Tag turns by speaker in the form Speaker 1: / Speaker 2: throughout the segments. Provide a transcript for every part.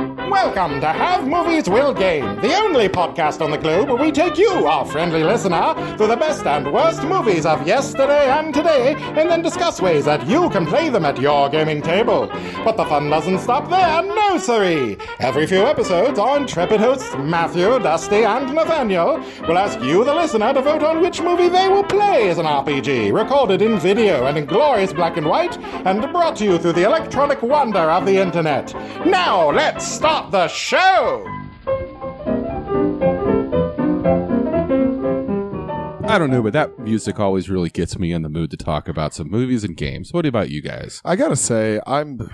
Speaker 1: Welcome to Have Movies Will Game, the only podcast on the globe where we take you, our friendly listener, through the best and worst movies of yesterday and today, and then discuss ways that you can play them at your gaming table. But the fun doesn't stop there, no siree! Every few episodes, our intrepid hosts Matthew, Dusty, and Nathaniel will ask you, the listener, to vote on which movie they will play as an RPG, recorded in video and in glorious black and white, and brought to you through the electronic wonder of the internet. Now, let's start the show!
Speaker 2: I don't know, but that music always really gets me in the mood to talk about some movies and games. What about you guys?
Speaker 3: I gotta say, I'm.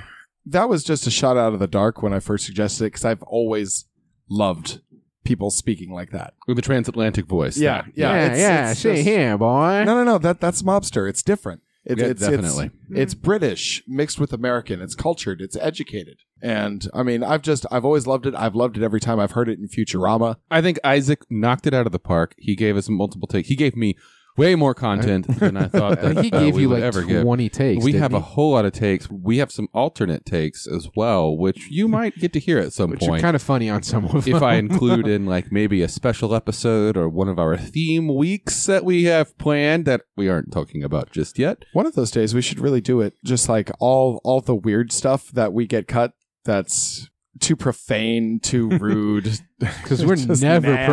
Speaker 3: That was just a shot out of the dark when I first suggested it because I've always loved people speaking like that.
Speaker 2: With the transatlantic voice.
Speaker 3: Yeah,
Speaker 2: that-
Speaker 3: yeah,
Speaker 4: yeah,
Speaker 3: it's-
Speaker 4: yeah.
Speaker 3: it's
Speaker 4: see
Speaker 3: just-
Speaker 4: here, boy.
Speaker 3: No, no, no. That that's mobster. It's different. It,
Speaker 2: Yeah,
Speaker 3: it's,
Speaker 2: definitely.
Speaker 3: It's,
Speaker 4: Mm-hmm.
Speaker 3: it's British mixed with American. It's cultured. It's educated. And I mean, I've just I've always loved it. I've loved it every time I've heard it in Futurama.
Speaker 2: I think Isaac knocked it out of the park. He gave us multiple takes. He gave me way more content than I thought that
Speaker 4: he
Speaker 2: uh,
Speaker 4: gave
Speaker 2: we
Speaker 4: you
Speaker 2: would
Speaker 4: like
Speaker 2: ever give.
Speaker 4: twenty takes.
Speaker 2: we
Speaker 4: didn't
Speaker 2: have
Speaker 4: he?
Speaker 2: a whole lot of takes. We have some alternate takes as well, which you might get to hear at some
Speaker 4: which are
Speaker 2: point.
Speaker 4: kind of funny on some of them.
Speaker 2: if I include in like maybe a special episode or one of our theme weeks that we have planned that we aren't talking about just yet.
Speaker 3: One of those days we should really do it. Just like all all the weird stuff that we get cut. That's too profane, too rude.
Speaker 4: because we're
Speaker 3: Just
Speaker 4: never
Speaker 3: nasty.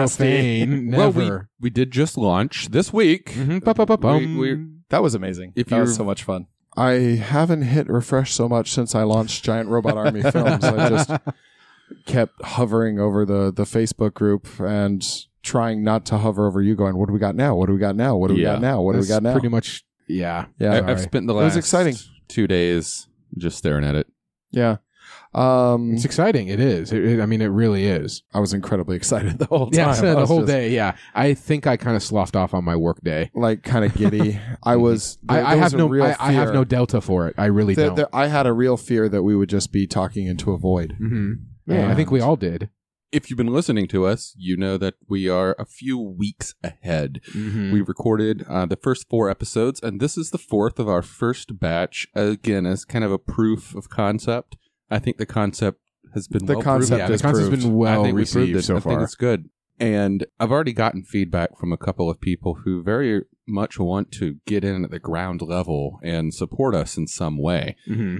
Speaker 4: profane. Never.
Speaker 2: Well, we, we did just launch this week.
Speaker 3: Mm-hmm.
Speaker 4: Mhm, ba-ba-ba-bum.
Speaker 2: We- we-
Speaker 3: That was amazing.
Speaker 2: If
Speaker 3: that was
Speaker 2: you're-
Speaker 3: so much fun. I haven't hit refresh so much since I launched Giant Robot Army Films. I just kept hovering over the the Facebook group and trying not to hover over you going, What do we got now? What do we got now? What do we
Speaker 2: Yeah.
Speaker 3: got now? What do we
Speaker 4: That's
Speaker 3: got now?
Speaker 4: Pretty much. Yeah.
Speaker 3: yeah.
Speaker 2: I,
Speaker 3: sorry.
Speaker 2: I've spent the
Speaker 3: was
Speaker 2: last
Speaker 3: exciting.
Speaker 2: two days just staring at it.
Speaker 3: yeah. Um
Speaker 4: It's exciting. It is. It, it- I mean, it really is.
Speaker 3: I was incredibly excited the whole time.
Speaker 4: Yeah, so
Speaker 3: I
Speaker 4: the
Speaker 3: was
Speaker 4: whole
Speaker 3: just,
Speaker 4: day. Yeah, I think I kind of sloughed off on my work day.
Speaker 3: Like kind of giddy. I was there-
Speaker 4: I, I
Speaker 3: there was
Speaker 4: have
Speaker 3: a
Speaker 4: no.
Speaker 3: real
Speaker 4: I, I have
Speaker 3: fear.
Speaker 4: no delta for it. I really
Speaker 3: There-
Speaker 4: don't.
Speaker 3: there- I had a real fear that we would just be talking into a void.
Speaker 4: hmm Yeah, I think we all did.
Speaker 2: If you've been listening to us, you know that we are a few weeks ahead.
Speaker 3: Mm-hmm.
Speaker 4: Mm-hmm.
Speaker 2: We recorded uh, the first four episodes, and this is the fourth of our first batch. Again, as kind of a proof of concept, I think the concept has been
Speaker 3: The
Speaker 2: well
Speaker 3: concept
Speaker 2: proven.
Speaker 4: yeah,
Speaker 3: is
Speaker 4: the concept's
Speaker 3: proved.
Speaker 4: been well
Speaker 2: I think we proved
Speaker 4: received
Speaker 2: it.
Speaker 4: so
Speaker 2: I
Speaker 4: far.
Speaker 2: think it's good. And I've already gotten feedback from a couple of people who very much want to get in at the ground level and support us in some way.
Speaker 4: mm-hmm.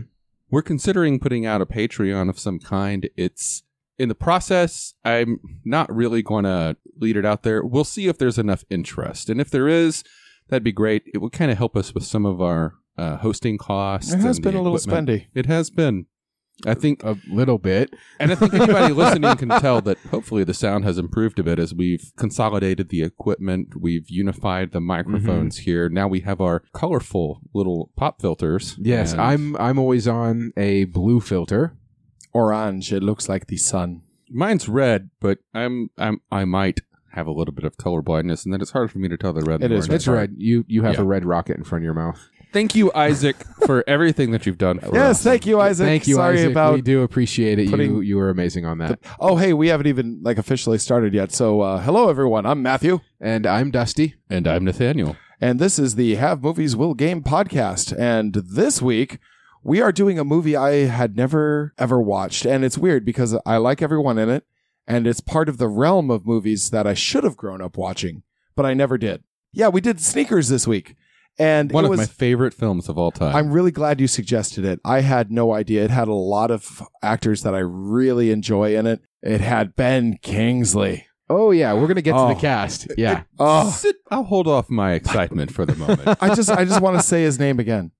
Speaker 2: We're considering putting out a Patreon of some kind. It's in the process. I'm not really going to lead it out there. We'll see if there's enough interest. And if there is, that'd be great. It would kind of help us with some of our uh, hosting costs.
Speaker 3: It has
Speaker 2: and
Speaker 3: been
Speaker 2: the
Speaker 3: a little
Speaker 2: equipment.
Speaker 3: spendy.
Speaker 2: It has been. I think
Speaker 4: a little bit.
Speaker 2: and I think anybody listening can tell that hopefully the sound has improved a bit as we've consolidated the equipment, we've unified the microphones
Speaker 3: Mm-hmm.
Speaker 2: here. Now we have our colorful little pop filters.
Speaker 4: Yes,
Speaker 2: And
Speaker 4: I'm. I'm always on a blue filter.
Speaker 3: Orange, it looks like the sun.
Speaker 2: mine's red, but I'm I'm I might have a little bit of color blindness, and then it's hard for me to tell the red. and
Speaker 3: It is
Speaker 2: orange
Speaker 4: It's red. You you have
Speaker 2: Yeah.
Speaker 4: a red rocket in front of your mouth.
Speaker 2: Thank you, Isaac, for everything that you've done for
Speaker 3: Yes,
Speaker 2: us.
Speaker 3: thank you, Isaac.
Speaker 4: Thank you,
Speaker 3: Sorry
Speaker 4: Isaac.
Speaker 3: about.
Speaker 4: we do appreciate it.
Speaker 3: putting
Speaker 4: You you were amazing on that.
Speaker 3: oh, hey, we haven't even like officially started yet. So, uh, hello everyone. I'm Matthew,
Speaker 4: and I'm Dusty.
Speaker 2: And I'm Nathaniel.
Speaker 3: and this is the Have Movies Will Game podcast. And this week we are doing a movie I had never ever watched, and it's weird because I like everyone in it, and it's part of the realm of movies that I should have grown up watching, but I never did. Yeah, we did Sneakers this week, and
Speaker 2: One
Speaker 3: it
Speaker 2: of
Speaker 3: was
Speaker 2: my favorite films of all time.
Speaker 3: I'm really glad you suggested it. I had no idea. It had a lot of actors that I really enjoy in it. It had Ben Kingsley.
Speaker 4: Oh yeah, we're gonna get
Speaker 3: Oh.
Speaker 4: to the cast. Yeah,
Speaker 3: Oh,
Speaker 2: Sit- I'll hold off my excitement for the moment.
Speaker 3: I just I just want to say his name again.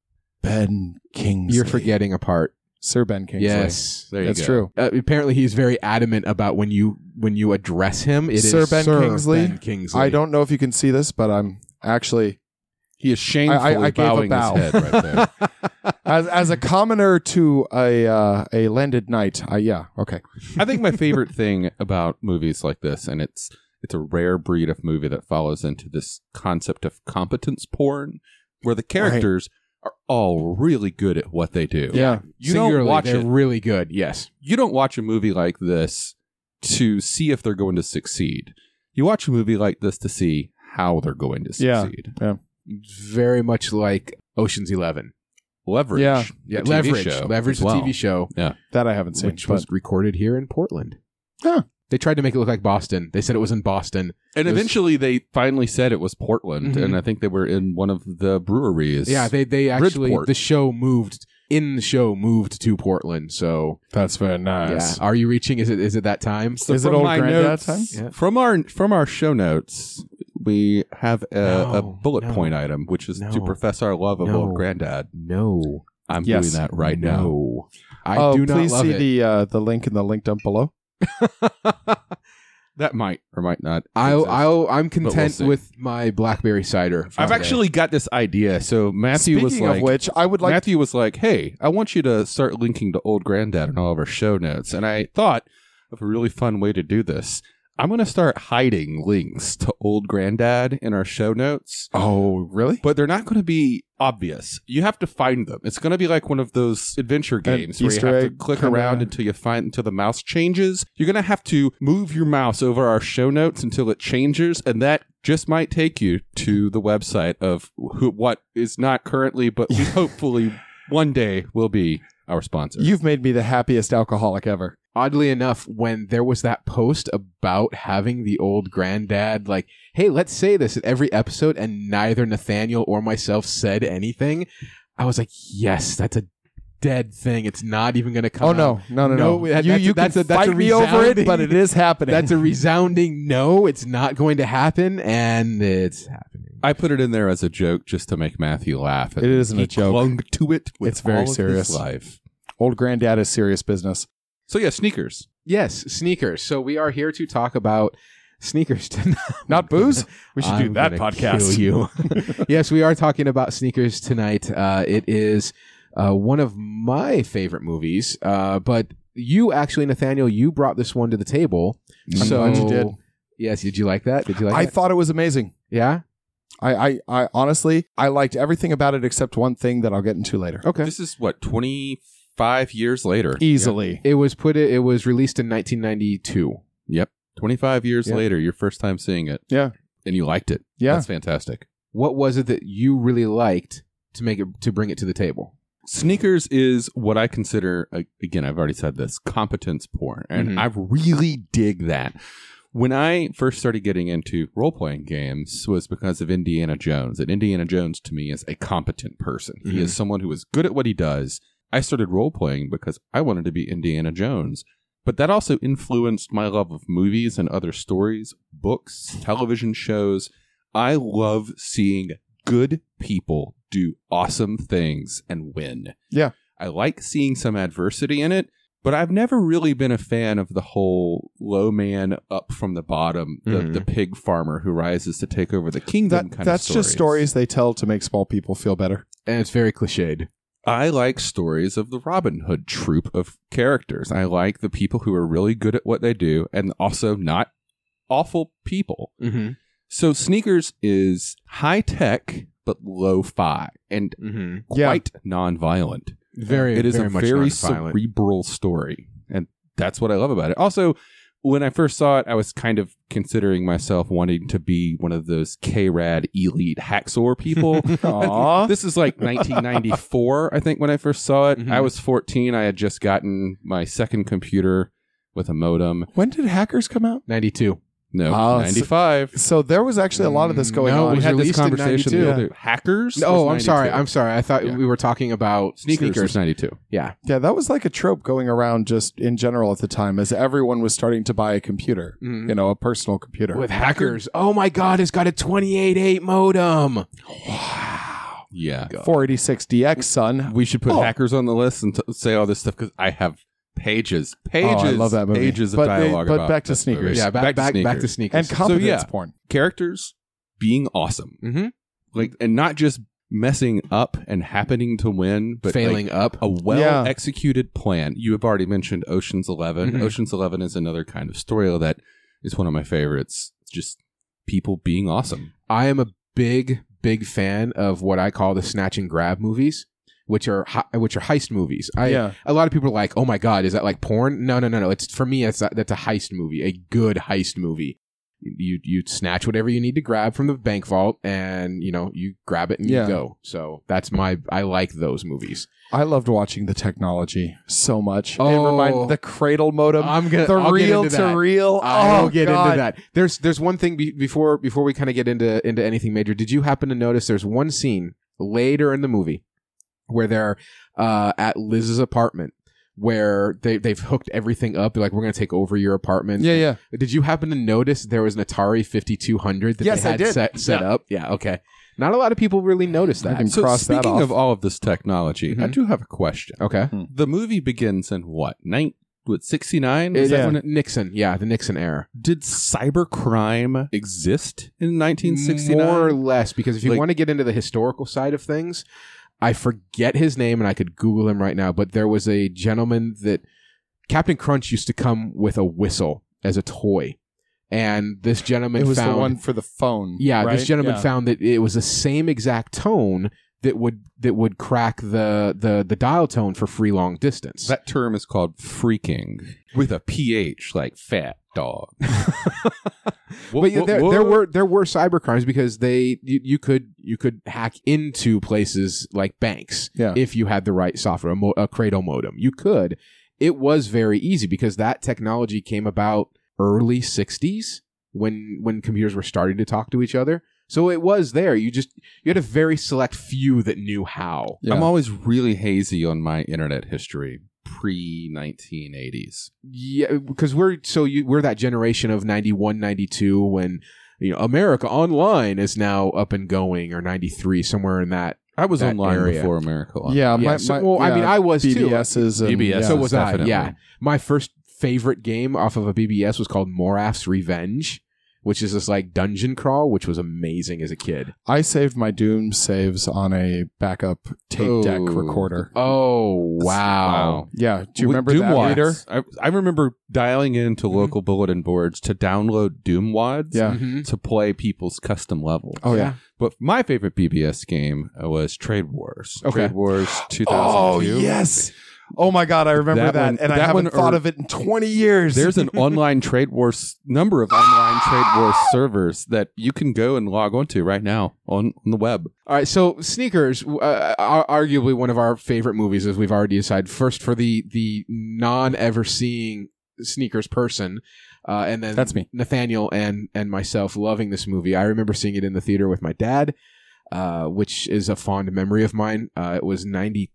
Speaker 3: Ben Kingsley.
Speaker 4: you're forgetting a part.
Speaker 3: Sir Ben Kingsley.
Speaker 4: Yes.
Speaker 2: There you
Speaker 3: That's
Speaker 2: go.
Speaker 3: true.
Speaker 4: Uh, apparently, he's very adamant about when you when you address him. It is
Speaker 3: Sir Ben Kingsley?
Speaker 4: Ben Kingsley.
Speaker 3: I don't know if you can see this, but I'm actually
Speaker 2: He is shamefully
Speaker 3: I- I gave a
Speaker 2: bowing
Speaker 3: bow.
Speaker 2: his head right there.
Speaker 3: as as a commoner to a uh, a landed knight. I, yeah, okay.
Speaker 2: I think my favorite thing about movies like this, and it's it's a rare breed of movie that follows into this concept of competence porn, where the characters are all really good at what they do.
Speaker 3: Yeah.
Speaker 2: you
Speaker 4: Singularly,
Speaker 2: don't watch
Speaker 4: they're
Speaker 2: it.
Speaker 4: really good. Yes.
Speaker 2: You don't watch a movie like this to see if they're going to succeed. You watch a movie like this to see how they're going to
Speaker 3: Yeah.
Speaker 2: succeed.
Speaker 4: Very much like Ocean's Eleven.
Speaker 2: Leverage.
Speaker 3: Yeah.
Speaker 4: Yeah,
Speaker 2: the
Speaker 4: leverage,
Speaker 2: TV show
Speaker 4: leverage
Speaker 2: as well.
Speaker 4: the TV show,
Speaker 3: That I haven't seen.
Speaker 4: which
Speaker 3: but-
Speaker 4: was recorded here in Portland.
Speaker 3: Huh.
Speaker 4: They tried to make it look like Boston. They said it was in Boston.
Speaker 2: And
Speaker 4: It was-
Speaker 2: eventually they finally said it was Portland,
Speaker 3: Mm-hmm.
Speaker 4: Mhm.
Speaker 2: and I think they were in one of the breweries.
Speaker 4: Yeah, they they actually
Speaker 2: Bridgeport.
Speaker 4: the show moved in the show moved to Portland. So
Speaker 3: that's very nice.
Speaker 4: yeah, are you reaching? Is it is it that time?
Speaker 2: So
Speaker 3: Is it
Speaker 2: from
Speaker 3: old
Speaker 2: my
Speaker 3: granddad
Speaker 2: notes-
Speaker 4: time? Yeah.
Speaker 2: From our from our show notes, we have a, a
Speaker 4: No,
Speaker 2: bullet
Speaker 4: no,
Speaker 2: point item, which is to
Speaker 4: no,
Speaker 2: profess our love of
Speaker 4: no.
Speaker 2: old granddad.
Speaker 4: No,
Speaker 2: I'm
Speaker 3: Yes.
Speaker 2: doing that right now.
Speaker 4: no. I
Speaker 3: oh,
Speaker 4: do not
Speaker 3: please
Speaker 4: love
Speaker 3: see
Speaker 4: it.
Speaker 3: the uh, the link in the link dump below.
Speaker 2: That might or might not.
Speaker 4: I'll,
Speaker 2: exist.
Speaker 4: I'll, I'm
Speaker 2: we'll
Speaker 4: content
Speaker 2: see.
Speaker 4: with my blackberry cider. from
Speaker 2: I've
Speaker 4: today.
Speaker 2: actually got this idea. So Matthew
Speaker 3: Speaking
Speaker 2: was like,
Speaker 3: of which, I would like
Speaker 2: Matthew was like, "Hey, I want you to start linking to old granddad in all of our show notes." And I thought of a really fun way to do this. I'm going to start hiding links to old granddad in our show notes,
Speaker 3: Oh, really?
Speaker 2: but they're not going to be obvious. You have to find them. It's going to be like one of those adventure games where
Speaker 3: Easter
Speaker 2: you have to
Speaker 3: egg
Speaker 2: click
Speaker 3: kinda-
Speaker 2: around until you find until the mouse changes. You're going to have to move your mouse over our show notes until it changes, and that just might take you to the website of who, what is not currently, but we hopefully one day will be our sponsor.
Speaker 3: You've made me the happiest alcoholic ever.
Speaker 4: oddly enough, when there was that post about having the old granddad, like, hey, let's say this at every episode, and neither Nathaniel or myself said anything, I was like, yes, that's a dead thing. It's not even going to come.
Speaker 3: Oh
Speaker 4: out.
Speaker 3: no, no, no, no!
Speaker 4: No, that-
Speaker 3: you
Speaker 4: that's a-
Speaker 3: you
Speaker 4: that's
Speaker 3: can
Speaker 4: a- that's a
Speaker 3: fight me over it, but it
Speaker 4: resounding-
Speaker 3: is happening.
Speaker 4: That's a resounding no. It's not going to happen, and it's happening.
Speaker 2: I put it in there as a joke just to make Matthew laugh. and
Speaker 3: It isn't
Speaker 2: he
Speaker 3: a joke.
Speaker 2: Clung to it. With
Speaker 3: It's very
Speaker 2: all of his
Speaker 3: serious.
Speaker 2: life.
Speaker 3: Old granddad is serious business.
Speaker 2: So yeah, sneakers.
Speaker 4: Yes, sneakers. So we are here to talk about sneakers tonight.
Speaker 3: Not booze. We should do
Speaker 4: I'm
Speaker 3: that
Speaker 4: gonna
Speaker 3: podcast.
Speaker 4: kill you. yes, we are talking about sneakers tonight. Uh, it is uh, one of my favorite movies, uh, but you actually, Nathaniel, you brought this one to the table.
Speaker 3: I'm
Speaker 4: so
Speaker 3: glad you did.
Speaker 4: Yes, did you like that? Did you like
Speaker 3: I
Speaker 4: that?
Speaker 3: thought it was amazing.
Speaker 4: yeah.
Speaker 3: I, I, I honestly, I liked everything about it except one thing that I'll get into later.
Speaker 4: Okay.
Speaker 2: This is what twenty five years later.
Speaker 3: E- Easily,
Speaker 4: It was put. It was released in 1992.
Speaker 2: Twenty five years
Speaker 4: Yeah.
Speaker 2: later, your first time seeing it.
Speaker 3: Yeah.
Speaker 2: and you liked it.
Speaker 3: yeah.
Speaker 2: That's fantastic.
Speaker 4: What was it that you really liked to make it to bring it to the table?
Speaker 2: Sneakers is what I consider, a- again, I've already said this, competence porn. And
Speaker 4: Mhm.
Speaker 2: I really dig that. When I first started getting into role playing games was because of Indiana Jones. And Indiana Jones to me is a competent person. He is someone who is good at what he does. I started role playing because I wanted to be Indiana Jones. But that also influenced my love of movies and other stories, books, television shows. I love seeing good people do awesome things and win.
Speaker 3: Yeah.
Speaker 2: I like seeing some adversity in it, but I've never really been a fan of the whole low man up from the bottom, the,
Speaker 4: Mhm.
Speaker 2: the pig farmer who rises to take over the kingdom
Speaker 3: Mm-hmm. That,
Speaker 2: kind
Speaker 3: that's
Speaker 2: of
Speaker 3: just stories they tell to make small people feel better.
Speaker 4: And it's very cliched.
Speaker 2: I like stories of the Robin Hood troop of characters. I like the people who are really good at what they do and also not awful people.
Speaker 4: Mm-hmm.
Speaker 2: So sneakers is high tech but low fi and
Speaker 4: Mm-hmm.
Speaker 3: Yeah.
Speaker 2: quite non-violent.
Speaker 4: Very.
Speaker 2: it is
Speaker 4: very
Speaker 2: a
Speaker 4: much
Speaker 2: very
Speaker 4: nonviolent.
Speaker 2: cerebral story, and that's what I love about it. Also, when I first saw it, I was kind of considering myself wanting to be one of those K-rad elite hacksaw people.
Speaker 3: Aw.
Speaker 2: This is like 1994, I think, when I first saw it.
Speaker 4: Mhm.
Speaker 2: I was 14. I had just gotten my second computer with a modem.
Speaker 3: when did hackers come out?
Speaker 4: 92.
Speaker 2: No,
Speaker 3: Ah, so-
Speaker 2: 95.
Speaker 3: So there was actually a lot of this going on.
Speaker 4: No, it
Speaker 2: we
Speaker 4: was
Speaker 2: had this
Speaker 4: released in
Speaker 2: conversation.
Speaker 4: 92.
Speaker 2: the other- Hackers?
Speaker 4: Oh,
Speaker 2: was
Speaker 4: I'm sorry.
Speaker 2: 92.
Speaker 4: I'm sorry. I thought
Speaker 2: Yeah.
Speaker 4: we were talking about
Speaker 2: Sneakers,
Speaker 4: sneakers.
Speaker 2: was 92.
Speaker 4: Yeah.
Speaker 3: Yeah, that was like a trope going around just in general at the time as everyone was starting to buy a computer, you know, a personal computer.
Speaker 4: Mm-hmm. With hackers. Oh my God, it's got a 28.8 modem.
Speaker 2: Yeah.
Speaker 3: 486DX, son.
Speaker 2: We should put
Speaker 3: Oh.
Speaker 2: hackers on the list and t- say all this stuff because I have pages,
Speaker 3: Oh,
Speaker 2: pages,
Speaker 3: I love that movie.
Speaker 2: pages of
Speaker 3: But they-
Speaker 2: dialogue.
Speaker 3: but
Speaker 2: about
Speaker 3: back to
Speaker 2: this movie.
Speaker 3: Sneakers.
Speaker 4: Yeah, back, back,
Speaker 2: to
Speaker 4: back to
Speaker 2: Sneakers.
Speaker 4: sneakers.
Speaker 3: And competence
Speaker 2: yeah.
Speaker 3: porn.
Speaker 2: characters being awesome,
Speaker 4: mm-hmm.
Speaker 2: like and not just messing up and happening to win, but like,
Speaker 4: failing up.
Speaker 2: a well executed plan. You have already mentioned Ocean's 11
Speaker 4: Mhm.
Speaker 2: Ocean's Eleven is another kind of story that is one of my favorites. Just people being awesome.
Speaker 4: I am a big, big fan of what I call the snatch and grab movies, which are hi- which are heist movies. I,
Speaker 3: yeah.
Speaker 4: A lot of people are like, "Oh my God, is that like porn?" No, no, no, no. It's for me. It's that's a heist movie, a good heist movie. you you snatch whatever you need to grab from the bank vault, and you know you grab it and
Speaker 3: Yeah.
Speaker 4: you go. So that's my I like those movies.
Speaker 3: I loved watching the technology so much.
Speaker 4: Oh.
Speaker 3: it reminded the cradle modem,
Speaker 4: I'm gonna
Speaker 3: Um, the
Speaker 4: I'll get
Speaker 3: reel
Speaker 4: into
Speaker 3: to
Speaker 4: that.
Speaker 3: reel.
Speaker 4: I'll
Speaker 3: oh,
Speaker 4: get
Speaker 3: God.
Speaker 4: into that. There's there's one thing be- before before we kind of get into into anything major. Did you happen to notice there's one scene later in the movie where they're uh, at Liz's apartment where they they've hooked everything up. They're like, we're gonna take over your apartment.
Speaker 3: Yeah, yeah.
Speaker 4: Did you happen to notice there was an Atari 5200 that
Speaker 3: Yes,
Speaker 4: they
Speaker 3: I
Speaker 4: had
Speaker 3: did.
Speaker 4: set, set
Speaker 3: Yeah.
Speaker 4: up? Yeah. Okay. Not a lot of people really noticed
Speaker 3: I can
Speaker 4: that.
Speaker 2: So
Speaker 3: cross that
Speaker 2: speaking
Speaker 3: off.
Speaker 2: of all of this technology, I
Speaker 4: Mhm.
Speaker 2: do have a question.
Speaker 4: Okay.
Speaker 2: The movie begins in what? Nine what
Speaker 3: Mm,
Speaker 2: 69? Is
Speaker 4: It-
Speaker 2: that when it-
Speaker 4: Nixon. Yeah, the Nixon era.
Speaker 2: did cybercrime exist in 1969?
Speaker 4: more or less because if you
Speaker 2: Like-
Speaker 4: want to get into the historical side of things i forget his name and i could google him right now but there was a gentleman that captain crunch used to come with a whistle as a toy and this gentleman
Speaker 3: It was
Speaker 4: found
Speaker 3: the one for the phone.
Speaker 4: yeah
Speaker 3: right?
Speaker 4: this gentleman
Speaker 3: Yeah.
Speaker 4: found that it was the same exact tone that would that would crack the the the dial tone for free long distance
Speaker 2: that term is called freaking with a ph like fat dog. Wha-
Speaker 4: but yeah,
Speaker 2: wha-
Speaker 4: there,
Speaker 2: wha-
Speaker 4: there were there were cyber crimes because they you, you could you could hack into places like banks
Speaker 3: Yeah.
Speaker 4: if you had the right software a, mo- a cradle modem you could it was very easy because that technology came about early 60s when when computers were starting to talk to each other so it was there you just you had a very select few that knew how
Speaker 3: Yeah.
Speaker 2: I'm always really hazy on my internet history pre 1980s.
Speaker 4: yeah because we're so you, we're that generation of 91 92 when you know america online is now up and going or 93 somewhere in that
Speaker 2: I was
Speaker 4: That
Speaker 2: online
Speaker 4: area.
Speaker 2: before America. Online.
Speaker 3: yeah. Uh, My,
Speaker 4: yeah, so-
Speaker 3: my-
Speaker 4: well i
Speaker 3: yeah,
Speaker 4: mean i was too
Speaker 3: BBSs and
Speaker 2: BBS.
Speaker 3: yeah.
Speaker 4: so was i
Speaker 2: definitely.
Speaker 4: yeah my first favorite game off of a bbs was called moraf's revenge which is this like dungeon crawl which was amazing as a kid
Speaker 3: I saved my Doom saves on a backup tape deck
Speaker 2: Oh.
Speaker 3: recorder.
Speaker 4: oh wow,
Speaker 3: Yeah, do you
Speaker 2: With
Speaker 3: remember
Speaker 2: Doom
Speaker 3: that
Speaker 2: wads.
Speaker 3: reader?
Speaker 2: I, I remember dialing into
Speaker 4: Mhm.
Speaker 2: local bulletin boards to download Doom wads
Speaker 3: Yeah.
Speaker 4: Mhm.
Speaker 2: to play people's custom levels.
Speaker 3: Oh yeah.
Speaker 2: But my favorite BBS game uh, was Trade Wars.
Speaker 4: Okay.
Speaker 2: Trade Wars 2002.
Speaker 3: Oh yes. Oh my God, I remember that,
Speaker 2: That one-
Speaker 3: and I
Speaker 2: that
Speaker 3: haven't
Speaker 2: one
Speaker 3: thought
Speaker 2: or-
Speaker 3: of it in twenty years.
Speaker 2: There's an online Trade Wars number of online Trade Wars servers that you can go and log onto right now on, on the web.
Speaker 4: All right, so sneakers, uh, are arguably one of our favorite movies, as we've already decided. First for the the non ever seeing sneakers person, uh, and then
Speaker 3: That's me.
Speaker 4: Nathaniel and and myself loving this movie. I remember seeing it in the theater with my dad, uh, which is a fond memory of mine. Uh, it was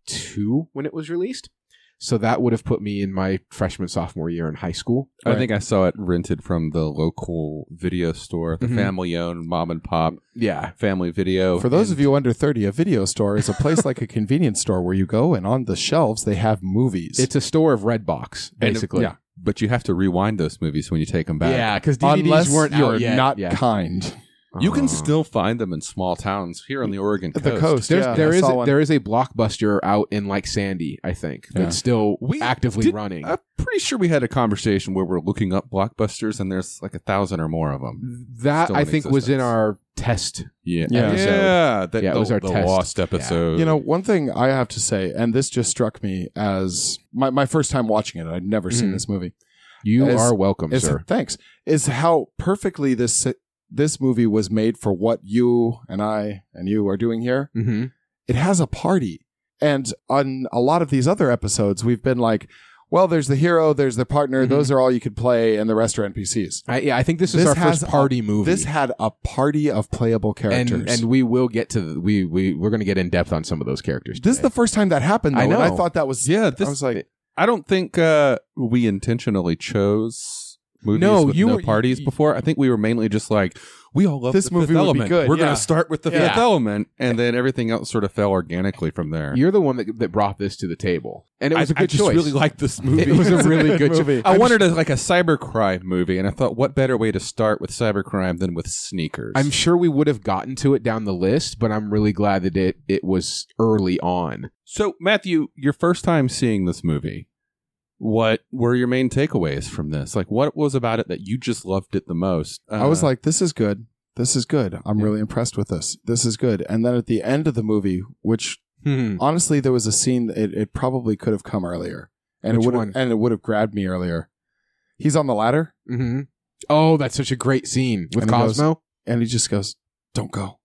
Speaker 4: '92 when it was released, so that would have put me in my freshman sophomore year in high school. Uh,
Speaker 2: I think I saw it rented from the local video store, the
Speaker 4: Mhm.
Speaker 2: family owned mom and pop
Speaker 4: Yeah,
Speaker 2: family video.
Speaker 3: Mm-hmm. For those
Speaker 2: And
Speaker 3: of you under 30, a video store is a place like a convenience store where you go and on the shelves they have movies.
Speaker 4: it's a store of Redbox,
Speaker 2: And it-
Speaker 4: basically.
Speaker 2: yeah. But you have to rewind those movies when you take them back.
Speaker 4: Yeah, because DVDs
Speaker 3: unless
Speaker 4: weren't out
Speaker 3: you're
Speaker 4: yet.
Speaker 3: not
Speaker 4: Yeah.
Speaker 3: kind.
Speaker 2: You can
Speaker 4: Uh.
Speaker 2: still find them in small towns here on the Oregon
Speaker 3: At
Speaker 2: coast.
Speaker 3: the coast.
Speaker 4: There's,
Speaker 3: yeah,
Speaker 4: there
Speaker 3: I
Speaker 4: is
Speaker 3: saw
Speaker 4: a,
Speaker 3: one.
Speaker 4: there is a blockbuster out in like Sandy, I think,
Speaker 3: Yeah.
Speaker 4: that's still
Speaker 2: We
Speaker 4: actively
Speaker 2: did-
Speaker 4: running.
Speaker 2: I'm pretty sure we had a conversation where we're looking up blockbusters and there's like a thousand or more of them.
Speaker 4: that
Speaker 2: still
Speaker 4: I
Speaker 2: in
Speaker 4: think was in
Speaker 2: existence.
Speaker 4: our test.
Speaker 2: Yeah.
Speaker 3: Yeah.
Speaker 2: Yeah. that,
Speaker 4: Yeah, it
Speaker 2: the,
Speaker 4: was our
Speaker 2: the
Speaker 4: test.
Speaker 2: lost
Speaker 4: Yeah.
Speaker 2: episode.
Speaker 3: You know, one thing I have to say, and this just struck me as my, my first time watching it, I'd never seen
Speaker 4: Mhm.
Speaker 3: this movie.
Speaker 4: You
Speaker 3: Is-
Speaker 4: are welcome,
Speaker 3: Is,
Speaker 4: sir.
Speaker 3: thanks. Is how perfectly this this movie was made for what you and I and you are doing here.
Speaker 4: Mm-hmm.
Speaker 3: it has a party. And on a lot of these other episodes, we've been like, well, there's the hero, there's the partner,
Speaker 4: Mhm.
Speaker 3: those are all you could play, and the rest are NPCs.
Speaker 4: I, yeah, I think this, is
Speaker 3: This
Speaker 4: our
Speaker 3: has
Speaker 4: first party movie.
Speaker 3: This had a party of playable
Speaker 4: and
Speaker 3: characters.
Speaker 4: and we will get to the, we we we're gonna get in depth on some of those characters.
Speaker 3: this is the
Speaker 4: today.
Speaker 3: first time that happened, though.
Speaker 4: I
Speaker 3: and I
Speaker 4: know.
Speaker 3: thought that was.
Speaker 2: yeah,
Speaker 3: I
Speaker 2: this
Speaker 3: was like,
Speaker 2: I don't think uh, we intentionally chose movies
Speaker 4: No,
Speaker 2: with
Speaker 4: you
Speaker 2: no
Speaker 4: were-
Speaker 2: parties before. I think we were mainly just like we all love
Speaker 3: This
Speaker 2: the
Speaker 3: movie
Speaker 2: Fifth
Speaker 3: would be
Speaker 2: Element.
Speaker 3: good,
Speaker 2: We're
Speaker 3: yeah.
Speaker 2: going to start with the
Speaker 4: Yeah.
Speaker 2: Fifth Element, and then everything else sort of fell organically from there.
Speaker 4: you're the one that, that brought this to the table, and it was
Speaker 2: I-
Speaker 4: a good
Speaker 2: I just
Speaker 4: choice.
Speaker 2: really liked this movie.
Speaker 4: it was a really good
Speaker 3: movie.
Speaker 4: movie.
Speaker 2: I wanted a, like a cybercrime movie, and I thought, what better way to start with cybercrime than with sneakers?
Speaker 4: I'm sure we would have gotten to it down the list, but I'm really glad that it it was early on.
Speaker 2: so, Matthew, your first time seeing this movie, what were your main takeaways from this? Like, what was about it that you just loved it the most? Uh,
Speaker 3: I was like, this is good. This is good. I'm really impressed with this. This is good. And then at the end of the movie, which
Speaker 4: Hmm.
Speaker 3: honestly, there was a scene it, it probably could have come earlier, and
Speaker 4: Which
Speaker 3: it would
Speaker 4: one?
Speaker 3: have and it would have grabbed me earlier. He's on the ladder.
Speaker 4: Mm-hmm. Oh, that's such a great scene with
Speaker 3: And he goes-
Speaker 4: Cosmo.
Speaker 3: and he just goes, "Don't go."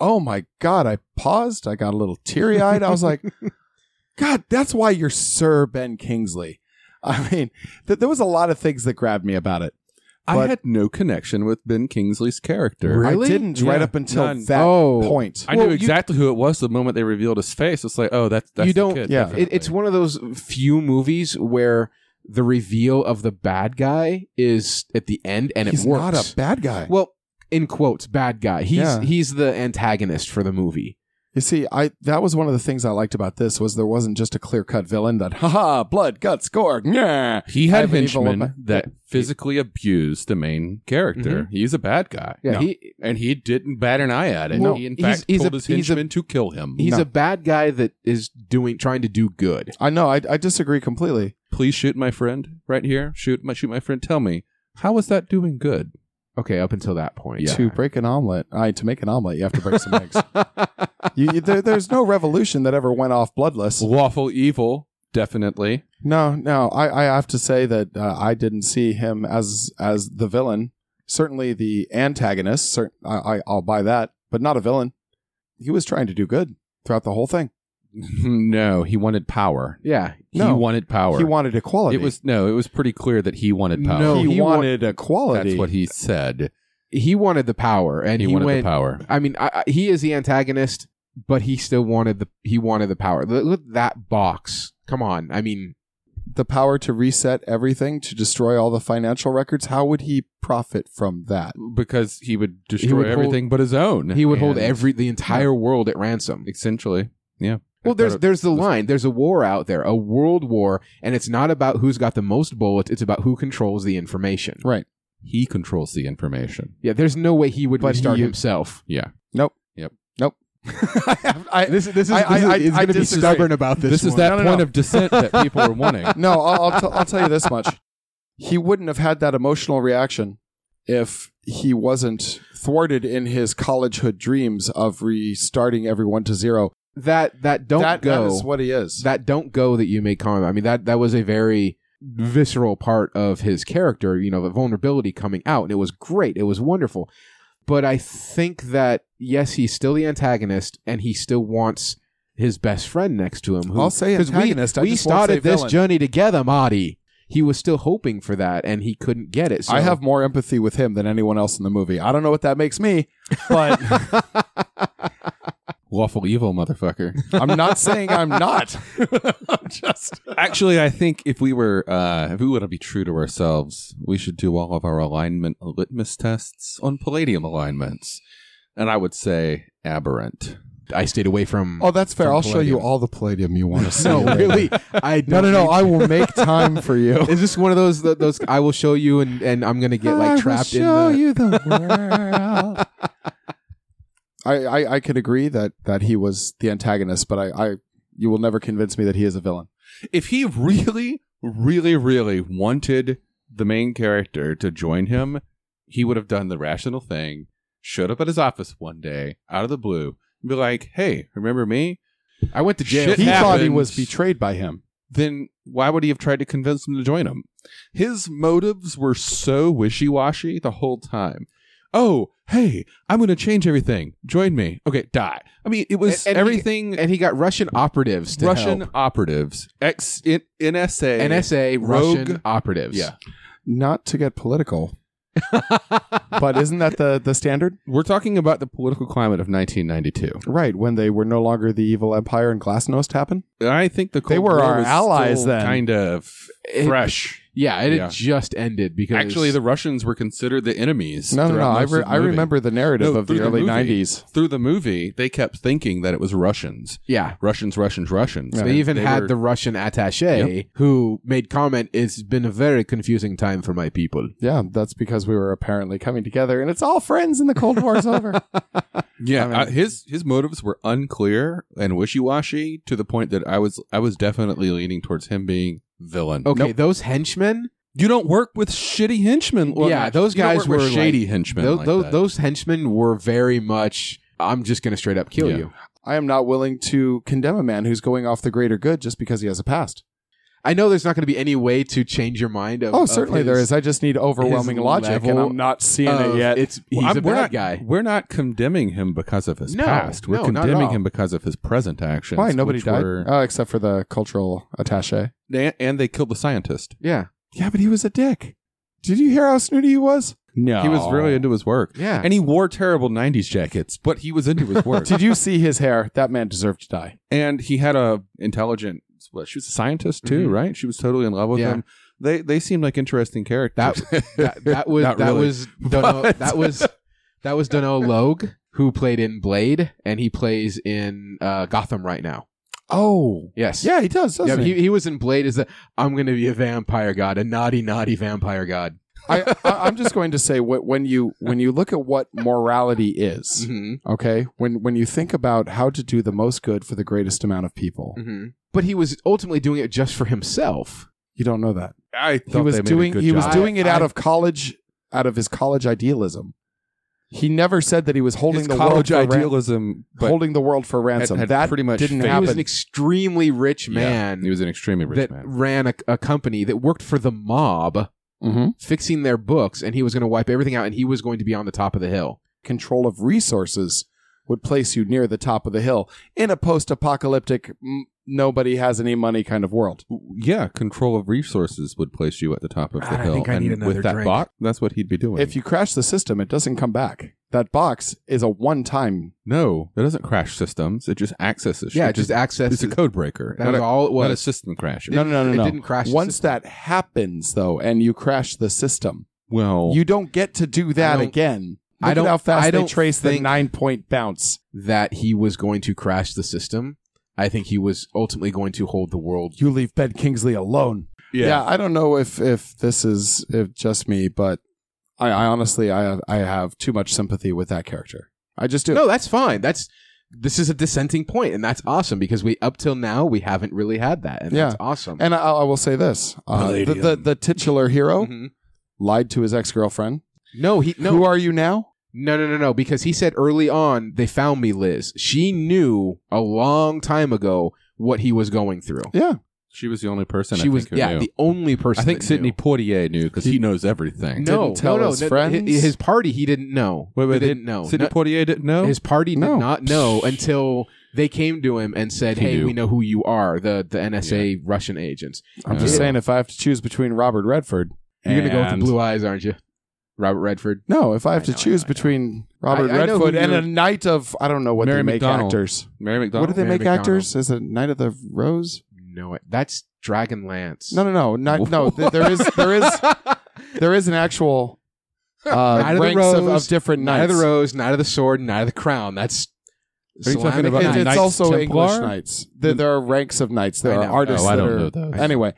Speaker 3: Oh my god! I paused. I got a little teary eyed. I was like, "God, that's why you're Sir Ben Kingsley." I mean, th- there was a lot of things that grabbed me about it.
Speaker 2: I
Speaker 3: But-
Speaker 2: had no connection with Ben Kingsley's character.
Speaker 4: Really?
Speaker 3: I didn't right
Speaker 2: Yeah.
Speaker 3: up until
Speaker 2: None.
Speaker 3: that
Speaker 4: oh,
Speaker 3: point.
Speaker 2: I
Speaker 4: Well,
Speaker 2: knew
Speaker 4: you-
Speaker 2: exactly who it was the moment they revealed his face. It's like, oh, that's that's
Speaker 4: You
Speaker 2: the
Speaker 4: don't-
Speaker 2: kid,
Speaker 3: yeah.
Speaker 4: It, it's one of those few movies where the reveal of the bad guy is at the end, and
Speaker 3: He's
Speaker 4: it works.
Speaker 3: not a bad guy.
Speaker 4: well, in quotes, bad guy. He's
Speaker 3: Yeah.
Speaker 4: he's the antagonist for the movie.
Speaker 3: You see, I that was one of the things I liked about this was there wasn't just a clear cut villain that haha blood guts gore yeah.
Speaker 2: He
Speaker 3: I
Speaker 2: had
Speaker 3: have an evil
Speaker 2: henchmen
Speaker 3: weapon.
Speaker 2: that physically abused the main character. He's a bad guy.
Speaker 4: Mm-hmm. Yeah, he
Speaker 2: and he didn't bat an eye at it.
Speaker 4: No,
Speaker 2: he in
Speaker 4: he's-
Speaker 2: fact
Speaker 4: he's
Speaker 2: told
Speaker 4: a-
Speaker 2: his
Speaker 4: he's a-
Speaker 2: henchmen to kill him.
Speaker 4: he's
Speaker 3: No.
Speaker 4: a bad guy that is doing trying to do good.
Speaker 3: I know I, I disagree completely.
Speaker 2: Please shoot my friend right here. Shoot my shoot my friend. Tell me how is that doing good?
Speaker 4: Okay, up until that point, yeah.
Speaker 3: To break an omelet, I to make an omelet, you have to break some eggs. You, you, there, there's no revolution that ever went off bloodless.
Speaker 2: Lawful evil, definitely.
Speaker 3: No, no. I, I have to say that uh, I didn't see him as as the villain. Certainly the antagonist. Cer- I, I, I'll buy that, but not a villain. He was trying to do good throughout the whole thing.
Speaker 2: no, he wanted power.
Speaker 4: yeah,
Speaker 2: He
Speaker 3: No.
Speaker 2: wanted power.
Speaker 3: He wanted equality.
Speaker 2: It was no. It was pretty clear that he wanted power.
Speaker 4: No,
Speaker 3: he,
Speaker 4: he wa-
Speaker 3: wanted equality.
Speaker 2: That's what he said.
Speaker 4: he wanted the power, and
Speaker 2: He,
Speaker 4: he,
Speaker 2: wanted
Speaker 4: went.
Speaker 2: the power.
Speaker 4: I mean, I, I, he is the antagonist, but he still wanted the he wanted the power. Look, look at that box. Come on, I mean,
Speaker 3: the power to reset everything, to destroy all the financial records. How would he profit from that?
Speaker 2: because he would destroy
Speaker 4: hold-
Speaker 2: everything but his own.
Speaker 4: he would hold
Speaker 2: And
Speaker 4: every the entire world at ransom.
Speaker 2: essentially. Yeah.
Speaker 4: Well, there's
Speaker 2: That-
Speaker 4: there's the
Speaker 2: that's-
Speaker 4: line. There's a war out there, a world war, and it's not about who's got the most bullets. It's about who controls the information.
Speaker 3: Right.
Speaker 2: he controls the information.
Speaker 4: Yeah, there's no way he would
Speaker 3: But
Speaker 4: restart
Speaker 3: he-
Speaker 4: himself.
Speaker 2: Yeah.
Speaker 3: I, have- I-
Speaker 4: This is this is,
Speaker 3: I- I- I-
Speaker 4: he's
Speaker 3: I
Speaker 4: going to be
Speaker 3: disagree.
Speaker 4: stubborn about this.
Speaker 2: This, is
Speaker 4: one.
Speaker 2: that
Speaker 3: No, no,
Speaker 2: point
Speaker 3: no.
Speaker 2: of dissent that people are wanting.
Speaker 3: no, I'll, I'll, t- I'll tell you this much. He wouldn't have had that emotional reaction if he wasn't thwarted in his collegehood dreams of restarting everyone to zero.
Speaker 4: that that don't
Speaker 3: That-
Speaker 4: go.
Speaker 3: that is what he is.
Speaker 4: that don't go that you made comment. I mean that that was a very visceral part of his character, you know, the vulnerability coming out and it was great. It was wonderful. But I think that yes, he's still the antagonist and he still wants his best friend next to him who
Speaker 3: I'll say
Speaker 4: 'cause
Speaker 3: antagonist.
Speaker 4: We,
Speaker 3: I
Speaker 4: we
Speaker 3: just won't
Speaker 4: started
Speaker 3: say
Speaker 4: this
Speaker 3: villain.
Speaker 4: journey together, Marty. He was still hoping for that and he couldn't get it. So
Speaker 3: I have more empathy with him than anyone else in the movie. I don't know what that makes me, but
Speaker 2: Lawful evil, motherfucker.
Speaker 3: I'm not saying I'm not. I'm just
Speaker 2: Actually, I think if we were, uh, if we were to be true to ourselves, we should do all of our alignment uh, litmus tests on palladium alignments. And I would say aberrant.
Speaker 4: I stayed away from
Speaker 3: Oh, that's fair.
Speaker 4: From
Speaker 3: I'll show you
Speaker 4: Palladium.
Speaker 3: all the palladium you want to see.
Speaker 4: No, really. I
Speaker 3: No,
Speaker 4: don't
Speaker 3: no, no.
Speaker 4: need-
Speaker 3: I will make time for you.
Speaker 4: Is this one of those th- those I will show you and and I'm going to get like trapped in
Speaker 3: show
Speaker 4: the
Speaker 3: you the world. I, I I could agree that that he was the antagonist, but I, I you will never convince me that he is a villain.
Speaker 2: If he really, really, really wanted the main character to join him, he would have done the rational thing, showed up at his office one day out of the blue, and be like, hey, remember me?
Speaker 4: I went to jail.
Speaker 2: Shit
Speaker 3: he thought he
Speaker 2: happens.
Speaker 3: was betrayed by him.
Speaker 2: Then why would he have tried to convince him to join him? His motives were so wishy washy the whole time. Oh, hey, I'm going to change everything. Join me. Okay, die. I mean, it was
Speaker 4: And- and he-
Speaker 2: everything
Speaker 4: and he got Russian operatives to
Speaker 2: Russian
Speaker 4: help.
Speaker 2: operatives, ex in, NSA.
Speaker 4: NSA Russian
Speaker 2: rogue-
Speaker 4: operatives.
Speaker 2: Yeah.
Speaker 3: Not to get political, but isn't that the the standard?
Speaker 2: We're talking about the political climate of 1992.
Speaker 3: Right when they were no longer the evil empire and Glasnost happened.
Speaker 2: I think the Cold
Speaker 3: They were
Speaker 2: War
Speaker 3: our
Speaker 2: was
Speaker 3: allies
Speaker 2: still
Speaker 3: then.
Speaker 2: kind of
Speaker 4: It-
Speaker 2: fresh.
Speaker 4: yeah, it had
Speaker 2: Yeah.
Speaker 4: just ended because
Speaker 2: Actually, the Russians were considered the enemies.
Speaker 3: No, no, no.
Speaker 2: throughout
Speaker 3: I,
Speaker 2: most
Speaker 3: re-
Speaker 2: of the
Speaker 3: I
Speaker 2: movie.
Speaker 3: remember the narrative
Speaker 2: No,
Speaker 3: of
Speaker 2: through
Speaker 3: the
Speaker 2: the
Speaker 3: early
Speaker 2: movie.
Speaker 3: '90s.
Speaker 2: through the movie they kept thinking that it was Russians,
Speaker 4: yeah.
Speaker 2: Russians, Russians, Russians.
Speaker 4: They even had
Speaker 2: were-
Speaker 4: the Russian attaché who made comment. It's been a very confusing time for my people.
Speaker 3: Yeah, that's because we were apparently coming together, and it's all friends, and the Cold War is over.
Speaker 2: yeah.
Speaker 3: I mean-
Speaker 2: uh, his his motives were unclear and wishy washy to the point that I was I was definitely leaning towards him being villain.
Speaker 4: Okay,
Speaker 2: Nope.
Speaker 4: those henchmen,
Speaker 2: you don't work with shitty henchmen. Well,
Speaker 4: Yeah,
Speaker 2: not-
Speaker 4: those
Speaker 2: you don't
Speaker 4: guys
Speaker 2: work with
Speaker 4: were
Speaker 2: shady henchmen.
Speaker 4: those
Speaker 2: like
Speaker 4: those,
Speaker 2: that.
Speaker 4: those henchmen were very much. I'm just gonna straight up kill
Speaker 2: Yeah.
Speaker 4: you.
Speaker 3: I am not willing to condemn a man who's going off the greater good just because he has a past.
Speaker 4: I know there's not going to be any way to change your mind. Of,
Speaker 3: Oh,
Speaker 4: of
Speaker 3: certainly
Speaker 4: his-
Speaker 3: there is. I just need overwhelming
Speaker 4: his
Speaker 3: logic, and
Speaker 4: level
Speaker 3: I'm not seeing
Speaker 4: of
Speaker 3: it yet.
Speaker 4: It's he's
Speaker 2: Well, I'm-
Speaker 4: a
Speaker 2: we're
Speaker 4: bad
Speaker 2: not,
Speaker 4: guy.
Speaker 2: We're not condemning him because of his
Speaker 4: No,
Speaker 2: past. We're
Speaker 4: no, not at
Speaker 2: condemning
Speaker 4: all.
Speaker 2: him because of his present actions.
Speaker 3: Why nobody
Speaker 2: which
Speaker 3: died?
Speaker 2: were-
Speaker 3: Oh, except for the cultural attaché.
Speaker 2: Uh, and, and they killed the scientist.
Speaker 4: Yeah,
Speaker 3: Yeah, but he was a dick. Did you hear how snooty he was? No,
Speaker 2: He was really into his work.
Speaker 4: yeah.
Speaker 2: And he wore terrible 90s jackets, but he was into his work.
Speaker 3: Did you see his hair? That man deserved to die.
Speaker 2: and he had a intelligent, well, she was a scientist too,
Speaker 4: Mhm.
Speaker 2: right? She was totally in love with
Speaker 4: Yeah.
Speaker 2: him. They they seemed like interesting characters.
Speaker 4: that, that was
Speaker 2: Not
Speaker 4: that
Speaker 2: really.
Speaker 4: was Dono,
Speaker 2: But-
Speaker 4: that was that was Dono Logue who played in Blade and he plays in uh, Gotham right now.
Speaker 3: Oh,
Speaker 4: Yes.
Speaker 3: yeah, he does.
Speaker 4: Yeah,
Speaker 3: Doesn't
Speaker 4: he,
Speaker 3: he?
Speaker 4: he was in Blade as the I'm going to be a vampire god, a naughty, naughty vampire god.
Speaker 3: I, I, I'm just going to say what when you when you look at what morality is,
Speaker 4: Mm-hmm.
Speaker 3: okay, when when you think about how to do the most good for the greatest amount of people,
Speaker 4: Mm-hmm. But he was ultimately doing it just for himself.
Speaker 3: you don't know that.
Speaker 2: I
Speaker 3: he was doing he was
Speaker 4: job.
Speaker 3: doing it out
Speaker 4: I-
Speaker 3: of college out of his college idealism. He never said that he was holding
Speaker 2: his
Speaker 3: the world
Speaker 2: college
Speaker 3: for ran-
Speaker 2: idealism, but
Speaker 3: holding the world for
Speaker 2: had-
Speaker 3: ransom.
Speaker 2: had
Speaker 3: that
Speaker 2: pretty much
Speaker 3: didn't
Speaker 2: failed.
Speaker 4: He was
Speaker 3: happen.
Speaker 4: an extremely rich
Speaker 2: Yeah.
Speaker 4: man
Speaker 2: He was an extremely rich
Speaker 4: that
Speaker 2: man.
Speaker 4: ran a, a company that worked for the mob, Mm-hmm.
Speaker 2: Hmm?
Speaker 3: Mhm.
Speaker 4: fixing their books, and he was going to wipe everything out, and he was going to be on the top of the hill.
Speaker 3: Control of resources would place you near the top of the hill in a post-apocalyptic m- nobody has any money kind of world.
Speaker 2: Yeah, control of resources would place you at the top of the
Speaker 4: God, I
Speaker 2: hill.
Speaker 4: think I need
Speaker 2: and
Speaker 4: another
Speaker 2: with that
Speaker 4: drink.
Speaker 2: box, that's what he'd be doing.
Speaker 3: If you crash the system, it doesn't come back. That box is a one-time.
Speaker 2: no, it doesn't crash systems. It just accesses.
Speaker 4: yeah,
Speaker 2: it
Speaker 4: just
Speaker 2: just
Speaker 4: access.
Speaker 2: it's a code breaker.
Speaker 4: that
Speaker 2: Not
Speaker 4: was
Speaker 2: a-
Speaker 4: all it
Speaker 2: not a
Speaker 4: was.
Speaker 2: system crash.
Speaker 3: No, no, no, no,
Speaker 4: it
Speaker 3: no.
Speaker 4: didn't crash the
Speaker 3: Once
Speaker 4: system.
Speaker 3: that happens, though, and you crash the system,
Speaker 2: Well,
Speaker 3: You don't get to do that
Speaker 4: don't-
Speaker 3: again. Look
Speaker 4: I don't-
Speaker 3: at how fast
Speaker 4: I
Speaker 3: they
Speaker 4: don't
Speaker 3: trace the
Speaker 4: think-
Speaker 3: nine point bounce.
Speaker 4: that he was going to crash the system. I think he was ultimately going to hold the world.
Speaker 3: You leave Ben Kingsley alone. Yeah, I don't know if if this is if just me, but I, I honestly I I have too much sympathy with that character. I just do.
Speaker 4: No, that's fine. That's this is a dissenting point, and that's awesome because we up till now we haven't really had that, and
Speaker 3: Yeah.
Speaker 4: that's awesome.
Speaker 3: And I, I will say this: uh, the, the the titular hero
Speaker 4: Mhm.
Speaker 3: lied to his ex girlfriend.
Speaker 4: No, he no
Speaker 3: oh, Who are you now?
Speaker 4: no no no no because he said early on they found me, Liz. She knew a long time ago what he was going through.
Speaker 3: Yeah,
Speaker 2: she was the only person.
Speaker 4: she
Speaker 2: I
Speaker 4: was
Speaker 2: think, who
Speaker 4: yeah
Speaker 2: knew.
Speaker 4: the only person.
Speaker 2: I think
Speaker 4: that
Speaker 2: Sidney
Speaker 4: knew.
Speaker 2: Poitier knew because he knows everything.
Speaker 4: No,
Speaker 3: Didn't tell
Speaker 4: no, no,
Speaker 3: his
Speaker 4: no,
Speaker 3: friends?
Speaker 4: hi- His party, he didn't know.
Speaker 2: Wait, wait,
Speaker 4: They
Speaker 2: did-
Speaker 4: didn't know.
Speaker 2: Sidney
Speaker 4: No-
Speaker 2: Poitier didn't know.
Speaker 4: His party
Speaker 3: No.
Speaker 4: did not know until they came to him and said,
Speaker 2: He
Speaker 4: "Hey,
Speaker 2: knew.
Speaker 4: we know who you are." The the NSA Russian agents.
Speaker 3: I'm just
Speaker 2: Yeah.
Speaker 3: saying if I have to choose between Robert Redford,
Speaker 4: You're gonna go with
Speaker 3: and-
Speaker 4: the blue eyes, aren't you? Robert Redford.
Speaker 3: No, if I have
Speaker 4: I
Speaker 3: to
Speaker 4: know, I
Speaker 3: choose
Speaker 4: know, I know.
Speaker 3: between Robert
Speaker 4: I- I know who
Speaker 3: Redford and
Speaker 4: you're-
Speaker 3: a night of I don't know what
Speaker 2: Mary
Speaker 3: they make
Speaker 2: McDonnell.
Speaker 3: actors.
Speaker 2: Mary
Speaker 3: What
Speaker 2: McDonald.
Speaker 3: do they
Speaker 4: Mary
Speaker 3: make actors? Is it Night of the Rose?
Speaker 4: No, that's Dragon Lance.
Speaker 3: No, no, no, not, no. th- There is, there is, there is an actual uh,
Speaker 4: Night of the
Speaker 3: ranks of,
Speaker 4: Rose,
Speaker 3: of different
Speaker 4: Knight
Speaker 3: knights.
Speaker 4: of the Rose, Knight of the Sword, Knight of the Crown. That's
Speaker 2: Are you
Speaker 4: Solana
Speaker 2: talking about
Speaker 4: Knight.
Speaker 3: It- it's
Speaker 2: Knights
Speaker 3: also
Speaker 2: Templar?
Speaker 3: English knights. There, there are ranks of knights. There
Speaker 4: I
Speaker 3: are
Speaker 4: know.
Speaker 3: artists
Speaker 2: Oh, I
Speaker 3: that
Speaker 2: don't
Speaker 3: are.
Speaker 2: know those.
Speaker 3: Anyway,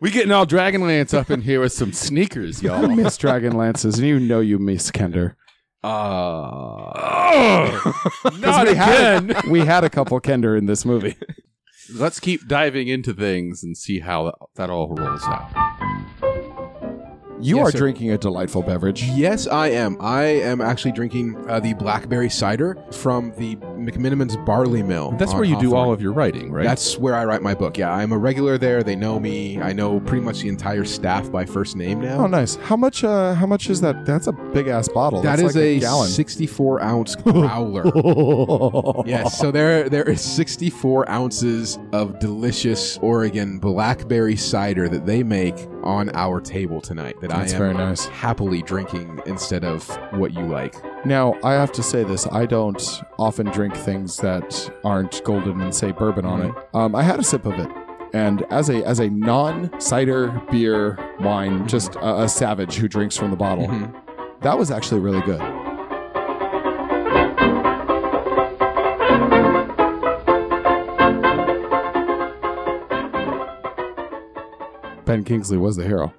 Speaker 2: We getting all Dragonlance up in here with some sneakers,
Speaker 3: I
Speaker 2: y'all.
Speaker 3: miss Dragon Lances, and you know you miss Kender.
Speaker 2: Uh, Not
Speaker 3: we had-
Speaker 2: again.
Speaker 3: We had a couple Kender in this movie.
Speaker 2: Let's keep diving into things and see how that, that all rolls out.
Speaker 3: You
Speaker 4: Yes,
Speaker 3: are
Speaker 4: sir.
Speaker 3: drinking a delightful beverage.
Speaker 4: Yes, I am. I am actually drinking uh, the blackberry cider from the McMiniman's Barley Mill.
Speaker 2: That's
Speaker 4: on
Speaker 2: where you do
Speaker 4: Hawthorne.
Speaker 2: all of your writing, right?
Speaker 4: That's where I write my book. Yeah, I'm a regular there. They know me. I know pretty much the entire staff by first name
Speaker 3: Oh,
Speaker 4: now.
Speaker 3: nice. How much? Uh, how much is that? That's a big ass bottle.
Speaker 4: That
Speaker 3: That's
Speaker 4: is
Speaker 3: like a,
Speaker 4: a,
Speaker 3: gallon.
Speaker 4: 64 ounce growler. yes, so there there is 64 ounces of delicious Oregon blackberry cider that they make on our table tonight. That
Speaker 3: That's
Speaker 4: I am
Speaker 3: very nice.
Speaker 4: happily drinking instead of what you like.
Speaker 3: Now, I have to say this. I don't often drink things that aren't golden and say bourbon on it.
Speaker 4: Mm-hmm.
Speaker 3: Um, I had a sip of it. And as a as a non cider beer wine,
Speaker 4: Mm-hmm.
Speaker 3: just a, a savage who drinks from the bottle,
Speaker 2: Mm-hmm.
Speaker 3: that was actually really good. Ben Kingsley was the hero.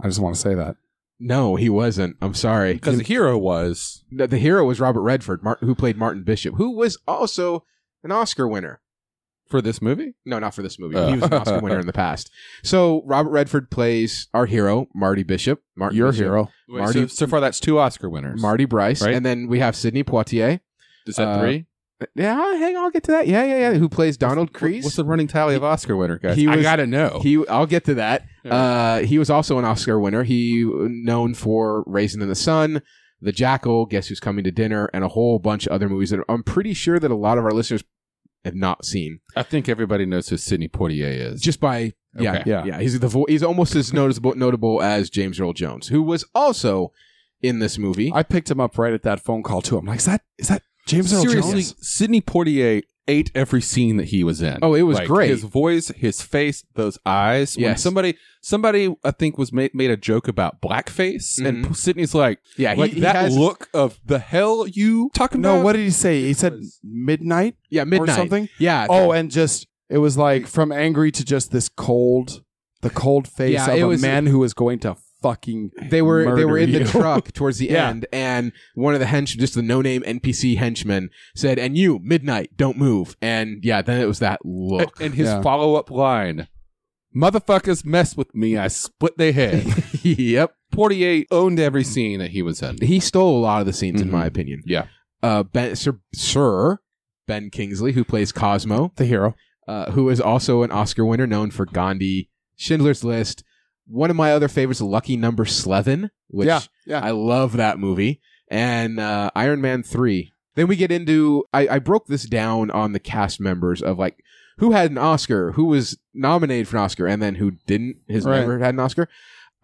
Speaker 3: I just want to say that.
Speaker 4: No, he wasn't. I'm sorry.
Speaker 2: because the hero was.
Speaker 4: the, the hero was Robert Redford, Mar- who played Martin Bishop, who was also an Oscar winner.
Speaker 2: For this movie?
Speaker 4: No, not for this movie.
Speaker 2: Oh.
Speaker 4: He was an Oscar winner in the past. So Robert Redford plays our hero, Marty Bishop. Martin
Speaker 3: Your
Speaker 4: Bishop,
Speaker 3: hero.
Speaker 2: Marty,
Speaker 4: Marty-
Speaker 2: so, so far, that's two Oscar winners.
Speaker 4: Marty Bryce,
Speaker 2: Right.
Speaker 4: and then we have Sidney Poitier.
Speaker 2: Is that
Speaker 4: uh,
Speaker 2: three?
Speaker 4: Yeah, hang on, I'll get to that. Yeah, yeah, yeah. Who plays Donald Kreese?
Speaker 2: What's the oh. running tally of Oscar winner, guys?
Speaker 4: he
Speaker 2: I
Speaker 4: was-
Speaker 2: gotta know.
Speaker 4: He, I'll get to that.
Speaker 2: Yeah.
Speaker 4: Uh, he was also an Oscar winner. He known for Raisin in the Sun, The Jackal, Guess Who's Coming to Dinner, and a whole bunch of other movies that I'm pretty sure that a lot of our listeners have not seen.
Speaker 2: I think everybody knows who Sidney Poitier is.
Speaker 4: Just by yeah,
Speaker 2: Okay.
Speaker 4: yeah, He's the vo- he's almost as noticeable notable as James Earl Jones, who was also in this movie.
Speaker 3: I picked him up right at that phone call too. I'm like, is that is that James Earl
Speaker 2: Seriously,
Speaker 3: Jones?
Speaker 2: Sidney Poitier ate every scene that he was in.
Speaker 4: Oh, it was
Speaker 2: Like,
Speaker 4: great.
Speaker 2: His voice, his face, those eyes. When
Speaker 4: Yes.
Speaker 2: somebody, somebody, I think was made, made a joke about blackface, and Sidney's like,
Speaker 4: yeah, Mm-hmm. he,
Speaker 2: like
Speaker 4: he
Speaker 2: that
Speaker 4: has-
Speaker 2: look of the hell you talking
Speaker 3: No,
Speaker 2: about?
Speaker 3: what did he say? He said midnight
Speaker 4: Yeah, midnight
Speaker 3: or something.
Speaker 4: Yeah.
Speaker 3: Oh, and just it was like from angry to just this cold, the cold face
Speaker 4: Yeah,
Speaker 3: of
Speaker 4: it
Speaker 3: a
Speaker 4: was-
Speaker 3: man who is going to fucking.
Speaker 4: they were they were in
Speaker 3: murder
Speaker 4: the
Speaker 3: you.
Speaker 4: truck towards the
Speaker 3: Yeah.
Speaker 4: end, and one of the hench, just the no name NPC henchman, said, "And you, midnight, don't move." And yeah, then it was that
Speaker 2: A-
Speaker 4: look.
Speaker 2: And his
Speaker 3: Yeah.
Speaker 2: follow up line, motherfuckers mess with me, I split their head.
Speaker 4: yep,
Speaker 2: Poitier owned every scene that he was in.
Speaker 4: he stole a lot of the scenes, in
Speaker 2: Mhm.
Speaker 3: Mm-hmm.
Speaker 4: my opinion.
Speaker 2: Yeah.
Speaker 4: uh, Ben Sir, Sir Ben Kingsley, who plays Cosmo,
Speaker 3: The hero.
Speaker 4: uh, who is also an Oscar winner, known for Gandhi, Schindler's List. One of my other favorites, Lucky Number Slevin, which
Speaker 3: yeah, yeah.
Speaker 4: I love that movie. And uh, Iron Man 3. Then we get into, I, I broke this down on the cast members of like who had an Oscar, who was nominated for an Oscar, and then who didn't, has
Speaker 3: Right.
Speaker 4: never had an Oscar.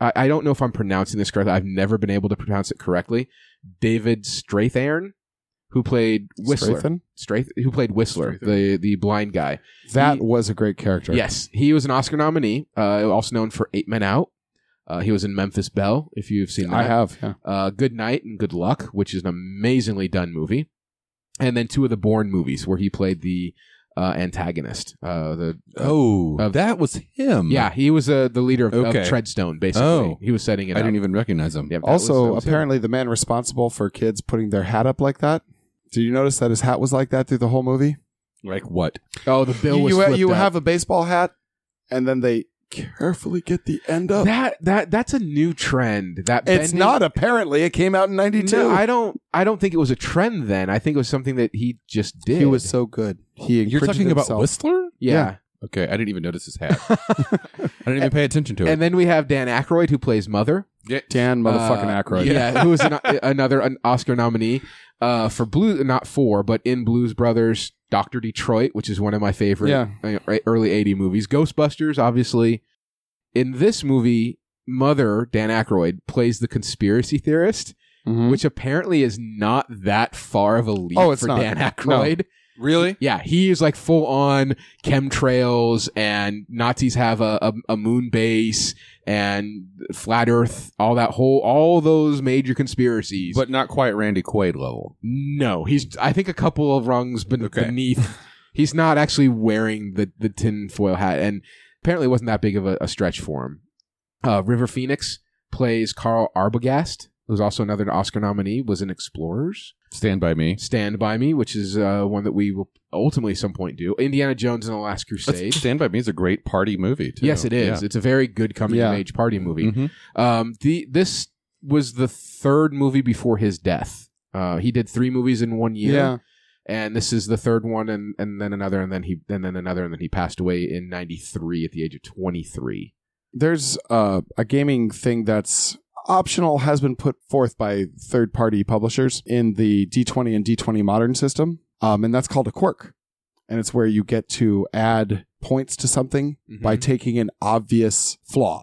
Speaker 4: I, I don't know if I'm pronouncing this correctly. I've never been able to pronounce it correctly. David Strathairn, who played Whistler.
Speaker 3: Stratham?
Speaker 4: Strath- who played Whistler, the, the blind guy.
Speaker 3: That
Speaker 4: He-
Speaker 3: was a great character.
Speaker 4: Yes, he was an Oscar nominee, uh, also known for Eight Men Out. Uh, he was in Memphis Belle, if you've seen that
Speaker 3: I have. yeah.
Speaker 4: uh, Good Night and Good Luck, which is an amazingly done movie, and then two of the Bourne movies where he played the uh, antagonist. Uh, the
Speaker 2: Oh,
Speaker 4: Of-
Speaker 2: that was
Speaker 3: Mm.
Speaker 2: him.
Speaker 4: yeah, he was uh, the leader of,
Speaker 2: Okay.
Speaker 4: of Treadstone. Basically,
Speaker 2: Oh.
Speaker 4: he was setting
Speaker 2: I
Speaker 4: it up.
Speaker 2: didn't even recognize him.
Speaker 4: Yeah, that was- that
Speaker 3: Also,
Speaker 4: was him.
Speaker 3: apparently, the man responsible for kids putting their hat up like that. Did you notice that his hat was like that through the whole movie?
Speaker 2: Like what?
Speaker 4: oh, the bill
Speaker 3: you
Speaker 4: was
Speaker 3: you,
Speaker 4: flipped
Speaker 3: you
Speaker 4: up.
Speaker 3: have a baseball hat, and then they carefully get the end up.
Speaker 4: that that that's a new trend. That
Speaker 3: it's
Speaker 4: bending-
Speaker 3: not apparently. It came out in '92.
Speaker 4: No, I don't. I don't think it was a trend then. I think it was something that he just did.
Speaker 3: he was so good. He
Speaker 2: You're
Speaker 3: imprinted
Speaker 2: talking about
Speaker 3: himself.
Speaker 2: Whistler?
Speaker 4: yeah.
Speaker 2: Okay, I didn't even notice his hat. I didn't even pay attention to it.
Speaker 4: And then we have Dan Aykroyd who plays Mother.
Speaker 3: Dan motherfucking
Speaker 4: Uh,
Speaker 3: Aykroyd.
Speaker 4: Yeah, who was an, another an Oscar nominee uh, for Blue, not for, but in Blues Brothers, Doctor Detroit, which is one of my favorite
Speaker 3: Yeah.
Speaker 4: uh, right- early '80 movies. Ghostbusters, obviously. In this movie, Mother Dan Aykroyd plays the conspiracy theorist,
Speaker 3: Mhm.
Speaker 4: which apparently is not that far of a leap
Speaker 3: Oh, it's
Speaker 4: for
Speaker 3: not.
Speaker 4: Dan Aykroyd.
Speaker 2: really?
Speaker 4: Yeah, he is like full on chemtrails, and Nazis have a, a, a moon base and flat Earth, all that whole, all those major conspiracies.
Speaker 2: But not quite Randy Quaid level.
Speaker 4: no, he's I think a couple of rungs ben-
Speaker 2: Okay.
Speaker 4: beneath. he's not actually wearing the the tinfoil hat, and apparently it wasn't that big of a, a stretch for him. Uh, River Phoenix plays Carl Arbogast, who's also another Oscar nominee, was in Explorers.
Speaker 2: Stand by me.
Speaker 4: Stand By Me, which is uh, one that we will ultimately some point do. Indiana Jones and the Last Crusade.
Speaker 2: Stand by me is a great party movie. Too.
Speaker 4: Yes, it is. It's a very good coming
Speaker 3: Yeah.
Speaker 4: of age party movie.
Speaker 2: Yeah. Mhm.
Speaker 4: Um, the this was the third movie before his death. Uh, he did three movies in one year,
Speaker 3: Yeah.
Speaker 4: and this is the third one, and, and then another, and then he and then another, and then he passed away in '93 at the age of 23.
Speaker 3: There's uh, a gaming thing that's optional has been put forth by third party publishers in the D20 and D20 modern system. Um, and that's called a quirk. And it's where you get to add points to something
Speaker 2: Mm-hmm.
Speaker 4: Mm-hmm.
Speaker 3: by taking an obvious flaw.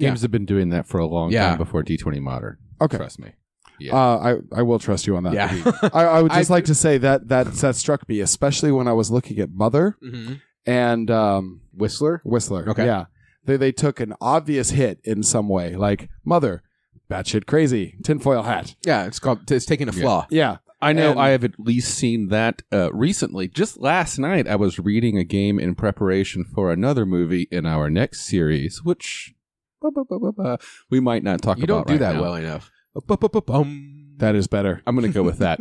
Speaker 2: Games have been doing that for a long
Speaker 4: Yeah.
Speaker 2: time before D20 Modern.
Speaker 3: Okay.
Speaker 2: Trust me. Yeah.
Speaker 3: Uh, I, I will trust you on that.
Speaker 4: yeah.
Speaker 3: I, I would just
Speaker 4: I-
Speaker 3: like to say that, that that struck me, especially when I was looking at Mother
Speaker 2: Mm-hmm.
Speaker 4: Mhm.
Speaker 3: and um,
Speaker 4: Whistler.
Speaker 3: Whistler.
Speaker 4: Okay.
Speaker 3: Yeah. They, they took an obvious hit in some way, like Mother, batshit crazy, tinfoil hat.
Speaker 4: Yeah, it's called. It's taking a
Speaker 2: Yeah.
Speaker 4: flaw.
Speaker 3: Yeah.
Speaker 2: I know
Speaker 3: And-
Speaker 2: I have at least seen that uh, recently. Just last night, I was reading a game in preparation for another movie in our next series, which bah, bah, bah, bah, bah, we might not talk
Speaker 4: You
Speaker 2: about.
Speaker 4: don't do
Speaker 2: right
Speaker 4: that
Speaker 2: now.
Speaker 4: well enough. Ba-ba-ba-bum.
Speaker 3: That is better.
Speaker 2: I'm going to go with that,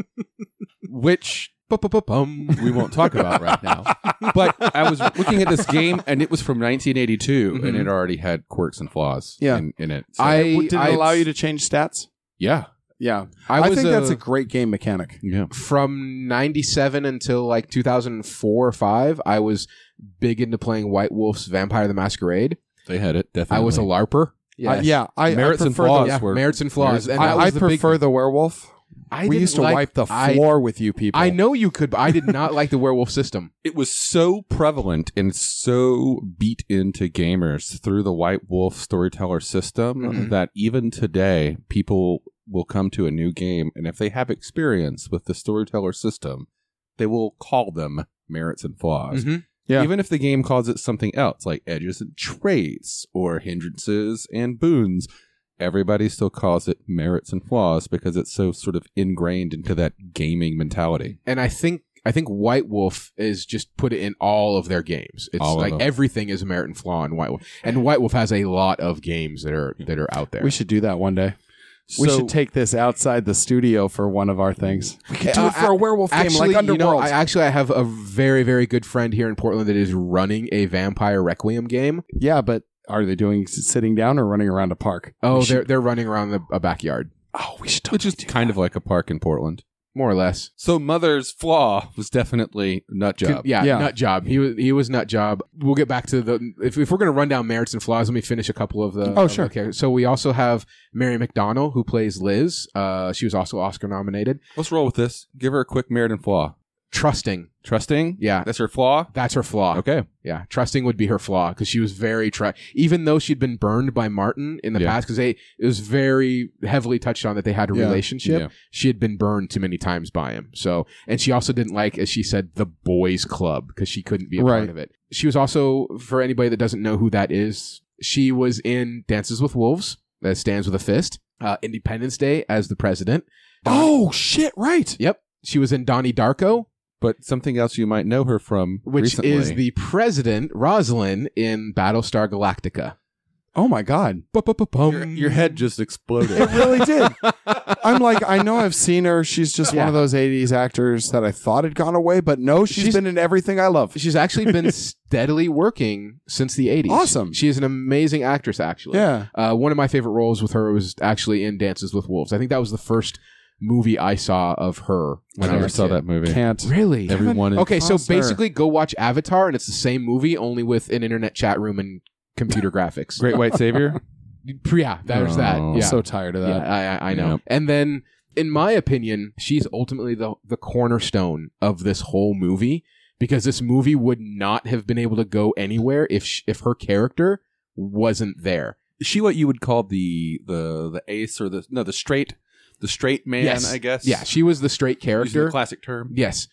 Speaker 2: which
Speaker 4: Ba-ba-ba-bum.
Speaker 2: we won't talk about right now. But I was looking at this game, and it was from 1982, and
Speaker 4: Mhm.
Speaker 2: it already had quirks and flaws
Speaker 3: Yeah.
Speaker 2: in, in it. So-
Speaker 4: I
Speaker 3: Did it
Speaker 4: I-
Speaker 3: allow you to change stats?
Speaker 2: yeah,
Speaker 5: Yeah,
Speaker 4: I,
Speaker 5: I,
Speaker 4: was
Speaker 5: think that's
Speaker 4: uh,
Speaker 5: a great game mechanic.
Speaker 2: Yeah.
Speaker 4: from 97 until like 2004 or 5 i was big into playing white wolf's vampire the masquerade
Speaker 2: They had it. Definitely.
Speaker 4: i was a larper
Speaker 3: I-
Speaker 5: Uh,
Speaker 3: yeah, I, I
Speaker 2: Merits and
Speaker 3: prefer
Speaker 2: flaws.
Speaker 4: yeah,
Speaker 2: were-
Speaker 4: merits and flaws
Speaker 3: The,
Speaker 4: and
Speaker 3: I,
Speaker 4: that was
Speaker 3: I
Speaker 4: the big
Speaker 3: prefer the werewolf.
Speaker 4: thing. I
Speaker 3: we
Speaker 4: didn't
Speaker 3: used to
Speaker 4: like-
Speaker 3: wipe the
Speaker 4: I-
Speaker 3: floor with you people.
Speaker 4: I, know you could but i did not like the werewolf system
Speaker 2: it was so prevalent and so beat into gamers through the White Wolf storyteller system
Speaker 4: Mhm.
Speaker 2: that even today people will come to a new game and if they have experience with the storyteller system, they will call them merits and flaws.
Speaker 4: Mhm.
Speaker 3: Yeah.
Speaker 2: Even if the game calls it something else, like edges and traits or hindrances and boons, everybody still calls it merits and flaws because it's so sort of ingrained into that gaming mentality.
Speaker 4: and i think i think white wolf is just put it in all of their games it's
Speaker 2: All of
Speaker 4: like
Speaker 2: them.
Speaker 4: everything is merit and flaw in white wolf and white wolf has a lot of games that are that are out there
Speaker 5: We should do that one day. we
Speaker 2: So-
Speaker 5: should take this outside the studio for one of our things. We could
Speaker 4: Uh, a-
Speaker 5: werewolf
Speaker 4: Actually, you know, I, actually, I have a very, very good friend here in Portland that is running a Vampire Requiem game.
Speaker 5: yeah, but are they doing s- sitting down or running around a park?
Speaker 4: Oh,
Speaker 5: We should-
Speaker 4: they're they're running around the, a backyard,
Speaker 5: oh, we should.
Speaker 2: Which is kind of like a park in Portland.
Speaker 4: more or less.
Speaker 2: So mother's flaw was definitely nut job.
Speaker 4: Yeah,
Speaker 5: Yeah.
Speaker 4: nut job. He was he was nut job. We'll get back to the if, if we're gonna run down merits and flaws. Let me finish a couple of the.
Speaker 5: Oh,
Speaker 4: of the
Speaker 5: sure.
Speaker 4: characters. so we also have Mary McDonnell who plays Liz. Uh, she was also Oscar nominated.
Speaker 2: Let's roll with this. Give her a quick merit and flaw.
Speaker 4: Trusting.
Speaker 2: Trusting.
Speaker 4: Yeah.
Speaker 2: that's her flaw.
Speaker 4: That's her flaw.
Speaker 2: Okay.
Speaker 4: Yeah, trusting would be her flaw because she was very try. Even though she'd been burned by Martin in the
Speaker 2: Yeah.
Speaker 4: past, because they it was very heavily touched on that they had a
Speaker 5: Yeah.
Speaker 4: relationship.
Speaker 2: Yeah.
Speaker 4: She had been burned too many times by him. So, and she also didn't like, as she said, the boys' club because she couldn't be a part
Speaker 5: Right.
Speaker 4: of it. She was also, for anybody that doesn't know who that is, she was in Dances with Wolves. That stands with a fist. Uh, Independence Day as the president.
Speaker 5: oh shit! Right.
Speaker 4: Yep, she was in Donnie Darko
Speaker 2: But something else you might know her from
Speaker 4: which
Speaker 2: recently.
Speaker 4: is the president Rosalind in Battlestar Galactica.
Speaker 5: Oh my god,
Speaker 2: your, your head just exploded.
Speaker 5: it really did.
Speaker 3: I'm like, I know I've seen her. She's just one
Speaker 4: Yeah.
Speaker 3: of those 80s actors that I thought had gone away, but no, she's
Speaker 4: She's-
Speaker 3: been in everything I love.
Speaker 4: She's actually been steadily working since the 80s.
Speaker 5: Awesome.
Speaker 4: She is an amazing actress, actually.
Speaker 5: Yeah.
Speaker 4: Uh, one of my favorite roles with her was actually in Dances with Wolves. I think that was the first movie I saw of her
Speaker 2: I
Speaker 4: when I,
Speaker 2: never
Speaker 4: was a
Speaker 2: saw
Speaker 4: kid.
Speaker 2: that movie.
Speaker 5: Can't.
Speaker 4: Really?
Speaker 2: Everyone.
Speaker 4: Okay, so
Speaker 5: Costner.
Speaker 4: basically go watch Avatar, and it's the same movie, only with an internet chat room and computer graphics.
Speaker 2: Great White Savior.
Speaker 4: Yeah, there's that.
Speaker 2: Oh.
Speaker 4: Yeah.
Speaker 5: I'm so tired of that.
Speaker 4: Yeah, I, I, I know.
Speaker 2: Yep.
Speaker 4: And then, in my opinion, she's ultimately the the cornerstone of this whole movie because this movie would not have been able to go anywhere if sh- if her character wasn't there.
Speaker 2: Is she what you would call the the the ace or the no the straight the straight man?
Speaker 4: Yes.
Speaker 2: I guess.
Speaker 4: Yeah, she was the straight
Speaker 2: Using
Speaker 4: character.
Speaker 2: the classic term.
Speaker 4: yes,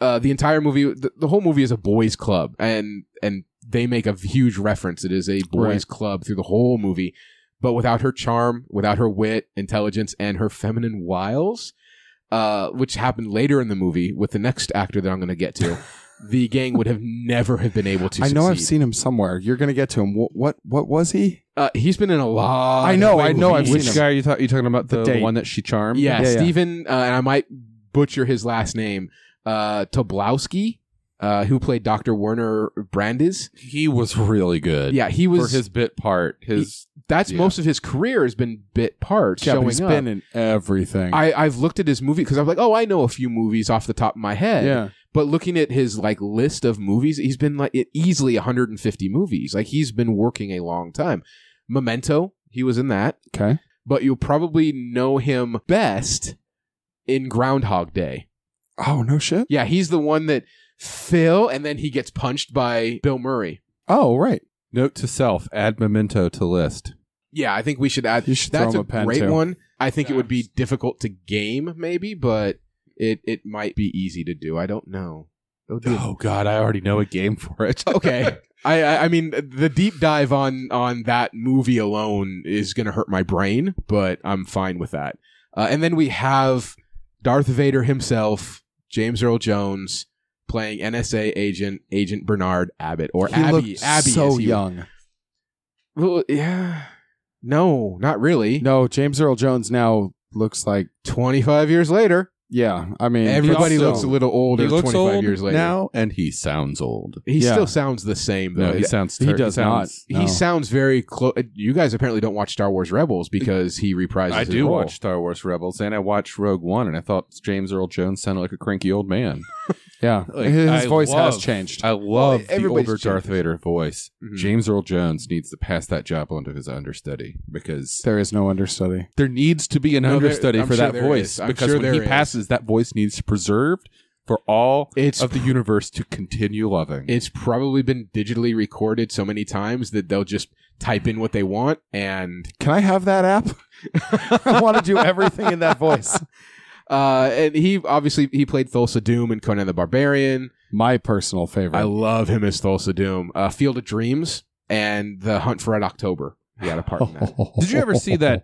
Speaker 4: uh, the entire movie, the, the whole movie is a boys' club, and and they make a huge reference. It is a boys'
Speaker 5: Right.
Speaker 4: club through the whole movie, but without her charm, without her wit, intelligence, and her feminine wiles, uh, which happened later in the movie with the next actor that I'm going to get to, the gang would have never have been able to.
Speaker 5: I know I've
Speaker 4: succeed.
Speaker 5: seen him somewhere. You're gonna get to him. What? What, what was he?
Speaker 4: Uh, he's been in a lot.
Speaker 5: I know,
Speaker 4: of
Speaker 5: I know I've
Speaker 4: movies.
Speaker 5: seen
Speaker 2: Which
Speaker 5: him.
Speaker 2: guy are you, ta- you talking about?
Speaker 5: The
Speaker 2: The,
Speaker 5: date.
Speaker 2: one that she charmed.
Speaker 4: Yeah,
Speaker 5: Yeah, yeah.
Speaker 4: Stephen, uh, and I might butcher his last name, uh, Toblowski, uh, who played Dr. Werner Brandes.
Speaker 2: He was really good.
Speaker 4: Yeah, he was.
Speaker 2: for his bit part. His
Speaker 4: that's
Speaker 2: yeah.
Speaker 4: most of his career has been bit parts
Speaker 5: Yeah, but
Speaker 4: showing
Speaker 5: he's
Speaker 4: up.
Speaker 5: been in everything.
Speaker 4: I, I've looked at his movie because I'm like, oh, I know a few movies off the top of my head.
Speaker 5: yeah.
Speaker 4: But looking at his like list of movies, he's been like e- easily 150 movies. Like he's been working a long time. Memento, he was in that.
Speaker 5: Okay.
Speaker 4: But you'll probably know him best in Groundhog Day.
Speaker 5: Oh no shit.
Speaker 4: Yeah, he's the one that Phil, and then he gets punched by Bill Murray.
Speaker 5: Oh right.
Speaker 2: note to self: add memento to list.
Speaker 4: Yeah, I think we should add.
Speaker 5: You should
Speaker 4: that's
Speaker 5: throw him
Speaker 4: a,
Speaker 5: a pen,
Speaker 4: great
Speaker 5: too.
Speaker 4: one. I think it would be difficult to game, maybe, but it it might be easy to do. I don't know. That would be-
Speaker 2: Oh God, I already know a game for it.
Speaker 4: okay. I, I I mean the deep dive on on that movie alone is gonna hurt my brain, but I'm fine with that. Uh, and then we have Darth Vader himself, James Earl Jones, playing NSA agent Agent Bernard Abbott or
Speaker 5: he
Speaker 4: Abby.
Speaker 5: looked
Speaker 4: Abby, as
Speaker 5: so
Speaker 4: he-
Speaker 5: young.
Speaker 4: Well, yeah. No, not really.
Speaker 5: No, James Earl Jones now looks like
Speaker 4: 25 years later.
Speaker 3: Yeah, I mean,
Speaker 4: Everybody
Speaker 2: also-
Speaker 4: looks a little older
Speaker 2: he looks
Speaker 4: 25
Speaker 2: old
Speaker 4: years later.
Speaker 2: now, and he sounds old.
Speaker 4: he
Speaker 3: Yeah.
Speaker 4: still sounds the same though.
Speaker 2: No, he sounds.
Speaker 3: he
Speaker 2: ter-
Speaker 3: does not.
Speaker 2: sounds-
Speaker 3: No.
Speaker 4: He sounds very close. You guys apparently don't watch Star Wars Rebels because he reprises.
Speaker 2: I
Speaker 4: his
Speaker 2: do
Speaker 4: role.
Speaker 2: watch Star Wars Rebels, and I watched Rogue One, and I thought James Earl Jones sounded like a cranky old man.
Speaker 3: yeah,
Speaker 2: Like,
Speaker 3: his
Speaker 2: I
Speaker 3: voice has
Speaker 2: love-
Speaker 3: changed.
Speaker 2: I love the
Speaker 4: everybody's
Speaker 2: older Darth
Speaker 4: changed.
Speaker 2: Vader voice.
Speaker 4: Mhm.
Speaker 2: James Earl Jones needs to pass that job onto his understudy because
Speaker 3: there is no understudy.
Speaker 2: there needs to be an
Speaker 4: No, there-
Speaker 2: understudy
Speaker 4: I'm
Speaker 2: for
Speaker 4: sure
Speaker 2: that
Speaker 4: there
Speaker 2: voice
Speaker 4: is. I'm
Speaker 2: because
Speaker 4: sure
Speaker 2: when he
Speaker 4: there is.
Speaker 2: passes, that voice needs to preserved for all
Speaker 4: It's
Speaker 2: of the universe to continue loving.
Speaker 4: it's probably been digitally recorded so many times that they'll just type in what they want and
Speaker 6: Can I have that app? I want to do everything in that voice.
Speaker 4: uh and he obviously he played Thulsa Doom in Conan the Barbarian.
Speaker 3: My personal favorite.
Speaker 4: I love him as Thulsa Doom. Uh, Field of Dreams and The Hunt for Red October. He had a
Speaker 2: Oh.
Speaker 4: part in that.
Speaker 2: Did you ever see that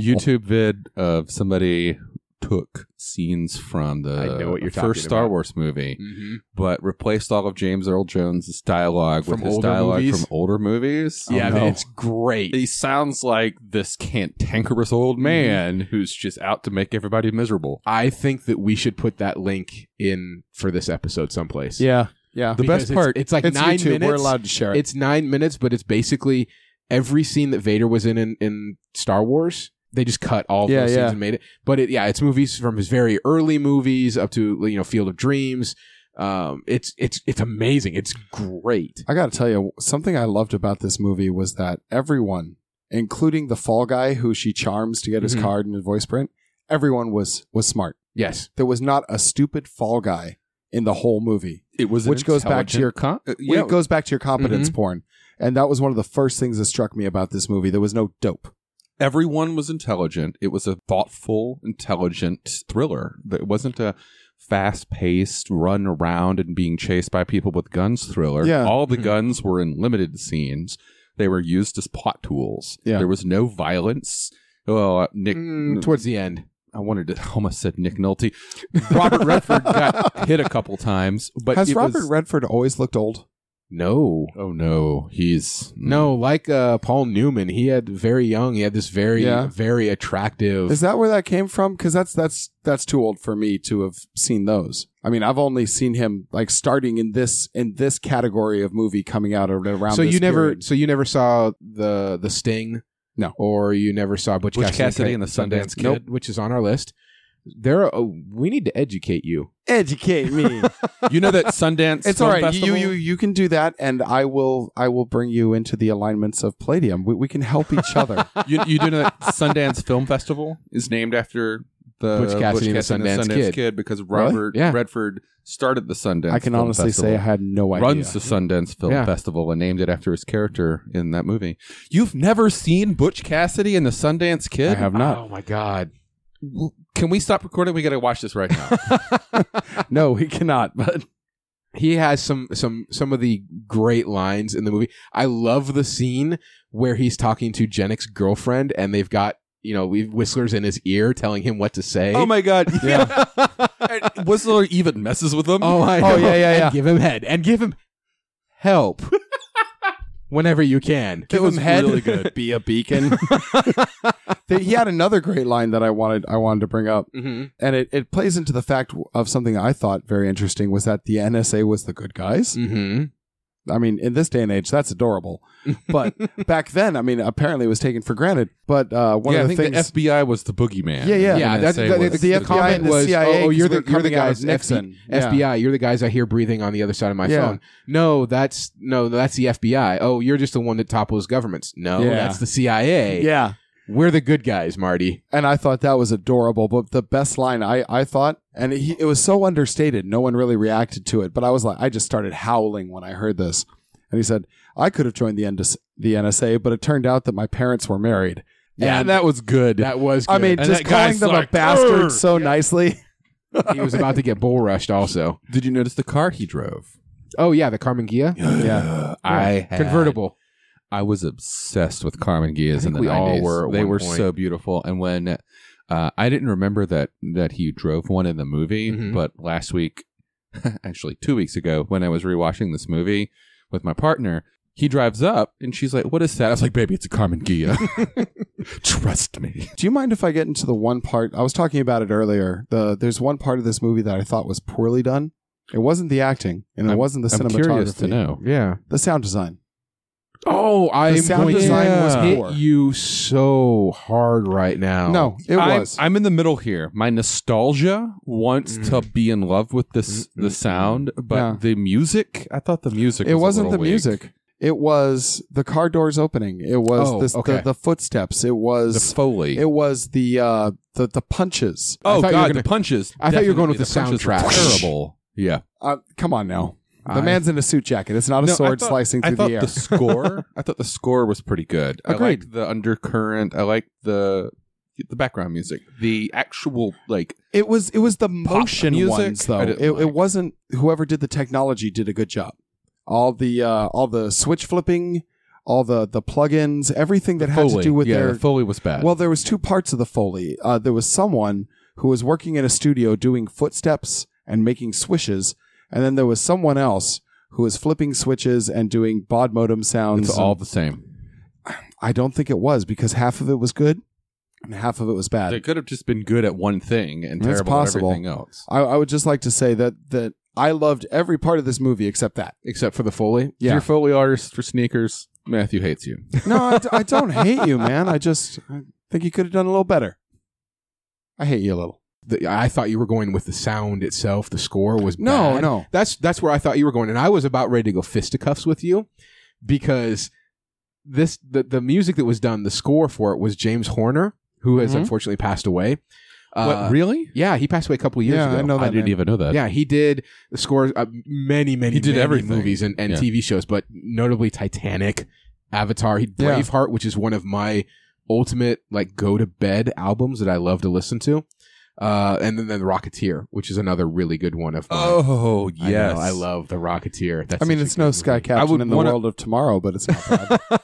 Speaker 2: YouTube vid of somebody took scenes from the
Speaker 4: I know what you're
Speaker 2: first
Speaker 4: talking
Speaker 2: Star
Speaker 4: about.
Speaker 2: Wars movie,
Speaker 4: Mhm.
Speaker 2: but replaced all of James Earl Jones' dialogue
Speaker 4: From
Speaker 2: with his
Speaker 4: older
Speaker 2: dialogue
Speaker 4: movies?
Speaker 2: from
Speaker 4: Oh,
Speaker 2: older movies.
Speaker 4: yeah,
Speaker 3: no.
Speaker 4: man, it's great.
Speaker 2: He sounds like this cantankerous old
Speaker 4: Mm-hmm.
Speaker 2: man who's just out to make everybody miserable.
Speaker 4: I think that we should put that link in for this episode someplace.
Speaker 3: yeah, yeah.
Speaker 4: The best part, it's like
Speaker 3: it's
Speaker 4: nine
Speaker 3: YouTube.
Speaker 4: minutes.
Speaker 3: We're allowed to share it.
Speaker 4: It's nine minutes, but it's basically every scene that Vader was in in, in Star Wars. They just cut all of
Speaker 3: Yeah,
Speaker 4: those scenes
Speaker 3: yeah.
Speaker 4: and made it. But it, yeah, it's movies from his very early movies up to you know Field of Dreams. Um, it's it's it's amazing. It's great.
Speaker 3: I got to tell you, something I loved about this movie was that everyone, including the fall guy who she charms to get his
Speaker 4: Mhm.
Speaker 3: card and his voice print, everyone was was smart.
Speaker 4: Yes,
Speaker 3: There was not a stupid fall guy in the whole movie.
Speaker 2: It was an
Speaker 3: Which goes back to
Speaker 2: intelligent
Speaker 3: your-
Speaker 2: con- uh,
Speaker 3: When
Speaker 2: yeah,
Speaker 3: it goes back to your competence porn, and that was one of the first things that struck me about this movie. There was no dope.
Speaker 2: everyone was intelligent. It was a thoughtful, intelligent thriller. It wasn't a fast-paced run around and being chased by people with guns thriller.
Speaker 3: Yeah.
Speaker 2: All the
Speaker 4: Mhm.
Speaker 2: guns were in limited scenes. They were used as plot tools.
Speaker 3: Yeah. Hmm.
Speaker 2: There was no violence. Oh, Nick
Speaker 4: Mm, towards the end.
Speaker 2: I wanted to almost said Nick Nolte. Robert Redford got hit a couple times, but
Speaker 3: Has
Speaker 2: it
Speaker 3: Robert
Speaker 2: was-
Speaker 3: Redford always looked old?
Speaker 4: No,
Speaker 2: Oh no, he's
Speaker 4: no, like uh, Paul Newman, he had very young. He had this very
Speaker 3: Yeah.
Speaker 4: very attractive.
Speaker 3: Is that where that came from? Because that's that's that's too old for me to have seen those. I mean, I've only seen him like starting in this in this category of movie coming out around.
Speaker 4: so
Speaker 3: this
Speaker 4: you never
Speaker 3: period.
Speaker 4: so you never saw the the Sting,
Speaker 3: No.
Speaker 4: or you never saw Butch,
Speaker 2: Butch
Speaker 4: Cassidy,
Speaker 2: Cassidy and the Sundance Kid.
Speaker 4: nope, which is on our list. There, are, oh, we need to educate you.
Speaker 3: educate me.
Speaker 2: You know that Sundance.
Speaker 3: it's all
Speaker 2: Film
Speaker 3: right. You,
Speaker 2: Festival?
Speaker 3: you you can do that, and I will I will bring you into the alignments of Palladium. We, we can help each other.
Speaker 2: you, you do know that Sundance Film Festival is named after the
Speaker 4: Butch Cassidy and the Sundance Kid.
Speaker 2: because Robert
Speaker 4: Yeah.
Speaker 2: Redford started the Sundance.
Speaker 3: I can
Speaker 2: Film
Speaker 3: honestly say I
Speaker 2: Festival,
Speaker 3: had no idea.
Speaker 2: runs the Sundance Film
Speaker 4: Yeah.
Speaker 2: Festival and named it after his character in that movie. You've never seen Butch Cassidy and the Sundance Kid?
Speaker 3: I have not.
Speaker 4: Oh my god!
Speaker 2: Can we stop recording? We got to watch this right now.
Speaker 3: No, we cannot. But
Speaker 4: He has some some some of the great lines in the movie. I love the scene where he's talking to Jennick's girlfriend, and they've got you know we've whistlers in his ear telling him what to say.
Speaker 2: Oh my god! Yeah, And Whistler even messes with them.
Speaker 4: Oh, I
Speaker 3: Oh,
Speaker 4: know.
Speaker 3: yeah, yeah,
Speaker 4: And
Speaker 3: yeah.
Speaker 4: give him head and give him help whenever you can.
Speaker 3: give
Speaker 2: was
Speaker 3: him head.
Speaker 2: really good.
Speaker 3: Be a beacon. Th- he had another great line that I wanted I wanted to bring up,
Speaker 4: Mm-hmm.
Speaker 3: and it, it plays into the fact of something I thought very interesting was that the NSA was the good guys.
Speaker 4: Mm-hmm.
Speaker 3: I mean, in this day and age, that's adorable. But back then, I mean, apparently it was taken for granted. But uh, one
Speaker 2: yeah, I
Speaker 3: of the
Speaker 2: think
Speaker 3: things,
Speaker 2: the FBI was the boogeyman.
Speaker 3: Yeah, yeah.
Speaker 4: Yeah,
Speaker 2: And
Speaker 4: that-
Speaker 2: NSA
Speaker 4: that-
Speaker 2: was
Speaker 4: the
Speaker 3: the
Speaker 2: good
Speaker 3: FBI
Speaker 2: guy.
Speaker 3: and the
Speaker 4: was,
Speaker 3: CIA,
Speaker 4: oh, oh, you're the-
Speaker 3: were
Speaker 4: you're the
Speaker 3: coming out
Speaker 4: guys,
Speaker 3: as Nixon, Yeah.
Speaker 4: FBI, you're the guys I hear breathing on the other side of my
Speaker 3: Yeah.
Speaker 4: phone. No, that's no, that's the FBI. Oh, you're just the one that topples governments. No,
Speaker 3: Yeah.
Speaker 4: that's the CIA.
Speaker 3: yeah.
Speaker 4: We're the good guys, Marty.
Speaker 3: And I thought that was adorable. But the best line I, I thought, and he, it was so understated, no one really reacted to it. But I was like, I just started howling when I heard this. And he said, I could have joined the, NS- the NSA, but it turned out that my parents were married.
Speaker 4: Yeah.
Speaker 3: and that was good.
Speaker 4: That was good.
Speaker 3: I mean,
Speaker 2: And
Speaker 3: just
Speaker 2: that guy's
Speaker 3: calling them
Speaker 2: like,
Speaker 3: a bastard
Speaker 2: "Urgh."
Speaker 3: so nicely.
Speaker 4: he was about to get bull rushed also.
Speaker 2: Did you notice the car he drove?
Speaker 4: Oh yeah, the Carmen Gia.
Speaker 3: Yeah.
Speaker 2: I had-
Speaker 4: Convertible.
Speaker 2: I was obsessed with Carmen Gias in
Speaker 4: think
Speaker 2: the
Speaker 4: we all
Speaker 2: 90s.
Speaker 4: were at
Speaker 2: they
Speaker 4: one
Speaker 2: were
Speaker 4: point.
Speaker 2: so beautiful. And when uh, I didn't remember that that he drove one in the movie,
Speaker 4: Mhm.
Speaker 2: but last week, actually two weeks ago, when I was rewatching this movie with my partner, He drives up and she's like, What is that? I was like, Baby, it's a Carmen Gia. Trust me.
Speaker 3: Do you mind if I get into the one part I was talking about it earlier? The there's one part of this movie that I thought was poorly done. It wasn't the acting, and it
Speaker 2: I'm-
Speaker 3: wasn't the
Speaker 2: I'm
Speaker 3: cinematography.
Speaker 2: curious to know.
Speaker 4: Yeah.
Speaker 3: The sound design.
Speaker 4: Oh, I'm
Speaker 3: sound
Speaker 4: going
Speaker 3: design was
Speaker 4: to hit
Speaker 3: poor.
Speaker 4: you so hard right
Speaker 2: Oh.
Speaker 4: now.
Speaker 3: No, it
Speaker 2: I'm,
Speaker 3: was.
Speaker 2: I'm in the middle here. My nostalgia wants to be in love with this the sound, but
Speaker 3: Mm. Yeah.
Speaker 2: the music. I thought the music.
Speaker 3: it
Speaker 2: was a
Speaker 3: wasn't
Speaker 2: little
Speaker 3: the
Speaker 2: weak.
Speaker 3: music. It was the car doors opening. It was
Speaker 4: Oh,
Speaker 3: this,
Speaker 4: okay.
Speaker 3: the, the footsteps. It
Speaker 2: The
Speaker 3: was
Speaker 2: foley.
Speaker 3: it was the uh the the punches.
Speaker 2: oh
Speaker 4: thought
Speaker 2: God,
Speaker 4: you were
Speaker 2: the
Speaker 4: gonna-
Speaker 2: punches.
Speaker 4: I thought you were going with
Speaker 2: Definitely.
Speaker 4: the
Speaker 2: punches were
Speaker 4: soundtrack.
Speaker 2: Terrible. Yeah.
Speaker 3: Uh, come on now. The
Speaker 4: I-
Speaker 3: man's in a suit jacket. It's not a
Speaker 2: No, I
Speaker 3: sword
Speaker 2: thought-
Speaker 3: slicing
Speaker 2: I
Speaker 3: through
Speaker 2: thought
Speaker 3: the air.
Speaker 2: the score. I thought the score was pretty good. I
Speaker 3: Agreed.
Speaker 2: liked the undercurrent. I liked the the background music. The actual like
Speaker 3: It was it was the motion
Speaker 2: music,
Speaker 3: ones though.
Speaker 2: I
Speaker 3: It,
Speaker 2: didn't
Speaker 3: it
Speaker 2: like.
Speaker 3: wasn't whoever did the technology did a good job. All the uh, all the switch flipping, all the the plugins, everything that had to
Speaker 2: Foley.
Speaker 3: do with
Speaker 2: yeah,
Speaker 3: their
Speaker 2: the Foley was bad.
Speaker 3: well, there was two parts of the foley. Uh, there was someone who was working in a studio doing footsteps and making swishes, and then there was someone else who was flipping switches and doing baud modem sounds.
Speaker 2: it's all the same.
Speaker 3: I don't think it was because half of it was good and half of it was bad.
Speaker 2: They could have just been good at one thing and
Speaker 3: That's
Speaker 2: terrible
Speaker 3: possible.
Speaker 2: at everything else.
Speaker 3: I, I would just like to say that that I loved every part of this movie except that.
Speaker 4: Except for the Foley.
Speaker 3: Yeah.
Speaker 2: Your Foley artist for sneakers. Matthew hates you.
Speaker 3: No, I, d- I don't hate you, man. I just I think you could have done a little better. I hate you a little.
Speaker 4: The- I thought you were going with the sound itself. The score was
Speaker 3: No,
Speaker 4: bad.
Speaker 3: no.
Speaker 4: That's that's where I thought you were going, and I was about ready to go fisticuffs with you because this the the music that was done, the score for it was James Horner, who has
Speaker 2: Mm-hmm.
Speaker 3: Mhm.
Speaker 4: unfortunately passed away. Uh,
Speaker 2: what really?
Speaker 4: Yeah, he passed away a couple of years
Speaker 3: Yeah,
Speaker 4: ago.
Speaker 3: I know
Speaker 2: I
Speaker 3: that.
Speaker 2: didn't
Speaker 3: man.
Speaker 2: even know that.
Speaker 4: Yeah, he did the scores uh, many, many,
Speaker 2: He did
Speaker 4: many
Speaker 2: everything.
Speaker 4: movies and, and
Speaker 2: Yeah.
Speaker 4: TV shows, but notably Titanic, Avatar, he
Speaker 3: Yeah.
Speaker 4: Braveheart, which is one of my ultimate like go to bed albums that I love to listen to. Uh, and then, then the Rocketeer, which is another really good one of mine.
Speaker 2: Oh
Speaker 4: I know,
Speaker 2: yes,
Speaker 4: I, love the Rocketeer. That's
Speaker 3: I mean,
Speaker 4: such a
Speaker 3: it's
Speaker 4: good
Speaker 3: no
Speaker 4: movie.
Speaker 3: sky
Speaker 2: I
Speaker 3: captain
Speaker 2: would
Speaker 3: in the
Speaker 2: wanna-
Speaker 3: world of tomorrow, but it's not bad.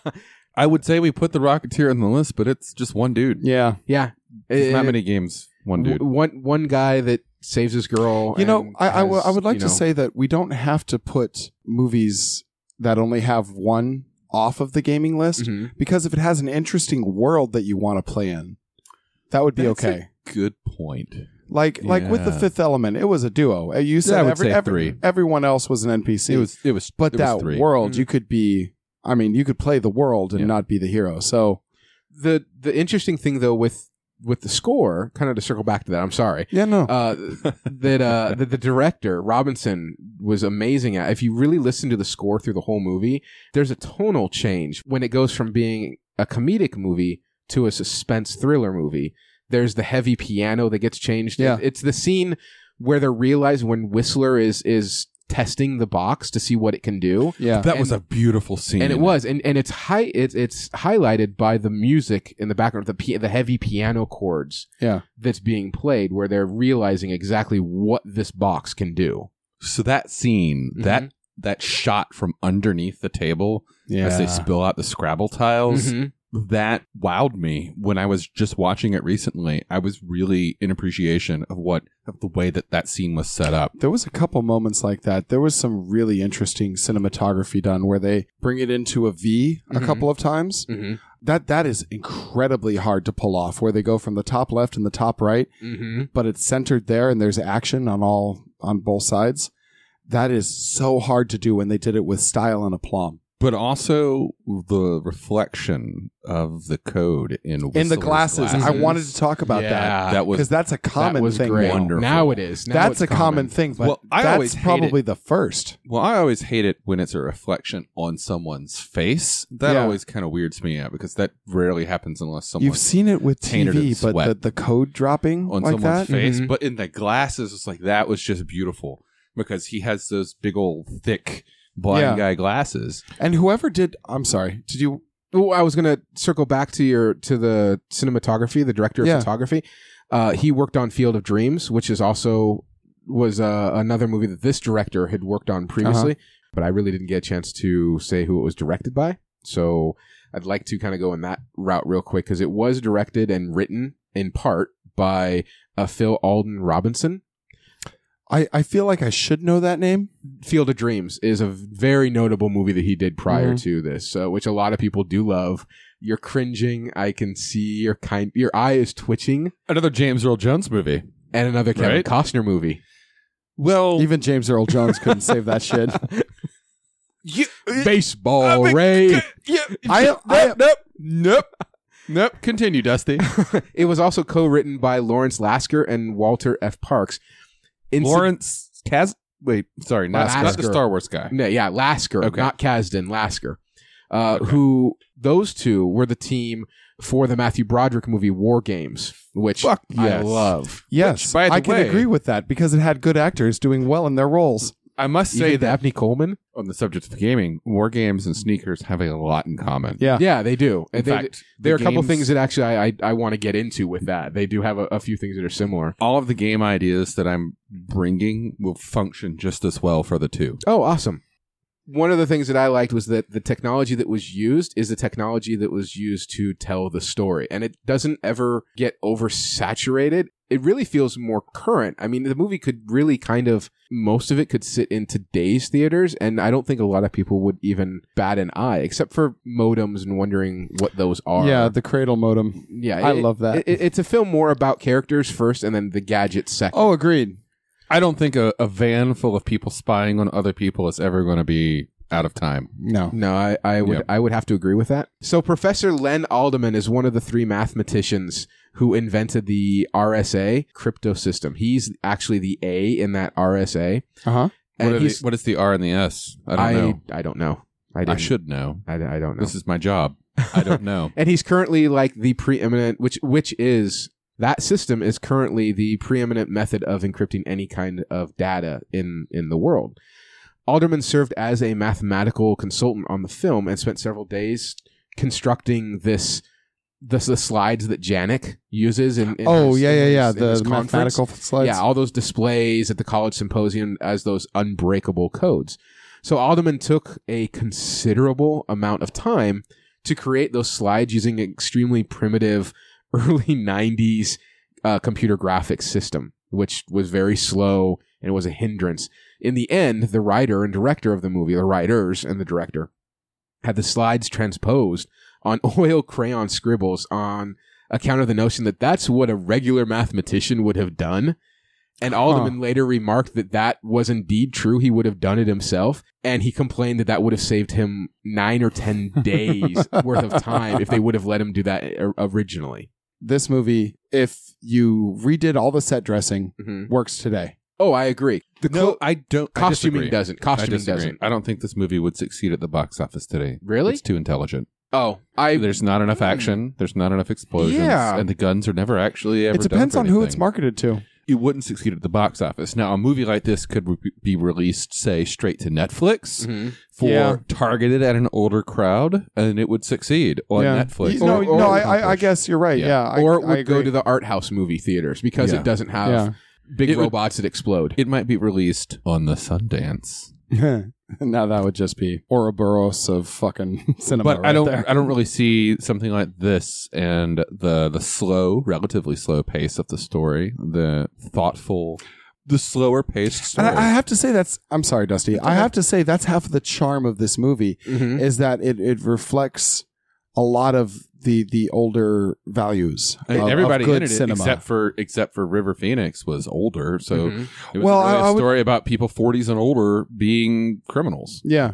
Speaker 2: I would say we put the Rocketeer on the list, but it's just one dude.
Speaker 3: yeah.
Speaker 4: Yeah,
Speaker 2: There's not
Speaker 4: It-
Speaker 2: many games. One
Speaker 4: w-
Speaker 2: dude.
Speaker 4: One one guy that saves his girl.
Speaker 3: You know,
Speaker 4: and
Speaker 3: I I, w-
Speaker 4: has,
Speaker 3: I would like
Speaker 4: you
Speaker 3: to
Speaker 4: know-
Speaker 3: say that we don't have to put movies that only have one off of the gaming list
Speaker 2: Mm-hmm.
Speaker 4: Mhm.
Speaker 3: because if it has an interesting world that you want to play in, that would be
Speaker 2: That's a
Speaker 3: okay.
Speaker 2: Good point.
Speaker 3: Like like with the
Speaker 2: Yeah.
Speaker 3: Fifth Element, it was a duo. Uh, You said
Speaker 2: I would
Speaker 3: every,
Speaker 2: say
Speaker 3: every-
Speaker 2: three.
Speaker 3: everyone else was an NPC.
Speaker 2: It was. It was. it
Speaker 3: but
Speaker 2: was
Speaker 3: that
Speaker 2: three.
Speaker 3: world, you could be. I mean, you could play the world and
Speaker 2: Yeah.
Speaker 3: not be the hero. So
Speaker 4: the the interesting thing though with with the score, kind of to circle back to that. I'm sorry.
Speaker 3: yeah, no,
Speaker 4: uh, that uh, that the director Robinson was amazing at. If you really listen to the score through the whole movie, there's a tonal change when it goes from being a comedic movie to a suspense thriller movie. There's the heavy piano that gets changed.
Speaker 3: Yeah.
Speaker 4: It's the scene where they realize when Whistler is is testing the box to see what it can do.
Speaker 3: yeah,
Speaker 2: That was a beautiful scene.
Speaker 4: And it was, and, and it's high. It's it's highlighted by the music in the background, the pi- the heavy piano chords,
Speaker 3: Yeah.
Speaker 4: that's being played, where they're realizing exactly what this box can do.
Speaker 2: So that scene, that that shot from underneath the table
Speaker 3: yeah.
Speaker 2: as they spill out the Scrabble tiles,
Speaker 4: Mm-hmm.
Speaker 2: that wowed me when I was just watching it recently. I was really in appreciation of what of the way that that scene was set up.
Speaker 3: There was a couple moments like that. There was some really interesting cinematography done where they bring it into a V a
Speaker 4: Mhm.
Speaker 3: couple of times.
Speaker 4: Mhm.
Speaker 3: That that is incredibly hard to pull off. Where they go from the top left and the top right,
Speaker 4: Mhm.
Speaker 3: but it's centered there, and there's action on all on both sides. That is so hard to do when they did it with style and aplomb.
Speaker 2: But also the reflection of the code in
Speaker 3: In the
Speaker 2: Whistler's
Speaker 3: glasses, I
Speaker 4: glasses.
Speaker 3: wanted to talk about that
Speaker 2: that was
Speaker 3: because that's a common
Speaker 4: that was
Speaker 3: thing.
Speaker 4: great.
Speaker 3: now.
Speaker 2: Wonderful.
Speaker 4: Now it is. Now
Speaker 3: that's
Speaker 4: it's
Speaker 3: a common thing, but
Speaker 2: Well, I
Speaker 3: that's
Speaker 2: always hate
Speaker 3: probably the first.
Speaker 2: Well, I always hate it when it's a reflection on someone's face. That
Speaker 3: Yeah.
Speaker 2: always kind of weirds me out because that rarely happens unless someone
Speaker 3: You've seen it with
Speaker 2: tainted in
Speaker 3: TV, but the,
Speaker 2: sweat.
Speaker 3: the code dropping
Speaker 2: on
Speaker 3: like that. Mm-hmm.
Speaker 2: someone's face.
Speaker 4: Mhm.
Speaker 2: But in the glasses, it's like that was just beautiful because he has those big old thick blind
Speaker 3: Yeah.
Speaker 2: guy glasses.
Speaker 3: And whoever did, I'm sorry, did you?
Speaker 4: Well, oh, I was gonna circle back to your to the cinematography, the director of
Speaker 3: Yeah.
Speaker 4: photography. Uh, he worked on Field of Dreams, which is also was uh, another movie that this director had worked on previously, but I really didn't get a chance to say who it was directed by. So I'd like to kind of go in that route real quick because it was directed and written in part by uh, Phil Alden Robinson.
Speaker 3: I, I feel like I should know that name.
Speaker 4: Field of Dreams is a very notable movie that he did prior to this, uh, which a lot of people do love. You're cringing. I can see your kind. Your eye is twitching.
Speaker 2: Another James Earl Jones movie.
Speaker 4: And another Kevin
Speaker 2: Right?
Speaker 4: Costner movie.
Speaker 2: Well,
Speaker 3: Even James Earl Jones couldn't save that shit.
Speaker 2: you,
Speaker 3: uh,
Speaker 4: Baseball
Speaker 2: Uh, I
Speaker 4: Ray.
Speaker 2: yeah,
Speaker 3: I, I,
Speaker 2: nope, nope, nope. Continue, Dusty.
Speaker 4: it was also co-written by Lawrence Lasker and Walter F. Parks. Inci-
Speaker 2: Lawrence Cas. Wait, sorry, not,
Speaker 4: Lasker.
Speaker 2: not the Star Wars guy.
Speaker 4: No, yeah, Lasker,
Speaker 2: Okay.
Speaker 4: not Kasdan, Lasker. Uh, Who those two were the team for the Matthew Broderick movie War Games, which
Speaker 2: Fuck
Speaker 4: I
Speaker 2: yes.
Speaker 4: love.
Speaker 3: yes,
Speaker 2: Which, by the
Speaker 3: I can
Speaker 2: way-
Speaker 3: agree with that because it had good actors doing well in their roles.
Speaker 2: I must say
Speaker 4: Even
Speaker 2: that
Speaker 4: Daphne Coleman.
Speaker 2: on the subject of gaming, war games and sneakers have a lot in common.
Speaker 3: Yeah.
Speaker 4: Yeah, they do.
Speaker 2: In
Speaker 4: And they,
Speaker 2: fact,
Speaker 4: there are a couple
Speaker 2: games-
Speaker 4: things that actually I I, I want to get into with that. They do have a, a few things that are similar.
Speaker 2: all of the game ideas that I'm bringing will function just as well for the two.
Speaker 4: Oh, awesome. One of the things that I liked was that the technology that was used is the technology that was used to tell the story. And it doesn't ever get oversaturated. It really feels more current. I mean, the movie could really kind of, most of it could sit in today's theaters. And I don't think a lot of people would even bat an eye, except for modems and wondering what those are.
Speaker 3: Yeah, the Cradle Modem.
Speaker 4: Yeah.
Speaker 3: I love that.
Speaker 4: it- it's a film more about characters first and then the gadgets second.
Speaker 3: Oh, agreed.
Speaker 2: I don't think a, a van full of people spying on other people is ever going to be out of time.
Speaker 3: No.
Speaker 4: No, I, I would
Speaker 2: Yep.
Speaker 4: I would have to agree with that. So Professor Len Alderman is one of the three mathematicians who invented the RSA crypto system. He's actually the A in that RSA.
Speaker 3: Uh huh.
Speaker 2: What,
Speaker 4: And
Speaker 2: are the-
Speaker 4: he's-
Speaker 2: what is the R and the S? I don't
Speaker 4: I
Speaker 2: know.
Speaker 4: I don't know. I,
Speaker 2: I
Speaker 4: didn't-
Speaker 2: should know.
Speaker 4: I, I don't know.
Speaker 2: This is my job. I don't know.
Speaker 4: and he's currently like the preeminent, which which is that system is currently the preeminent method of encrypting any kind of data in in the world. Alderman served as a mathematical consultant on the film and spent several days constructing this this the slides that Janik uses in, in
Speaker 3: Oh,
Speaker 4: his-
Speaker 3: yeah,
Speaker 4: in
Speaker 3: yeah,
Speaker 4: his-
Speaker 3: yeah.
Speaker 4: in his
Speaker 3: The
Speaker 4: conference.
Speaker 3: mathematical slides.
Speaker 4: Yeah, all those displays at the college symposium as those unbreakable codes. So Alderman took a considerable amount of time to create those slides using an extremely primitive early 90s uh, computer graphics system, which was very slow and was a hindrance. In the end, the writer and director of the movie, the writers and the director, had the slides transposed on oil crayon scribbles on account of the notion that that's what a regular mathematician would have done. And Alderman later remarked that that was indeed true. He would have done it himself. And he complained that that would have saved him nine or 10 days worth of time if they would have let him do that o- originally.
Speaker 3: This movie, if you redid all the set dressing,
Speaker 4: Mhm.
Speaker 3: works today.
Speaker 4: Oh, I agree. The
Speaker 2: Mm-hmm. no,
Speaker 4: clo-
Speaker 2: I don't. I
Speaker 4: costuming
Speaker 2: disagree.
Speaker 4: doesn't.
Speaker 2: I
Speaker 4: Costuming
Speaker 2: disagree.
Speaker 4: doesn't.
Speaker 2: I don't think this movie would succeed at the box office today.
Speaker 4: Really?
Speaker 2: It's too intelligent.
Speaker 4: Oh, I
Speaker 2: There's not enough
Speaker 3: Hmm.
Speaker 2: action. There's not enough explosions.
Speaker 4: Yeah.
Speaker 2: And the guns are never actually ever
Speaker 3: It depends
Speaker 2: done
Speaker 3: on
Speaker 2: for
Speaker 3: who
Speaker 2: anything.
Speaker 3: it's marketed to.
Speaker 2: It wouldn't succeed at the box office. Now, a movie like this could re- be released, say, straight to Netflix
Speaker 4: Mhm.
Speaker 2: for
Speaker 3: Mm-hmm. Yeah.
Speaker 2: targeted at an older crowd, and it would succeed on
Speaker 3: yeah.
Speaker 2: Netflix.
Speaker 3: You- no,
Speaker 4: Or-
Speaker 3: no,
Speaker 4: or-
Speaker 3: I, I, I guess you're right.
Speaker 2: Yeah.
Speaker 3: Yeah,
Speaker 4: or it
Speaker 3: I,
Speaker 4: would
Speaker 3: I
Speaker 4: go
Speaker 3: agree.
Speaker 4: to the art house movie theaters because
Speaker 2: Yeah.
Speaker 4: it doesn't have big
Speaker 2: It would-
Speaker 4: robots that explode.
Speaker 2: It might be released on the Sundance,
Speaker 3: yeah. now that would just be Ouroboros of fucking cinema.
Speaker 2: but
Speaker 3: right
Speaker 2: I don't.
Speaker 3: there.
Speaker 2: I don't really see something like this and the the slow, relatively slow pace of the story, the thoughtful, the slower paced
Speaker 3: And
Speaker 2: story.
Speaker 3: I, I have to say that's. I'm sorry, Dusty. I have to say that's half of the charm of this movie
Speaker 2: Mm-hmm.
Speaker 4: Mhm.
Speaker 3: is that it, it reflects a lot of the the older values.
Speaker 2: I mean,
Speaker 3: of- of
Speaker 2: everybody
Speaker 3: good
Speaker 2: in it,
Speaker 3: cinema.
Speaker 2: except for except for River Phoenix, was older. So
Speaker 4: Mhm.
Speaker 2: it was
Speaker 3: Well,
Speaker 2: really
Speaker 3: I- I
Speaker 2: a
Speaker 3: would-
Speaker 2: story about people 40s and older being criminals.
Speaker 3: Yeah.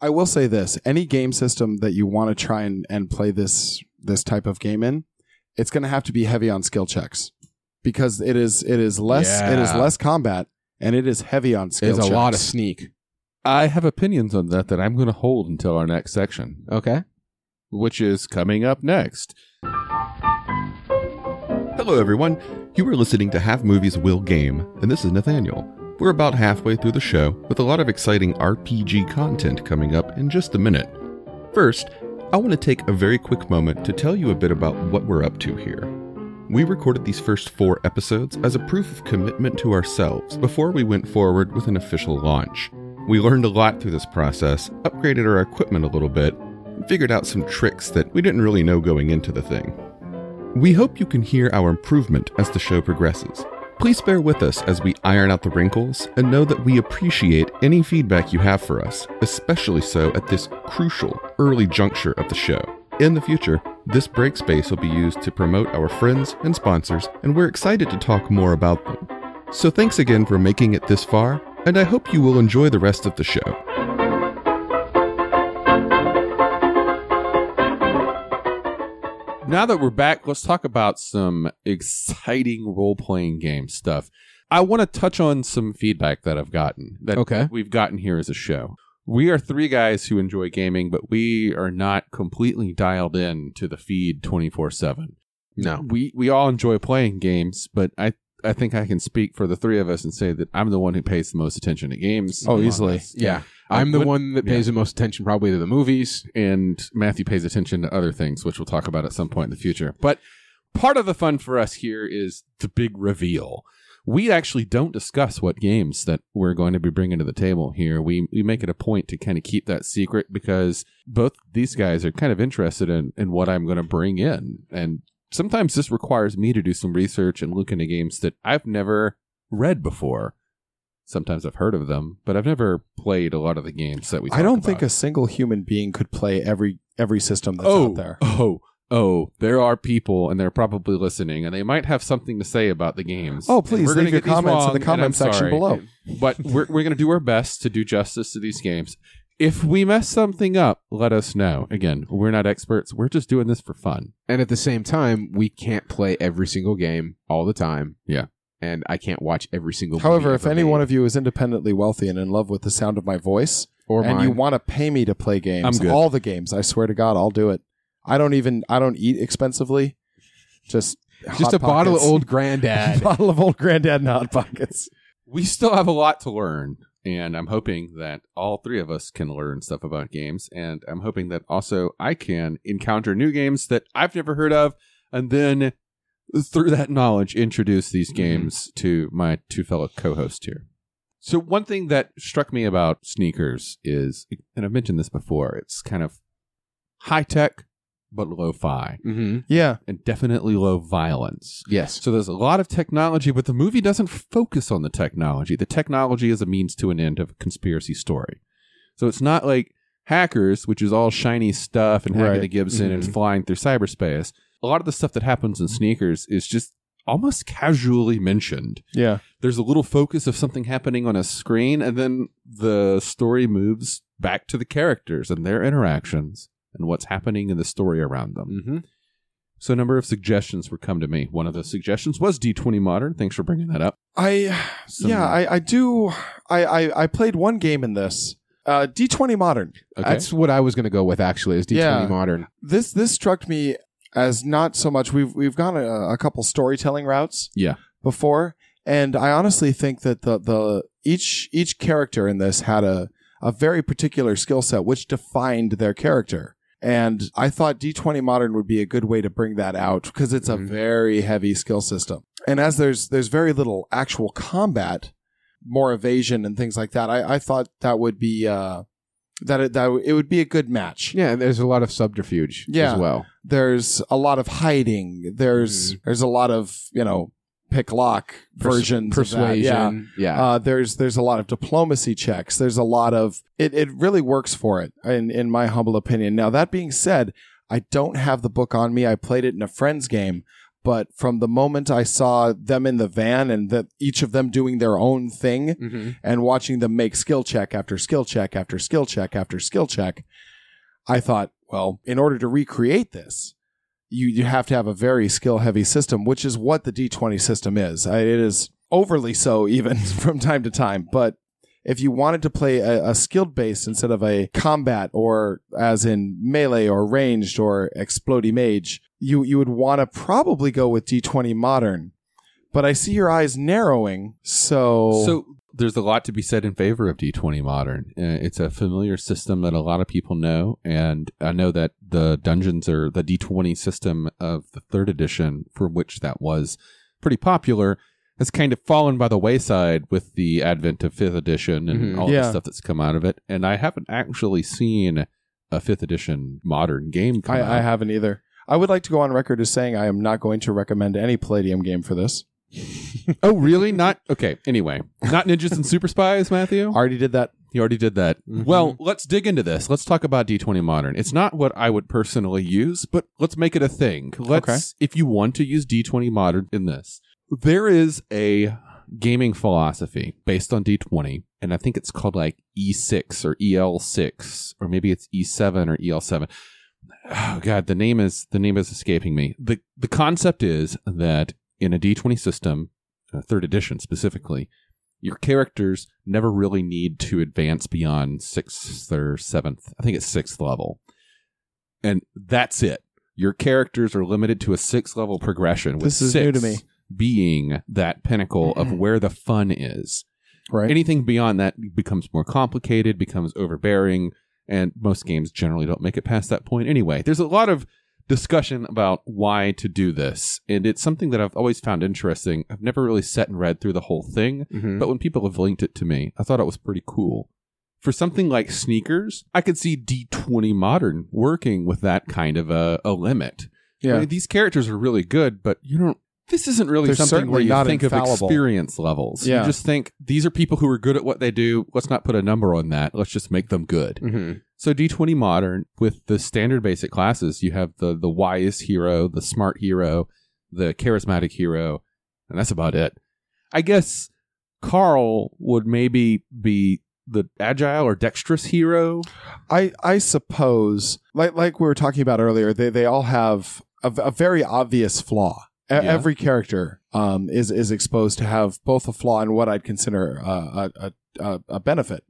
Speaker 3: I will say this any game system that you want to try and, and play this this type of game in, it's gonna have to be heavy on skill checks. Because it is it is less it is
Speaker 2: Yeah.
Speaker 3: less combat and it is heavy on skill
Speaker 4: There's
Speaker 3: checks.
Speaker 4: a lot of sneak.
Speaker 2: I have opinions on that that I'm going to hold until our next section,
Speaker 4: Okay.
Speaker 2: which is coming up next.
Speaker 7: Hello, everyone. You are listening to Half Movies Will Game, and this is Nathaniel. We're about halfway through the show with a lot of exciting RPG content coming up in just a minute. First, I want to take a very quick moment to tell you a bit about what we're up to here. We recorded these first four episodes as a proof of commitment to ourselves before we went forward with an official launch. We learned a lot through this process, upgraded our equipment a little bit, and figured out some tricks that we didn't really know going into the thing. We hope you can hear our improvement as the show progresses. Please bear with us as we iron out the wrinkles and know that we appreciate any feedback you have for us, especially so at this crucial early juncture of the show. In the future, this break space will be used to promote our friends and sponsors, and we're excited to talk more about them. So thanks again for making it this far, and I hope you will enjoy the rest of the show.
Speaker 2: Now that we're back, let's talk about some exciting role playing game stuff. I want to touch on some feedback that I've gotten that
Speaker 4: Okay.
Speaker 2: we've gotten here as a show. We are three guys who enjoy gaming, but we are not completely dialed in to the feed 24 7.
Speaker 4: No.
Speaker 2: We, we all enjoy playing games, but I, I think I can speak for the three of us and say that I'm the one who pays the most attention to games.
Speaker 3: Oh,
Speaker 2: among
Speaker 3: easily.
Speaker 2: us.
Speaker 4: Yeah. I'm the
Speaker 2: What-
Speaker 4: one that pays the most attention probably to the movies.
Speaker 2: and Matthew pays attention to other things, which we'll talk about at some point in the future. But part of the fun for us here is the big reveal. We actually don't discuss what games that we're going to be bringing to the table here. We we make it a point to kind of keep that secret because both these guys are kind of interested in in what I'm going to bring in, and sometimes this requires me to do some research and look into games that I've never read before. Sometimes I've heard of them, but I've never played a lot of the games that we.
Speaker 3: I
Speaker 2: talk
Speaker 3: don't
Speaker 2: about.
Speaker 3: think a single human being could play every every system that's
Speaker 2: oh,
Speaker 3: out there.
Speaker 2: Oh, oh, there are people, and they're probably listening, and they might have something to say about the games.
Speaker 3: Oh,
Speaker 2: And
Speaker 3: please
Speaker 2: we're gonna
Speaker 3: leave your
Speaker 2: get these
Speaker 3: comments in
Speaker 2: wrong,
Speaker 3: the
Speaker 2: and
Speaker 3: comment
Speaker 2: I'm
Speaker 3: section
Speaker 2: sorry.
Speaker 3: below.
Speaker 2: But we're, we're going to do our best to do justice to these games. If we mess something up, let us know. Again, we're not experts. We're just doing this for fun.
Speaker 4: And at the same time, we can't play every single game all the time.
Speaker 2: Yeah.
Speaker 4: And I can't watch every single
Speaker 3: However,
Speaker 4: movie
Speaker 3: if
Speaker 4: ever
Speaker 3: any
Speaker 4: made.
Speaker 3: one of you is independently wealthy and in love with the sound of my voice,
Speaker 4: or
Speaker 3: and
Speaker 4: mine,
Speaker 3: you want to pay me to play games,
Speaker 2: I'm good.
Speaker 3: all the games, I swear to God, I'll do it. I don't even I don't eat expensively. Just
Speaker 4: just
Speaker 3: Hot
Speaker 4: a bottle of
Speaker 3: Pockets.
Speaker 4: old granddad.
Speaker 3: bottle of old granddad and hot pockets.
Speaker 2: We still have a lot to learn, and I'm hoping that all three of us can learn stuff about games, and I'm hoping that also I can encounter new games that I've never heard of, and then through that knowledge introduce these games to my two fellow co-hosts here. So one thing that struck me about sneakers is and I've mentioned this before, it's kind of high tech but low fi
Speaker 4: mm-hmm.
Speaker 3: Yeah.
Speaker 2: and definitely low violence.
Speaker 4: Yes.
Speaker 2: So there's a lot of technology, but the movie doesn't focus on the technology. The technology is a means to an end of a conspiracy story. So it's not like Hackers, which is all shiny stuff and hacking
Speaker 3: Right.
Speaker 2: the Gibson and flying through cyberspace. A lot of the stuff that happens in Sneakers is just almost casually mentioned.
Speaker 3: Yeah.
Speaker 2: There's a little focus of something happening on a screen, and then the story moves back to the characters and their interactions and what's happening in the story around them.
Speaker 4: Mm-hmm.
Speaker 2: So a number of suggestions were come to me. One of those suggestions was D20 Modern. Thanks for bringing that up.
Speaker 3: I
Speaker 2: Some-
Speaker 3: yeah, I, I do I, I I played one game in this. Uh D twenty modern.
Speaker 2: Okay.
Speaker 4: That's what I was going to go with, actually, is D20
Speaker 3: Yeah.
Speaker 4: Modern.
Speaker 3: This this struck me as not so much we've we've gone a, a couple storytelling routes
Speaker 2: Yeah.
Speaker 3: before. And I honestly think that the the each each character in this had a, a very particular skill set which defined their character. And I thought D20 Modern would be a good way to bring that out because it's
Speaker 4: Mhm.
Speaker 3: a very heavy skill system. And as there's there's very little actual combat, more evasion and things like that, I, I thought that would be uh, that it, that it would be a good match.
Speaker 4: Yeah, and there's a lot of subterfuge
Speaker 3: Yeah.
Speaker 4: as well.
Speaker 3: There's a lot of hiding. There's there's a lot of you know pick lock
Speaker 4: Mm-hmm. Pers-
Speaker 3: versions of that.
Speaker 4: Persuasion.
Speaker 3: Yeah.
Speaker 4: yeah.
Speaker 3: Uh, there's there's a lot of diplomacy checks. There's a lot of it. It really works for it, in in my humble opinion. Now that being said, I don't have the book on me. I played it in a friend's game, but from the moment I saw them in the van and that each of them doing their own thing
Speaker 4: Mhm.
Speaker 3: and watching them make skill check after skill check after skill check after skill check, I thought, well, in order to recreate this, you you have to have a very skill heavy system, which is what the D20 system is. I, it is overly so even from time to time, but if you wanted to play a, a skilled base instead of a combat or as in melee or ranged or explody mage, you you would want to probably go with D20 modern. But I see your eyes narrowing, so
Speaker 2: So there's a lot to be said in favor of D20 Modern. Uh, It's a familiar system that a lot of people know, and I know that the dungeons are the D20 system of the third edition, for which that was pretty popular. Has kind of fallen by the wayside with the advent of fifth edition and
Speaker 4: Mhm.
Speaker 2: all the
Speaker 3: Mm-hmm. Yeah.
Speaker 2: stuff that's come out of it. And I haven't actually seen a fifth edition modern game come out.
Speaker 3: I, I haven't either. I would like to go on record as saying I am not going to recommend any Palladium game for this.
Speaker 2: oh, really? Not okay. Anyway, not ninjas and super spies, Matthew. Mm-hmm.
Speaker 3: Already did that.
Speaker 2: You already did that. Well, let's dig into this. Let's talk about D20 Modern. It's not what I would personally use, but let's make it a thing. Let's, if you want to use D20 Modern in this, there is a gaming philosophy based on D20, and I think it's called like E6 or EL6, or maybe it's E7 or EL7. Oh god, the name is the name is escaping me. The the concept is that in a D20 system, uh, third edition specifically, your characters never really need to advance beyond sixth or seventh. I think it's sixth level. And that's it. Your characters are limited to a sixth level progression with
Speaker 3: This is
Speaker 2: six
Speaker 3: new to me.
Speaker 2: being that pinnacle of where the fun is.
Speaker 3: Right.
Speaker 2: Anything beyond that becomes more complicated, becomes overbearing, and most games generally don't make it past that point anyway. There's a lot of discussion about why to do this, and it's something that I've always found interesting. I've never really sat and read through the whole thing,
Speaker 4: Mhm.
Speaker 2: but when people have linked it to me, I thought it was pretty cool. For something like sneakers, I could see D20 Modern working with that kind of a, a limit.
Speaker 3: Yeah.
Speaker 2: I mean, these characters are really good, but you don't. This isn't really
Speaker 3: They're
Speaker 2: something where
Speaker 3: certainly
Speaker 2: you
Speaker 3: not
Speaker 2: think
Speaker 3: infallible.
Speaker 2: of experience levels.
Speaker 3: Yeah.
Speaker 2: You just think these are people who are good at what they do. Let's not put a number on that. Let's just make them good.
Speaker 3: Mm-hmm.
Speaker 4: Mhm.
Speaker 2: So D20 Modern with the standard basic classes, you have the the wise hero, the smart hero, the charismatic hero, and that's about it. I guess Carl would maybe be the agile or dexterous hero.
Speaker 3: I I suppose like like we were talking about earlier, they they all have a, a very obvious flaw. E-
Speaker 2: Yeah.
Speaker 3: Every character um, is is exposed to have both a flaw and what I'd consider uh, a, a a a benefit,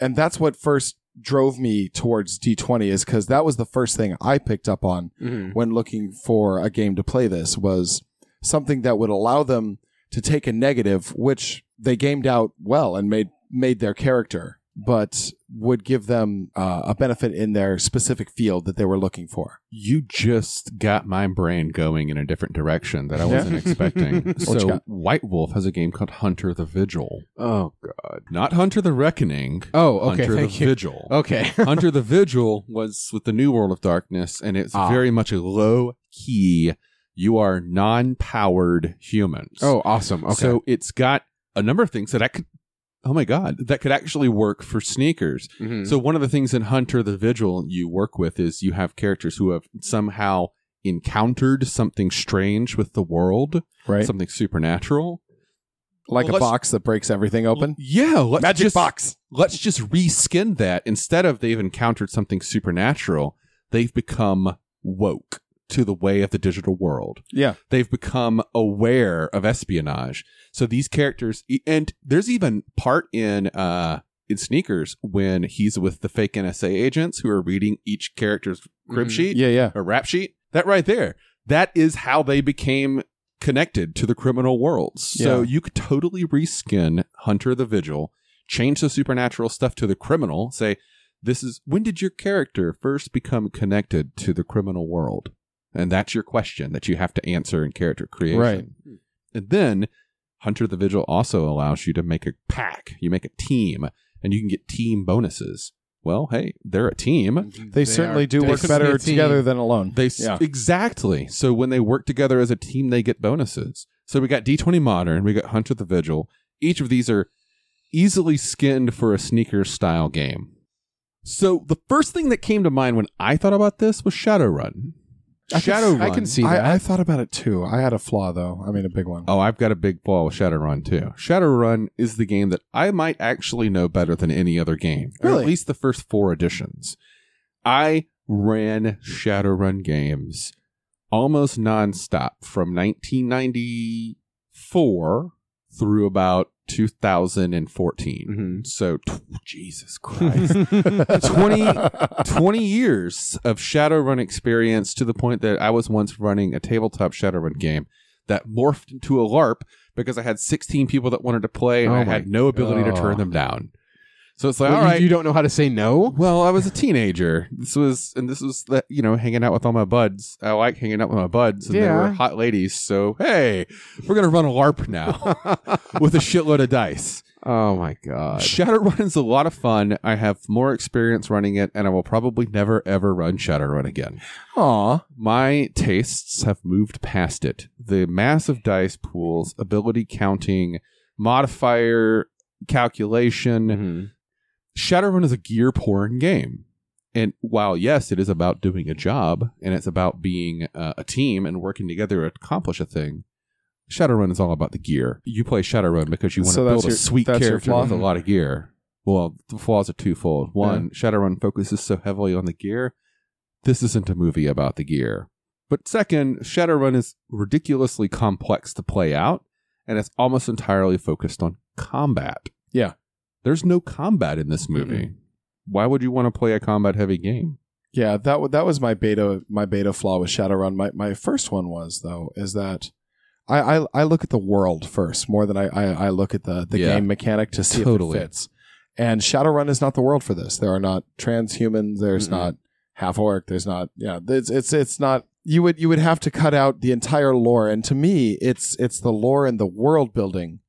Speaker 3: and that's what first drove me towards D twenty is because that was the first thing I picked up on
Speaker 4: Mhm.
Speaker 3: when looking for a game to play this was something that would allow them to take a negative which they gamed out well and made made their character but would give them uh, a benefit in their specific field that they were looking for
Speaker 2: You just got my brain going in a different direction that I
Speaker 3: Yeah.
Speaker 2: wasn't expecting.
Speaker 3: What you
Speaker 2: so
Speaker 3: got?
Speaker 2: White Wolf has a game called Hunter the Vigil.
Speaker 4: Oh. God.
Speaker 2: Not Hunter the Reckoning.
Speaker 4: Oh. Okay.
Speaker 2: Hunter
Speaker 4: thank
Speaker 2: the
Speaker 4: you.
Speaker 2: Vigil.
Speaker 4: Okay.
Speaker 2: Hunter the Vigil was with the New World of Darkness, and it's
Speaker 4: Ah.
Speaker 2: very much a low key. You are non powered humans.
Speaker 4: oh, awesome. Okay.
Speaker 2: So it's got a number of things that I could, oh my God, that could actually work for sneakers.
Speaker 4: Mhm.
Speaker 2: So one of the things in Hunter the Vigil you work with is you have characters who have somehow encountered something strange with the world,
Speaker 3: right
Speaker 2: something supernatural.
Speaker 3: like
Speaker 2: Well,
Speaker 3: a
Speaker 2: let's-
Speaker 3: box that breaks everything open
Speaker 2: Yeah, let's
Speaker 3: magic
Speaker 2: just-
Speaker 3: box
Speaker 2: let's just reskin that instead of they've encountered something supernatural they've become woke to the way of the digital world
Speaker 3: Yeah.
Speaker 2: they've become aware of espionage so these characters e, and there's even part in uh in sneakers when he's with the fake nsa agents who are reading each character's crib
Speaker 3: Mm-hmm.
Speaker 4: Mhm.
Speaker 2: sheet
Speaker 3: yeah yeah
Speaker 2: or rap sheet that right there that is how they became connected to the criminal worlds so
Speaker 3: Yeah.
Speaker 2: you could totally reskin hunter the vigil change the supernatural stuff to the criminal say this is when did your character first become connected to the criminal world and that's your question that you have to answer in character creation Hmm.
Speaker 3: Right.
Speaker 2: and then hunter the vigil also allows you to make a pack you make a team and you can get team bonuses well hey they're a team
Speaker 3: they, certainly
Speaker 4: Mm-hmm. are
Speaker 3: do work
Speaker 4: definitely
Speaker 3: better
Speaker 4: a team.
Speaker 3: together than alone
Speaker 2: they s-
Speaker 3: yeah.
Speaker 2: exactly. So when they work together as a team, they get bonuses. So we got D20 Modern, we got Hunter the Vigil. Each of these are easily skinned for a sneaker style game. So the first thing that came to mind when I thought about this was Shadowrun.
Speaker 4: I can-
Speaker 2: Shadowrun.
Speaker 4: I can see that.
Speaker 3: I, I thought about it too i had a flaw though i mean a big one.
Speaker 2: Oh, I've got a big ball with Shadowrun too. Shadowrun is the game that I might actually know better than any other game, or
Speaker 3: Really?
Speaker 2: at least the first four editions. I ran Shadowrun games almost nonstop from 1994 through about 2014.
Speaker 4: Mhm.
Speaker 2: So, t- Jesus Christ. 20, 20 years of Shadowrun experience to the point that I was once running a tabletop Shadowrun game that morphed into a LARP because I had 16 people that wanted to play and
Speaker 4: Oh
Speaker 2: I
Speaker 4: my
Speaker 2: had no ability to
Speaker 4: God.
Speaker 2: turn them down. So it's like,
Speaker 4: Well,
Speaker 2: all
Speaker 4: you-
Speaker 2: right.
Speaker 4: you don't know how to say no.
Speaker 2: well, I was a teenager. This was, and this was, the, you know, hanging out with all my buds. I like hanging out with my buds, and they
Speaker 4: Yeah.
Speaker 2: were hot ladies. So, hey, we're going to run a LARP now with a shitload of dice.
Speaker 4: Oh my god.
Speaker 2: Shadowrun is a lot of fun. I have more experience running it, and I will probably never ever run Shadowrun again.
Speaker 3: Aw.
Speaker 2: My tastes have moved past it. The massive dice pools, ability counting, modifier calculation.
Speaker 3: Mm-hmm.
Speaker 2: Shadowrun is a gear pouring game. And while, yes, it is about doing a job and it's about being uh, a team and working together to accomplish a thing, Shadowrun is all about the gear. You play Shadowrun because you want to
Speaker 3: So that's
Speaker 2: build a
Speaker 3: your-
Speaker 2: sweet
Speaker 3: that's your
Speaker 2: character
Speaker 3: flaw?
Speaker 2: with a lot of gear. Well, the flaws are twofold. One, Shadowrun focuses so heavily on the gear. This isn't a movie about the gear. But second, Shadowrun is ridiculously complex to play out, and it's almost entirely focused on combat.
Speaker 3: Yeah.
Speaker 2: There's no combat in this movie. Why would you want to play a combat heavy game?
Speaker 3: Yeah, that wa- that was my beta my beta flaw with Shadowrun. My my first one was though is that I I, I look at the world first more than I I, I look at the the
Speaker 2: Yeah.
Speaker 3: game mechanic to see
Speaker 2: Totally.
Speaker 3: if it fits. And Shadowrun is not the world for this. There are not transhumans. There's
Speaker 2: Mm-mm.
Speaker 3: not half orc. There's not yeah. It's it's it's not. You would you would have to cut out the entire lore. And to me, it's it's the lore and the world building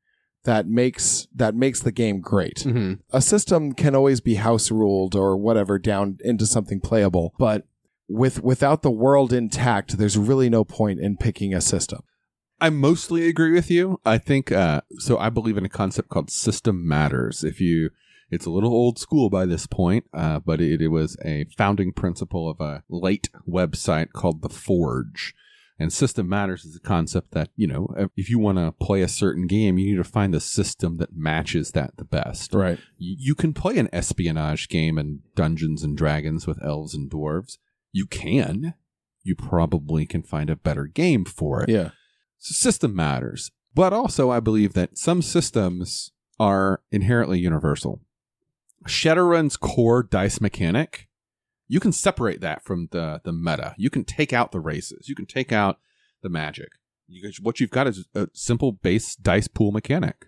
Speaker 3: that makes that makes the game great
Speaker 4: Mhm.
Speaker 3: a system can always be house ruled or whatever down into something playable but with without the world intact there's really no point in picking a system
Speaker 2: I mostly agree with you. I think uh, so. I believe in a concept called system matters. If you, it's a little old school by this point, uh, but it, it was a founding principle of a late website called the Forge. And system matters is a concept that you know, if- if you want to play a certain game, you need to find the system that matches that the best.
Speaker 3: right
Speaker 2: Y- you can play an espionage game and Dungeons and Dragons with elves and dwarves. You can. You probably can find a better game for it.
Speaker 3: yeah
Speaker 2: So system matters. But also, I believe that some systems are inherently universal. Shadowrun's core dice mechanic, you can separate that from the, the meta. You can take out the races, you can take out the magic. You guys, what you've got is a simple base dice pool mechanic,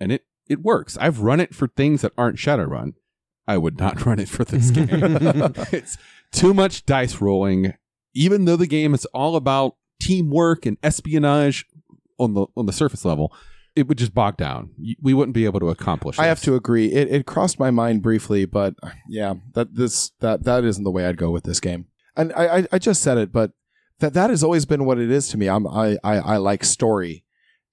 Speaker 2: and it, it works. I've run it for things that aren't Shadowrun. I would not run it for this game. it's too much dice rolling, even though the game is all about teamwork and espionage on the on the surface level, it would just bog down. You- We wouldn't be able to accomplish.
Speaker 3: i have
Speaker 2: this.
Speaker 3: to agree it, it crossed my mind briefly but uh, yeah that this that that isn't the way i'd go with this game and i i, I just said it but that that has always been what it is to me i'm i i, I like story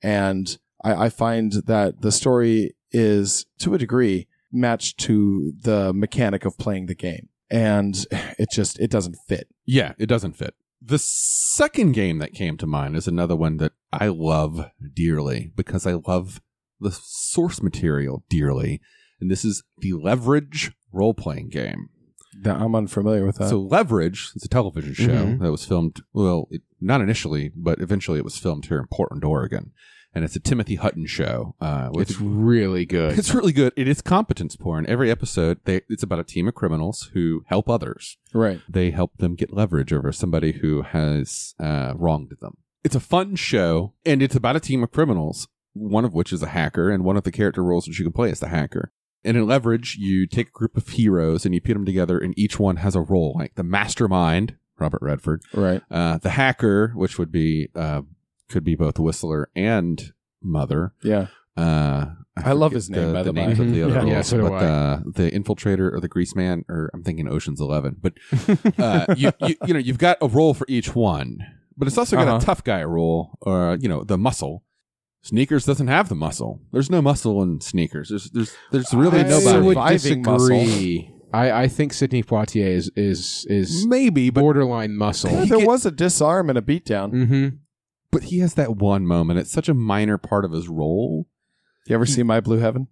Speaker 3: and I, I find that the story is to a degree matched to the mechanic of playing the game and it just it doesn't fit
Speaker 2: Yeah, it doesn't fit. The second game that came to mind is another one that I love dearly because I love the source material dearly, and this is the Leverage role playing game.
Speaker 3: i'm unfamiliar with that
Speaker 2: So Leverage is a television show
Speaker 4: Mhm.
Speaker 2: that was filmed. Well, it, not initially, but eventually it was filmed here in Portland, Oregon, and it's a Timothy Hutton show. Uh, with-
Speaker 4: It's really good.
Speaker 2: It's really good. It is competence porn. Every episode, they, it's about a team of criminals who help others.
Speaker 3: right
Speaker 2: They help them get leverage over somebody who has uh, wronged them. It's a fun show, and it's about a team of criminals, one of which is a hacker, and one of the character roles that you can play is the hacker. And in Leverage, you take a group of heroes and you put them together, and each one has a role. Like the mastermind, Robert Redford,
Speaker 3: right
Speaker 2: uh, the hacker, which would be uh, could be both Whistler and Mother,
Speaker 3: yeah
Speaker 2: uh,
Speaker 3: I love
Speaker 2: forget
Speaker 3: his name, by
Speaker 2: the,
Speaker 3: the by.
Speaker 2: names of the
Speaker 4: Mhm.
Speaker 2: other
Speaker 4: Yeah.
Speaker 2: roles,
Speaker 4: Yeah, so do
Speaker 2: but
Speaker 4: I.
Speaker 2: uh, the infiltrator or the grease man, or I'm thinking Ocean's Eleven. But uh, you, you you know you've got a role for each one, but it's also got
Speaker 3: Uh-huh.
Speaker 2: a tough guy role, or you know the muscle. Sneakers doesn't have the muscle. There's no muscle in sneakers. There's there's there's really
Speaker 3: I
Speaker 2: nobody.
Speaker 3: would disagree.
Speaker 4: I, I think Sidney Poitier is is
Speaker 3: Mm,
Speaker 4: is
Speaker 2: Maybe, but
Speaker 4: borderline muscle.
Speaker 3: there was a disarm and a beatdown
Speaker 4: hmm
Speaker 2: but he has that one moment. It's such a minor part of his role.
Speaker 3: you ever see my blue heaven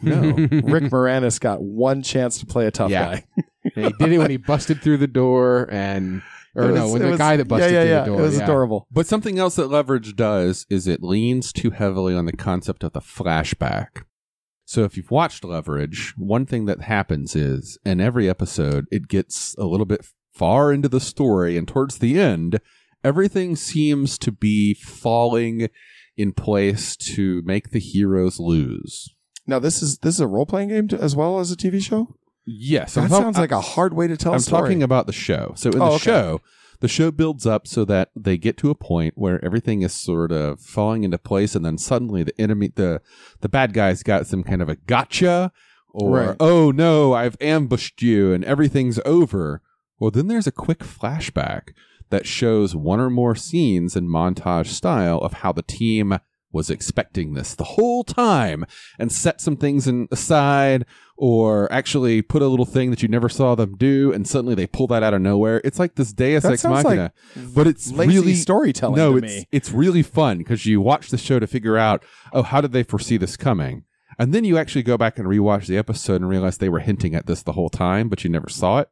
Speaker 2: Hmm. No.
Speaker 3: rick moranis got one chance to play a tough
Speaker 4: Yeah.
Speaker 3: guy
Speaker 4: he did it when he busted through the door and or
Speaker 3: It
Speaker 4: no,
Speaker 3: was-
Speaker 4: when
Speaker 3: it
Speaker 4: the
Speaker 3: was-
Speaker 4: guy that busted
Speaker 3: yeah, yeah,
Speaker 4: through
Speaker 3: yeah.
Speaker 4: the door.
Speaker 3: It was
Speaker 4: yeah.
Speaker 3: adorable.
Speaker 2: But something else that Leverage does is it leans too heavily on the concept of the flashback. So if you've watched Leverage, one thing that happens is in every episode, it gets a little bit far into the story, and towards the end, everything seems to be falling in place to make the heroes lose.
Speaker 3: Now this is this is a role playing game to, as well as a TV show.
Speaker 2: Yes,
Speaker 3: that
Speaker 2: talk-
Speaker 3: sounds like a hard way to tell.
Speaker 2: I'm
Speaker 3: a story.
Speaker 2: talking about the show. So in
Speaker 3: Oh,
Speaker 2: the
Speaker 3: okay.
Speaker 2: show, the show builds up so that they get to a point where everything is sort of falling into place, and then suddenly the enemy, the the bad guys, got some kind of a gotcha, or
Speaker 5: Right.
Speaker 2: oh no, I've ambushed you, and everything's over. Well, then there's a quick flashback that shows one or more scenes in montage style of how the team was expecting this the whole time and set some things in, aside or actually put a little thing that you never saw them do and suddenly they pull that out of nowhere. It's like this Deus
Speaker 5: That
Speaker 2: Ex
Speaker 5: sounds
Speaker 2: Machina, but it's
Speaker 5: Lazy
Speaker 2: really
Speaker 5: storytelling
Speaker 2: No,
Speaker 5: to
Speaker 2: it's
Speaker 5: me.
Speaker 2: it's really fun because you watch the show to figure out oh how did they foresee this coming, and then you actually go back and rewatch the episode and realize they were hinting at this the whole time, but you never saw it.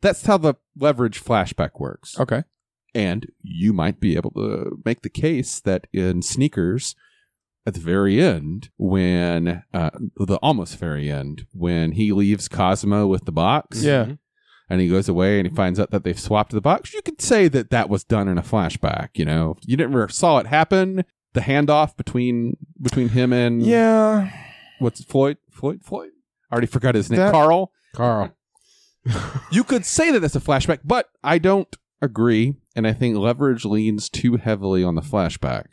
Speaker 2: That's how the leverage flashback works.
Speaker 5: Okay.
Speaker 2: And you might be able to make the case that in sneakers, at the very end, when uh, the almost very end, when he leaves Cosmo with the box,
Speaker 5: Yeah.
Speaker 2: and he goes away and he finds out that they've swapped the box, you could say that that was done in a flashback. You know, you never saw it happen. The handoff between between him and
Speaker 5: Yeah.
Speaker 2: what's Floyd Floyd Floyd. I already forgot his name.
Speaker 5: That-
Speaker 2: Carl.
Speaker 4: Carl.
Speaker 2: You could say that it's a flashback, but I don't agree. And I think leverage leans too heavily on the flashback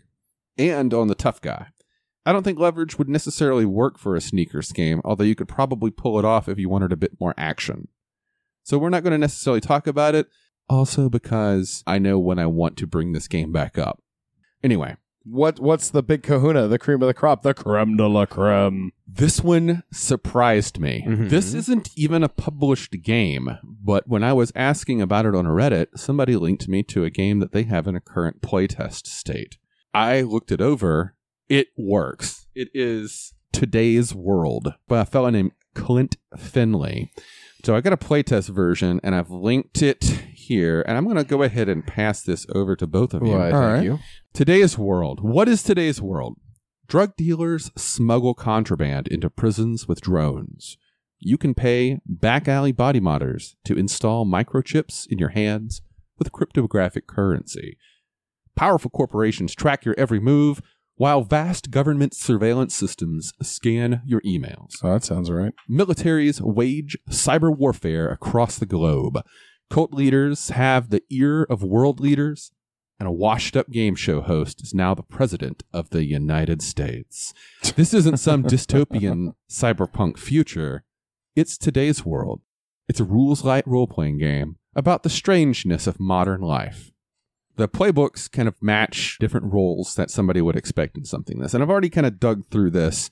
Speaker 2: and on the tough guy. I don't think leverage would necessarily work for a sneakers game, although you could probably pull it off if you wanted a bit more action. So we're not going to necessarily talk about it, also because I know when I want to bring this game back up. Anyway,
Speaker 5: What what's the big kahuna, the cream of the crop, the creme de la creme.
Speaker 2: This one surprised me.
Speaker 5: Mm-hmm.
Speaker 4: Mhm.
Speaker 2: This isn't even a published game, but when I was asking about it on Reddit, somebody linked me to a game that they have in a current playtest state. I looked it over. It works. It is Today's World by a fellow named Clint Finley. So I got a playtest version and I've linked it here. And I'm going to go ahead and pass this over to both of you.
Speaker 4: Why, thank
Speaker 5: right.
Speaker 4: you.
Speaker 2: Today's world. What is today's world? Drug dealers smuggle contraband into prisons with drones. You can pay back alley body modders to install microchips in your hands with cryptographic currency. Powerful corporations track your every move, while vast government surveillance systems scan your emails.
Speaker 5: Oh, that sounds right.
Speaker 2: Militaries wage cyber warfare across the globe. Cult leaders have the ear of world leaders, and a washed up game show host is now the president of the United States. This isn't some dystopian cyberpunk future, it's today's world. It's a rules light role playing game about the strangeness of modern life. The playbooks kind of match different roles that somebody would expect in something this. And I've already kind of dug through this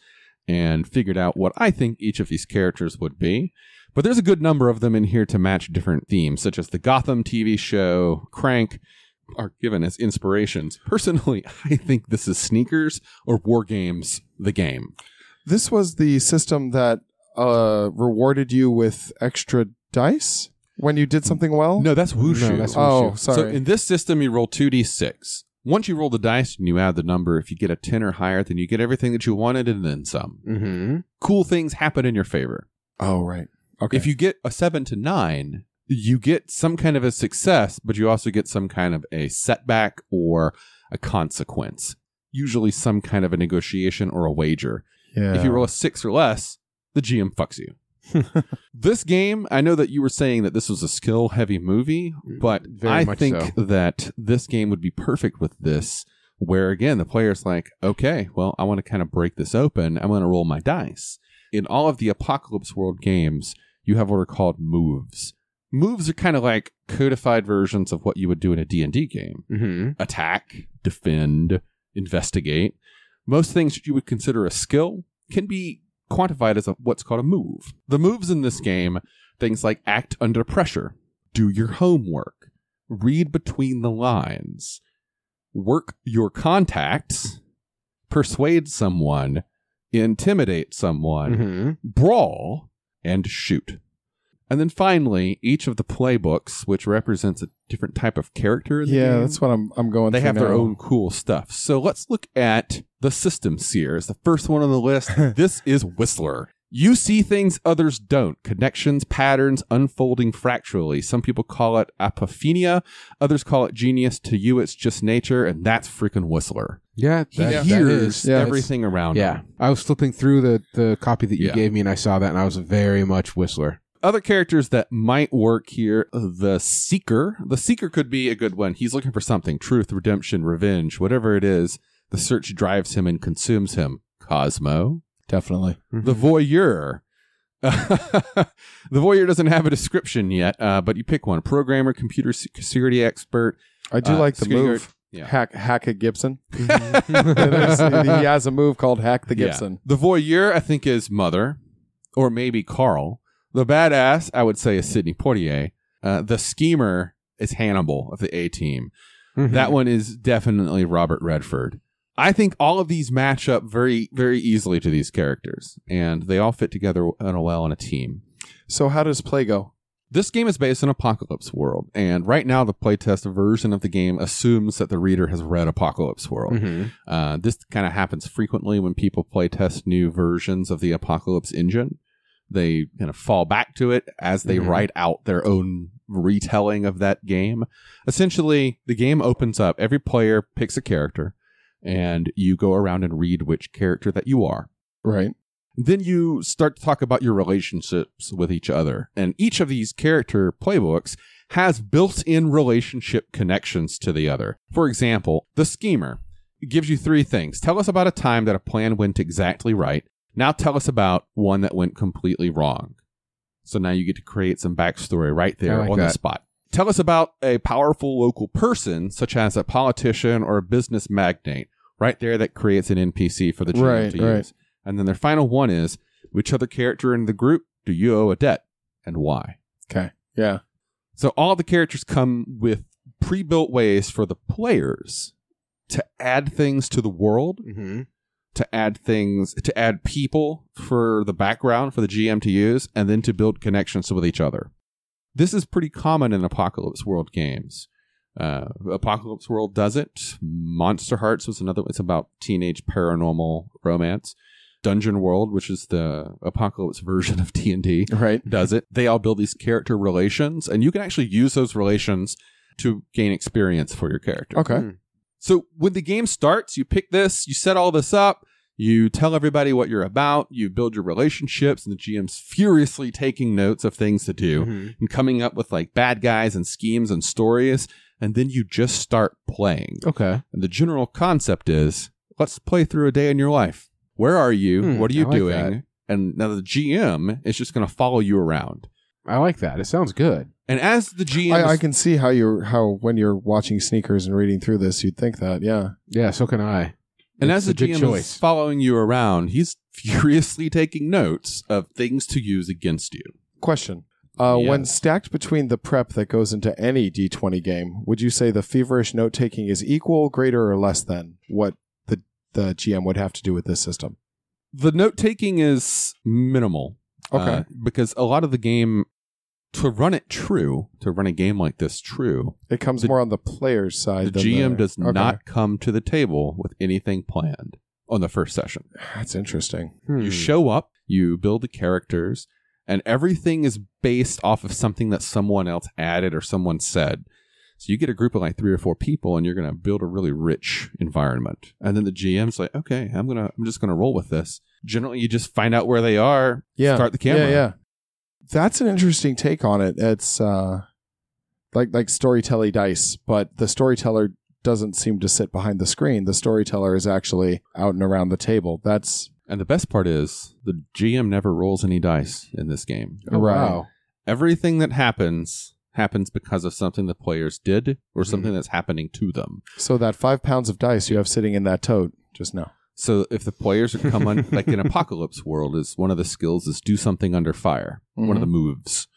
Speaker 2: and figured out what I think each of these characters would be. But there's a good number of them in here to match different themes, such as the Gotham TV show, Crank, are given as inspirations. Personally, I think this is Sneakers or War Games, the game.
Speaker 5: This was the system that uh rewarded you with extra dice when you did something well?
Speaker 2: No, that's Wushu.
Speaker 4: that's
Speaker 5: Oh,
Speaker 2: So
Speaker 5: sorry.
Speaker 2: in this system, you roll 2d6. Once you roll the dice and you add the number, if you get a 10 or higher, then you get everything that you wanted and then some.
Speaker 4: Mm-hmm.
Speaker 2: Cool things happen in your favor.
Speaker 5: oh, right. Okay.
Speaker 2: If you get a seven to nine, you get some kind of a success, but you also get some kind of a setback or a consequence. Usually, some kind of a negotiation or a wager.
Speaker 5: yeah.
Speaker 2: If you roll a six or less, the GM fucks you. this game, I know that you were saying that this was a skill heavy movie, but
Speaker 4: Mm, Very
Speaker 2: I
Speaker 4: much
Speaker 2: think
Speaker 4: so.
Speaker 2: that this game would be perfect with this, where again, the player's like, okay, well, I want to kind of break this open. I'm going to roll my dice. In all of the Apocalypse World games, you have what are called moves. Moves are kind of like codified versions of what you would do in a D&D game
Speaker 4: Mm-hmm.
Speaker 2: attack, defend, investigate. Most things that you would consider a skill can be quantified as a, what's called a move. The moves in this game, things like act under pressure, do your homework, read between the lines, work your contacts, persuade someone, intimidate someone,
Speaker 4: Mm-hmm.
Speaker 2: brawl, and shoot. And then finally, each of the playbooks, which represents a different type of character in the
Speaker 5: yeah,
Speaker 2: game,
Speaker 5: that's what I'm I'm going
Speaker 2: they
Speaker 5: through
Speaker 2: have their
Speaker 5: now.
Speaker 2: own cool stuff. So let's look at the system seer. It's the first one on the list. this is Whistler. You see things others don't. Connections, patterns unfolding fracturally. Some people call it apophenia, others call it genius. To you, it's just nature, and that's freaking Whistler.
Speaker 4: Yeah,
Speaker 2: He
Speaker 4: that- that
Speaker 2: hears
Speaker 4: is-
Speaker 5: yeah, it's-
Speaker 2: everything around
Speaker 4: Yeah,
Speaker 2: him.
Speaker 4: I was flipping through the the copy that you
Speaker 2: Yeah.
Speaker 4: gave me, and I saw that, and I was very much Whistler.
Speaker 2: other characters that might work here the seeker the seeker could be a good one he's looking for something truth redemption revenge whatever it is the search drives him and consumes him cosmo
Speaker 3: Definitely.
Speaker 2: the voyeur the voyeur doesn't have a description yet uh, but you pick one programmer computer se- security expert
Speaker 3: I do
Speaker 2: Uh,
Speaker 3: like the
Speaker 2: Scooty Gert-
Speaker 3: move.
Speaker 2: yeah.
Speaker 3: Hack hack a Gibson. There's- he has a move called hack the
Speaker 2: Yeah.
Speaker 3: Gibson.
Speaker 2: The voyeur, I think, is mother, or maybe Carl. The badass, I would say, is Sidney Poitier. Uh, the schemer is Hannibal of the A Team. That one is definitely Robert Redford. I think all of these match up very, very easily to these characters, and they all fit together in a well on a team.
Speaker 3: So how does play go?
Speaker 2: This game is based on Apocalypse World, and right now the playtest version of the game assumes that the reader has read Apocalypse World.
Speaker 4: Mm-hmm.
Speaker 2: Uh, this kind of happens frequently when people play test new versions of the Apocalypse engine. They kind of fall back to it as they
Speaker 4: Mhm.
Speaker 2: write out their own retelling of that game. Essentially, the game opens up. Every player picks a character, and you go around and read which character that you are.
Speaker 3: Right.
Speaker 2: Then you start to talk about your relationships with each other. And each of these character playbooks has built in relationship connections to the other. For example, the schemer gives you three things tell us about a time that a plan went exactly right. Now tell us about one that went completely wrong. So now you get to create some backstory right there
Speaker 4: I like
Speaker 2: on the
Speaker 4: that.
Speaker 2: spot. Tell us about a powerful local person, such as a politician or a business magnate, right there that creates an NPC for the GM
Speaker 3: Right,
Speaker 2: to
Speaker 3: right.
Speaker 2: use. And then their final one is which other character in the group do you owe a debt and why?
Speaker 3: Okay. Yeah.
Speaker 2: So all the characters come with pre built ways for the players to add things to the world
Speaker 4: Mm-hmm.
Speaker 2: to add things to add people for the background for the GM to use and then to build connections with each other. This is pretty common in apocalypse world games. Uh, apocalypse world does it. Monster Hearts was another it's about teenage paranormal romance. Dungeon World, which is the apocalypse version of D&D,
Speaker 3: Right.
Speaker 2: does it. They all build these character relations and you can actually use those relations to gain experience for your character.
Speaker 3: Okay.
Speaker 2: So when the game starts, you pick this, you set all this up, you tell everybody what you're about, you build your relationships, and the GM's furiously taking notes of things to do
Speaker 4: Mm-hmm.
Speaker 2: and coming up with like bad guys and schemes and stories. And then you just start playing.
Speaker 4: Okay.
Speaker 2: And the general concept is let's play through a day in your life. Where are you?
Speaker 4: Hmm,
Speaker 2: what are you
Speaker 4: I like
Speaker 2: doing? And now the GM is just going to follow you around.
Speaker 4: I like that. It sounds good.
Speaker 2: And as the GM,
Speaker 3: I, I
Speaker 2: is-
Speaker 3: can see how you're how when you're watching sneakers and reading through this, you'd think that. Yeah.
Speaker 4: Yeah. So can I.
Speaker 2: And
Speaker 4: It's
Speaker 2: as the
Speaker 4: a good
Speaker 2: GM is
Speaker 4: choice.
Speaker 2: following you around, he's furiously taking notes of things to use against you.
Speaker 3: Question. Uh, When
Speaker 2: Yes.
Speaker 3: stacked between the prep that goes into any D20 game, would you say the feverish note taking is equal, greater, or less than what the the GM would have to do with this system?
Speaker 2: The note taking is minimal.
Speaker 3: Okay.
Speaker 2: uh, because a lot of the game, to run it true, to run a game like this true,
Speaker 3: it comes
Speaker 2: the-
Speaker 3: more on the player's
Speaker 2: the
Speaker 3: side. than
Speaker 2: GM
Speaker 3: the-
Speaker 2: does
Speaker 3: Okay.
Speaker 2: not come to the table with anything planned on the first session.
Speaker 3: That's interesting.
Speaker 2: You show up, you build the characters, and everything is based off of something that someone else added or someone said. So you get a group of like three or four people, and you're going to build a really rich environment. And then the GM's like, "Okay, I'm gonna, I'm just gonna roll with this." Generally, you just find out where they are,
Speaker 3: Yeah.
Speaker 2: start the camera.
Speaker 3: Yeah, yeah. That's an interesting take on it. It's uh, like like storytelling dice, but the storyteller doesn't seem to sit behind the screen. The storyteller is actually out and around the table. That's
Speaker 2: And the best part is the GM never rolls any dice in this game.
Speaker 4: Oh,
Speaker 3: right.
Speaker 4: wow.
Speaker 2: Everything that happens happens because of something the players did or something that's happening to them.
Speaker 3: So that five pounds of dice you have sitting in that tote just now.
Speaker 2: So if the players are come on, like in Apocalypse World, is one of the skills is do something under fire. One of the moves.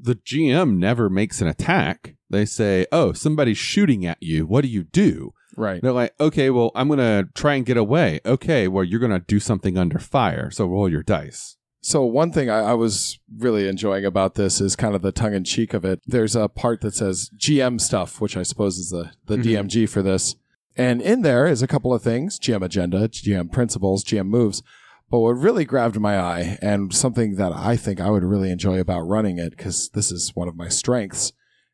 Speaker 2: The GM never makes an attack. They say, "Oh, somebody's shooting at you. What do you do?"
Speaker 3: Right.
Speaker 2: They're like, "Okay, well, I'm gonna try and get away." Okay, well, you're gonna do something under fire. So roll your dice.
Speaker 3: So one thing I, I was really enjoying about this is kind of the tongue in cheek of it. There's a part that says GM stuff, which I suppose is the, the
Speaker 4: Mhm.
Speaker 3: DMG for this. And in there is a couple of things GM agenda, GM principles, GM moves. But what really grabbed my eye and something that I think I would really enjoy about running it, because this is one of my strengths,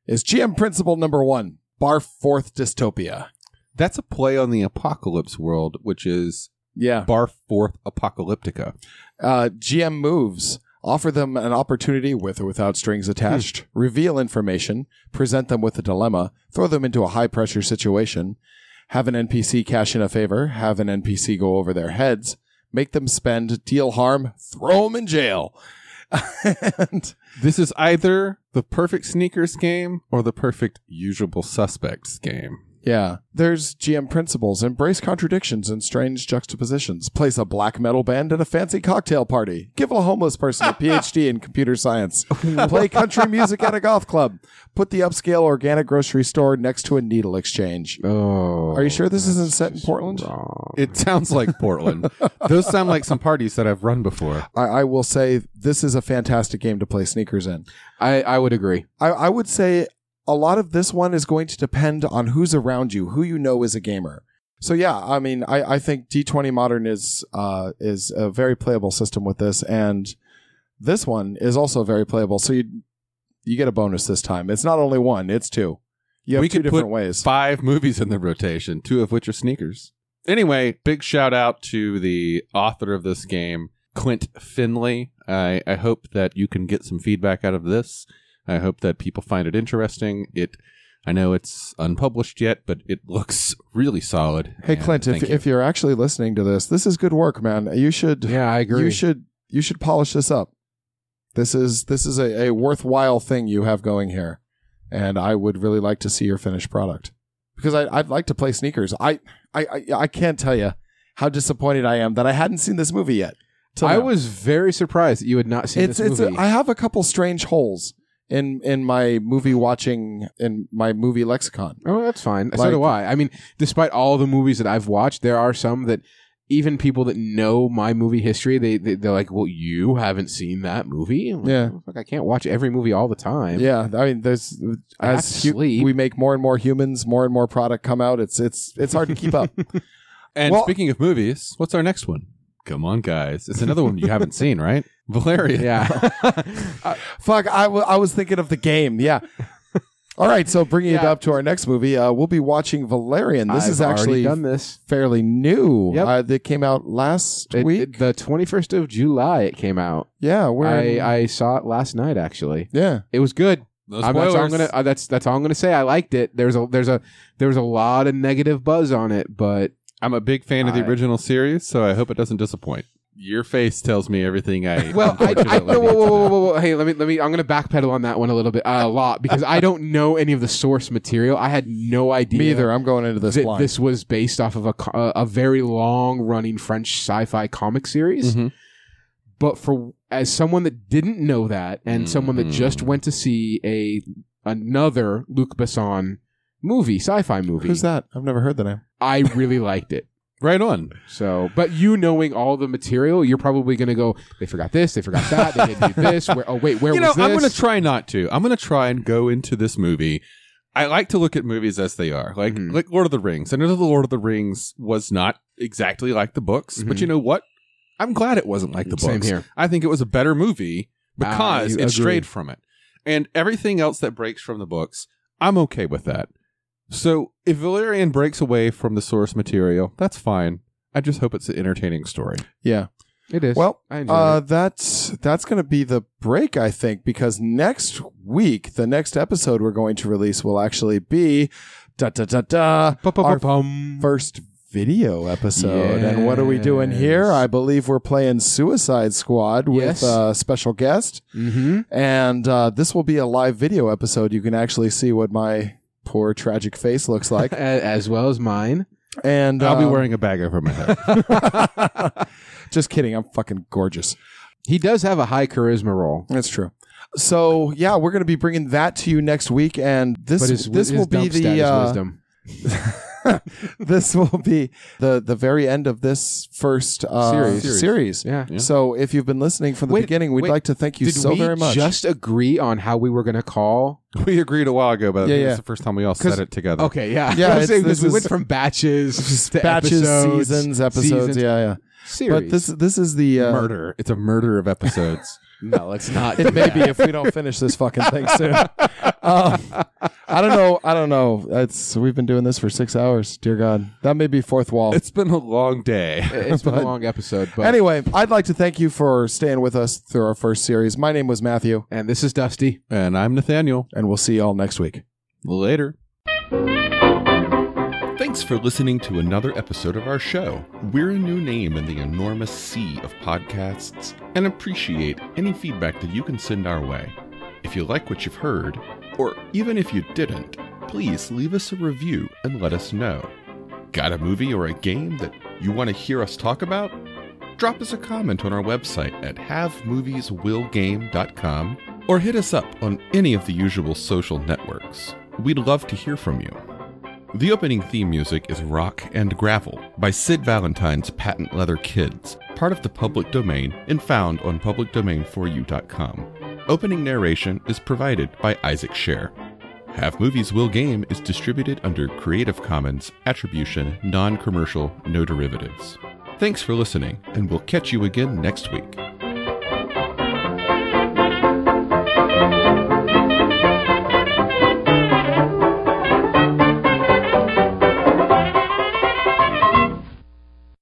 Speaker 3: is GM principle number one, bar forth dystopia.
Speaker 2: That's a play on the Apocalypse World, which is
Speaker 3: Yeah.
Speaker 2: Bar Forth Apocalyptica.
Speaker 3: uh, GM moves. offer them an opportunity with or without strings attached, reveal information, present them with a dilemma, throw them into a high pressure situation, have an NPC cash in a favor, have an NPC go over their heads, make them spend, deal harm, throw them in jail. and
Speaker 2: This is either the perfect sneakers game or the perfect usual suspects game.
Speaker 3: yeah, there's GM principles, embrace contradictions and strange juxtapositions, place a black metal band at a fancy cocktail party, give a homeless person a PhD in computer science, play country music at a golf club, put the upscale organic grocery store next to a needle exchange.
Speaker 4: Oh.
Speaker 3: Are you sure this isn't set in Portland?
Speaker 2: It sounds like Portland. Those sound like some parties that I've run before.
Speaker 3: I, I will say this is a fantastic game to play sneakers in.
Speaker 4: I, I would agree.
Speaker 3: I, I would say a lot of this one is going to depend on who's around you, who you know is a gamer. So yeah, I mean, I, I think D20 Modern is uh, is a very playable system with this, and this one is also very playable. So you you get a bonus this time. It's not only one; it's two. You have
Speaker 2: We
Speaker 3: two
Speaker 2: could put
Speaker 3: different ways.
Speaker 2: Five movies in the rotation, two of which are sneakers. Anyway, big shout out to the author of this game, Clint Finley. I, I hope that you can get some feedback out of this. I hope that people find it interesting. It I know it's unpublished yet, but it looks really solid.
Speaker 3: hey
Speaker 2: and
Speaker 3: Clint, if,
Speaker 2: thank you.
Speaker 3: if you're actually listening to this, this is good work, man. You should
Speaker 4: Yeah, I agree.
Speaker 3: you should you should polish this up. This is this is a, a worthwhile thing you have going here, and I would really like to see your finished product because I, I'd like to play sneakers. I, I I I can't tell you how disappointed I am that I hadn't seen this movie yet. till
Speaker 4: I
Speaker 3: now.
Speaker 4: was very surprised that you had not seen
Speaker 3: It's
Speaker 4: this
Speaker 3: it's.
Speaker 4: movie.
Speaker 3: I have a couple strange holes in in my movie watching in my movie lexicon.
Speaker 4: oh, that's fine. so
Speaker 3: Like-
Speaker 4: do I. I mean, despite all the movies that I've watched, there are some that even people that know my movie history, they, they they're like, "Well, you haven't seen that movie." I'm like,
Speaker 3: Yeah.
Speaker 4: "Oh, fuck, I can't watch every movie all the time.
Speaker 3: Yeah, I mean, there's
Speaker 4: I have
Speaker 3: as
Speaker 4: to
Speaker 3: hu-
Speaker 4: sleep.
Speaker 3: we make more and more humans, more and more product come out. It's it's it's hard to keep up.
Speaker 2: And
Speaker 3: Well-
Speaker 2: speaking of movies, what's our next one? Come on, guys. It's another one you haven't seen, right? Valeria.
Speaker 4: Yeah.
Speaker 3: Fuck, I wa- I was thinking of the game. Yeah. All right, so bringing it
Speaker 4: Yeah.
Speaker 3: up to our next movie, uh, we'll be watching Valerian. This
Speaker 4: I've
Speaker 3: is
Speaker 4: already
Speaker 3: actually
Speaker 4: done this.
Speaker 3: fairly new.
Speaker 4: Yep.
Speaker 3: Uh, that came out last
Speaker 4: It-
Speaker 3: week.
Speaker 4: it- the 21st of July it came out.
Speaker 3: yeah, we're
Speaker 4: I,
Speaker 3: in-
Speaker 4: I saw it last night actually.
Speaker 3: yeah.
Speaker 4: It was good.
Speaker 2: No
Speaker 4: I'm, that's all I'm
Speaker 2: spoilers.
Speaker 4: gonna. uh, that's that's all I'm gonna say. I liked it. There's a there's a there's a lot of negative buzz on it, but
Speaker 2: I'm a big fan of the
Speaker 4: I-
Speaker 2: original series, so I hope it doesn't disappoint. Your face tells me everything I.
Speaker 4: well, I, I
Speaker 2: unfortunately need to
Speaker 4: whoa, whoa, whoa, whoa,
Speaker 2: know.
Speaker 4: whoa, whoa, hey, let me let me. I'm gonna backpedal on that one a little bit, uh, a lot, because I don't know any of the source material. I had no idea.
Speaker 3: Me either. I'm going into this
Speaker 4: that
Speaker 3: blind.
Speaker 4: this was based off of a co- a a very long running French sci-fi comic series.
Speaker 2: Mhm.
Speaker 4: But for as someone that didn't know that, and someone that just
Speaker 2: Mhm.
Speaker 4: went to see a another Luc Besson movie, sci-fi movie,
Speaker 3: Who's that? I've never heard the name.
Speaker 4: I really liked it.
Speaker 2: Right on.
Speaker 4: So, but you knowing all the material, you're probably going to go, they forgot this, they forgot that, they didn't do this. Where, oh, wait, where
Speaker 2: you know,
Speaker 4: was this?
Speaker 2: I'm going to try not to. I'm going to try and go into this movie. I like to look at movies as they are, like
Speaker 4: Mhm.
Speaker 2: like Lord of the Rings. I know the Lord of the Rings was not exactly like the books, but
Speaker 4: Mhm.
Speaker 2: you know what? I'm glad it wasn't like the books.
Speaker 4: Same here.
Speaker 2: I think it was a better movie because it
Speaker 4: I agree.
Speaker 2: strayed from it. And everything else that breaks from the books, I'm okay with that. So if Valerian breaks away from the source material, that's fine. I just hope it's an entertaining story.
Speaker 3: Yeah.
Speaker 4: It is.
Speaker 3: Well,
Speaker 4: I enjoyed
Speaker 3: Uh,
Speaker 4: it.
Speaker 3: that's that's going to be the break, I think, because next week, the next episode we're going to release will actually be da da da da our first video episode. And what are we doing here?
Speaker 4: Yes.
Speaker 3: I believe we're playing Suicide Squad with
Speaker 4: Yes.
Speaker 3: a special guest,
Speaker 4: Mhm.
Speaker 3: and uh, this will be a live video episode. You can actually see what my poor tragic face looks like,
Speaker 4: A- As well as mine.
Speaker 3: and
Speaker 2: I'll be
Speaker 3: um,
Speaker 2: wearing a bag over my head.
Speaker 3: just kidding, I'm fucking gorgeous.
Speaker 4: He does have a high charisma role.
Speaker 3: That's true. So yeah, we're going to be bringing that to you next week, and this
Speaker 4: but his,
Speaker 3: this
Speaker 4: his
Speaker 3: will be
Speaker 4: dump stat
Speaker 3: the
Speaker 4: is
Speaker 3: uh,
Speaker 4: wisdom.
Speaker 3: this will be the the very end of this first uh,
Speaker 4: Series.
Speaker 3: series.
Speaker 4: Yeah.
Speaker 2: Yeah.
Speaker 3: So if you've been listening from the
Speaker 4: Wait,
Speaker 3: beginning, we'd
Speaker 4: wait,
Speaker 3: like to thank you
Speaker 4: Did
Speaker 3: so
Speaker 4: we
Speaker 3: very much.
Speaker 4: just agree on how we were going to call?
Speaker 2: we agreed a while ago, but
Speaker 3: Yeah,
Speaker 2: yeah,
Speaker 3: yeah.
Speaker 2: was the first time we all said
Speaker 3: 'Cause-
Speaker 2: it together.
Speaker 4: Okay, yeah.
Speaker 3: Yeah,
Speaker 4: I was
Speaker 3: it's-
Speaker 4: saying, 'cause
Speaker 3: this
Speaker 4: we
Speaker 3: is-
Speaker 4: went from batches to
Speaker 3: batches,
Speaker 4: episodes,
Speaker 3: seasons, episodes.
Speaker 4: seasons,
Speaker 3: Yeah, yeah.
Speaker 4: series.
Speaker 3: But this this is the uh,
Speaker 2: murder. It's a murder of episodes.
Speaker 4: No, let's not.
Speaker 3: It may be if we don't finish this fucking thing soon. Um, I don't know. I don't know. It's we've been doing this for six hours. Dear God, that may be fourth wall.
Speaker 8: It's been a long day.
Speaker 4: It's been a long episode, but
Speaker 3: Anyway, I'd like to thank you for staying with us through our first series. My name was Matthew,
Speaker 4: and this is Dusty.
Speaker 8: And I'm Nathaniel.
Speaker 3: and we'll see you all next week.
Speaker 8: Later.
Speaker 2: Thanks for listening to another episode of our show. We're a new name in the enormous sea of podcasts and appreciate any feedback that you can send our way. If you like what you've heard, or even if you didn't, please leave us a review and let us know. Got a movie or a game that you want to hear us talk about? Drop us a comment on our website at havemovieswillgame.com or hit us up on any of the usual social networks. We'd love to hear from you. The opening theme music is Rock and Gravel by Sid Valentine's Patent Leather Kids, part of the public domain and found on publicdomain4u.com. Opening narration is provided by Isaac Scher. Half Movies Will Game is distributed under Creative Commons Attribution, Non Commercial, No Derivatives. Thanks for listening, and we'll catch you again next week.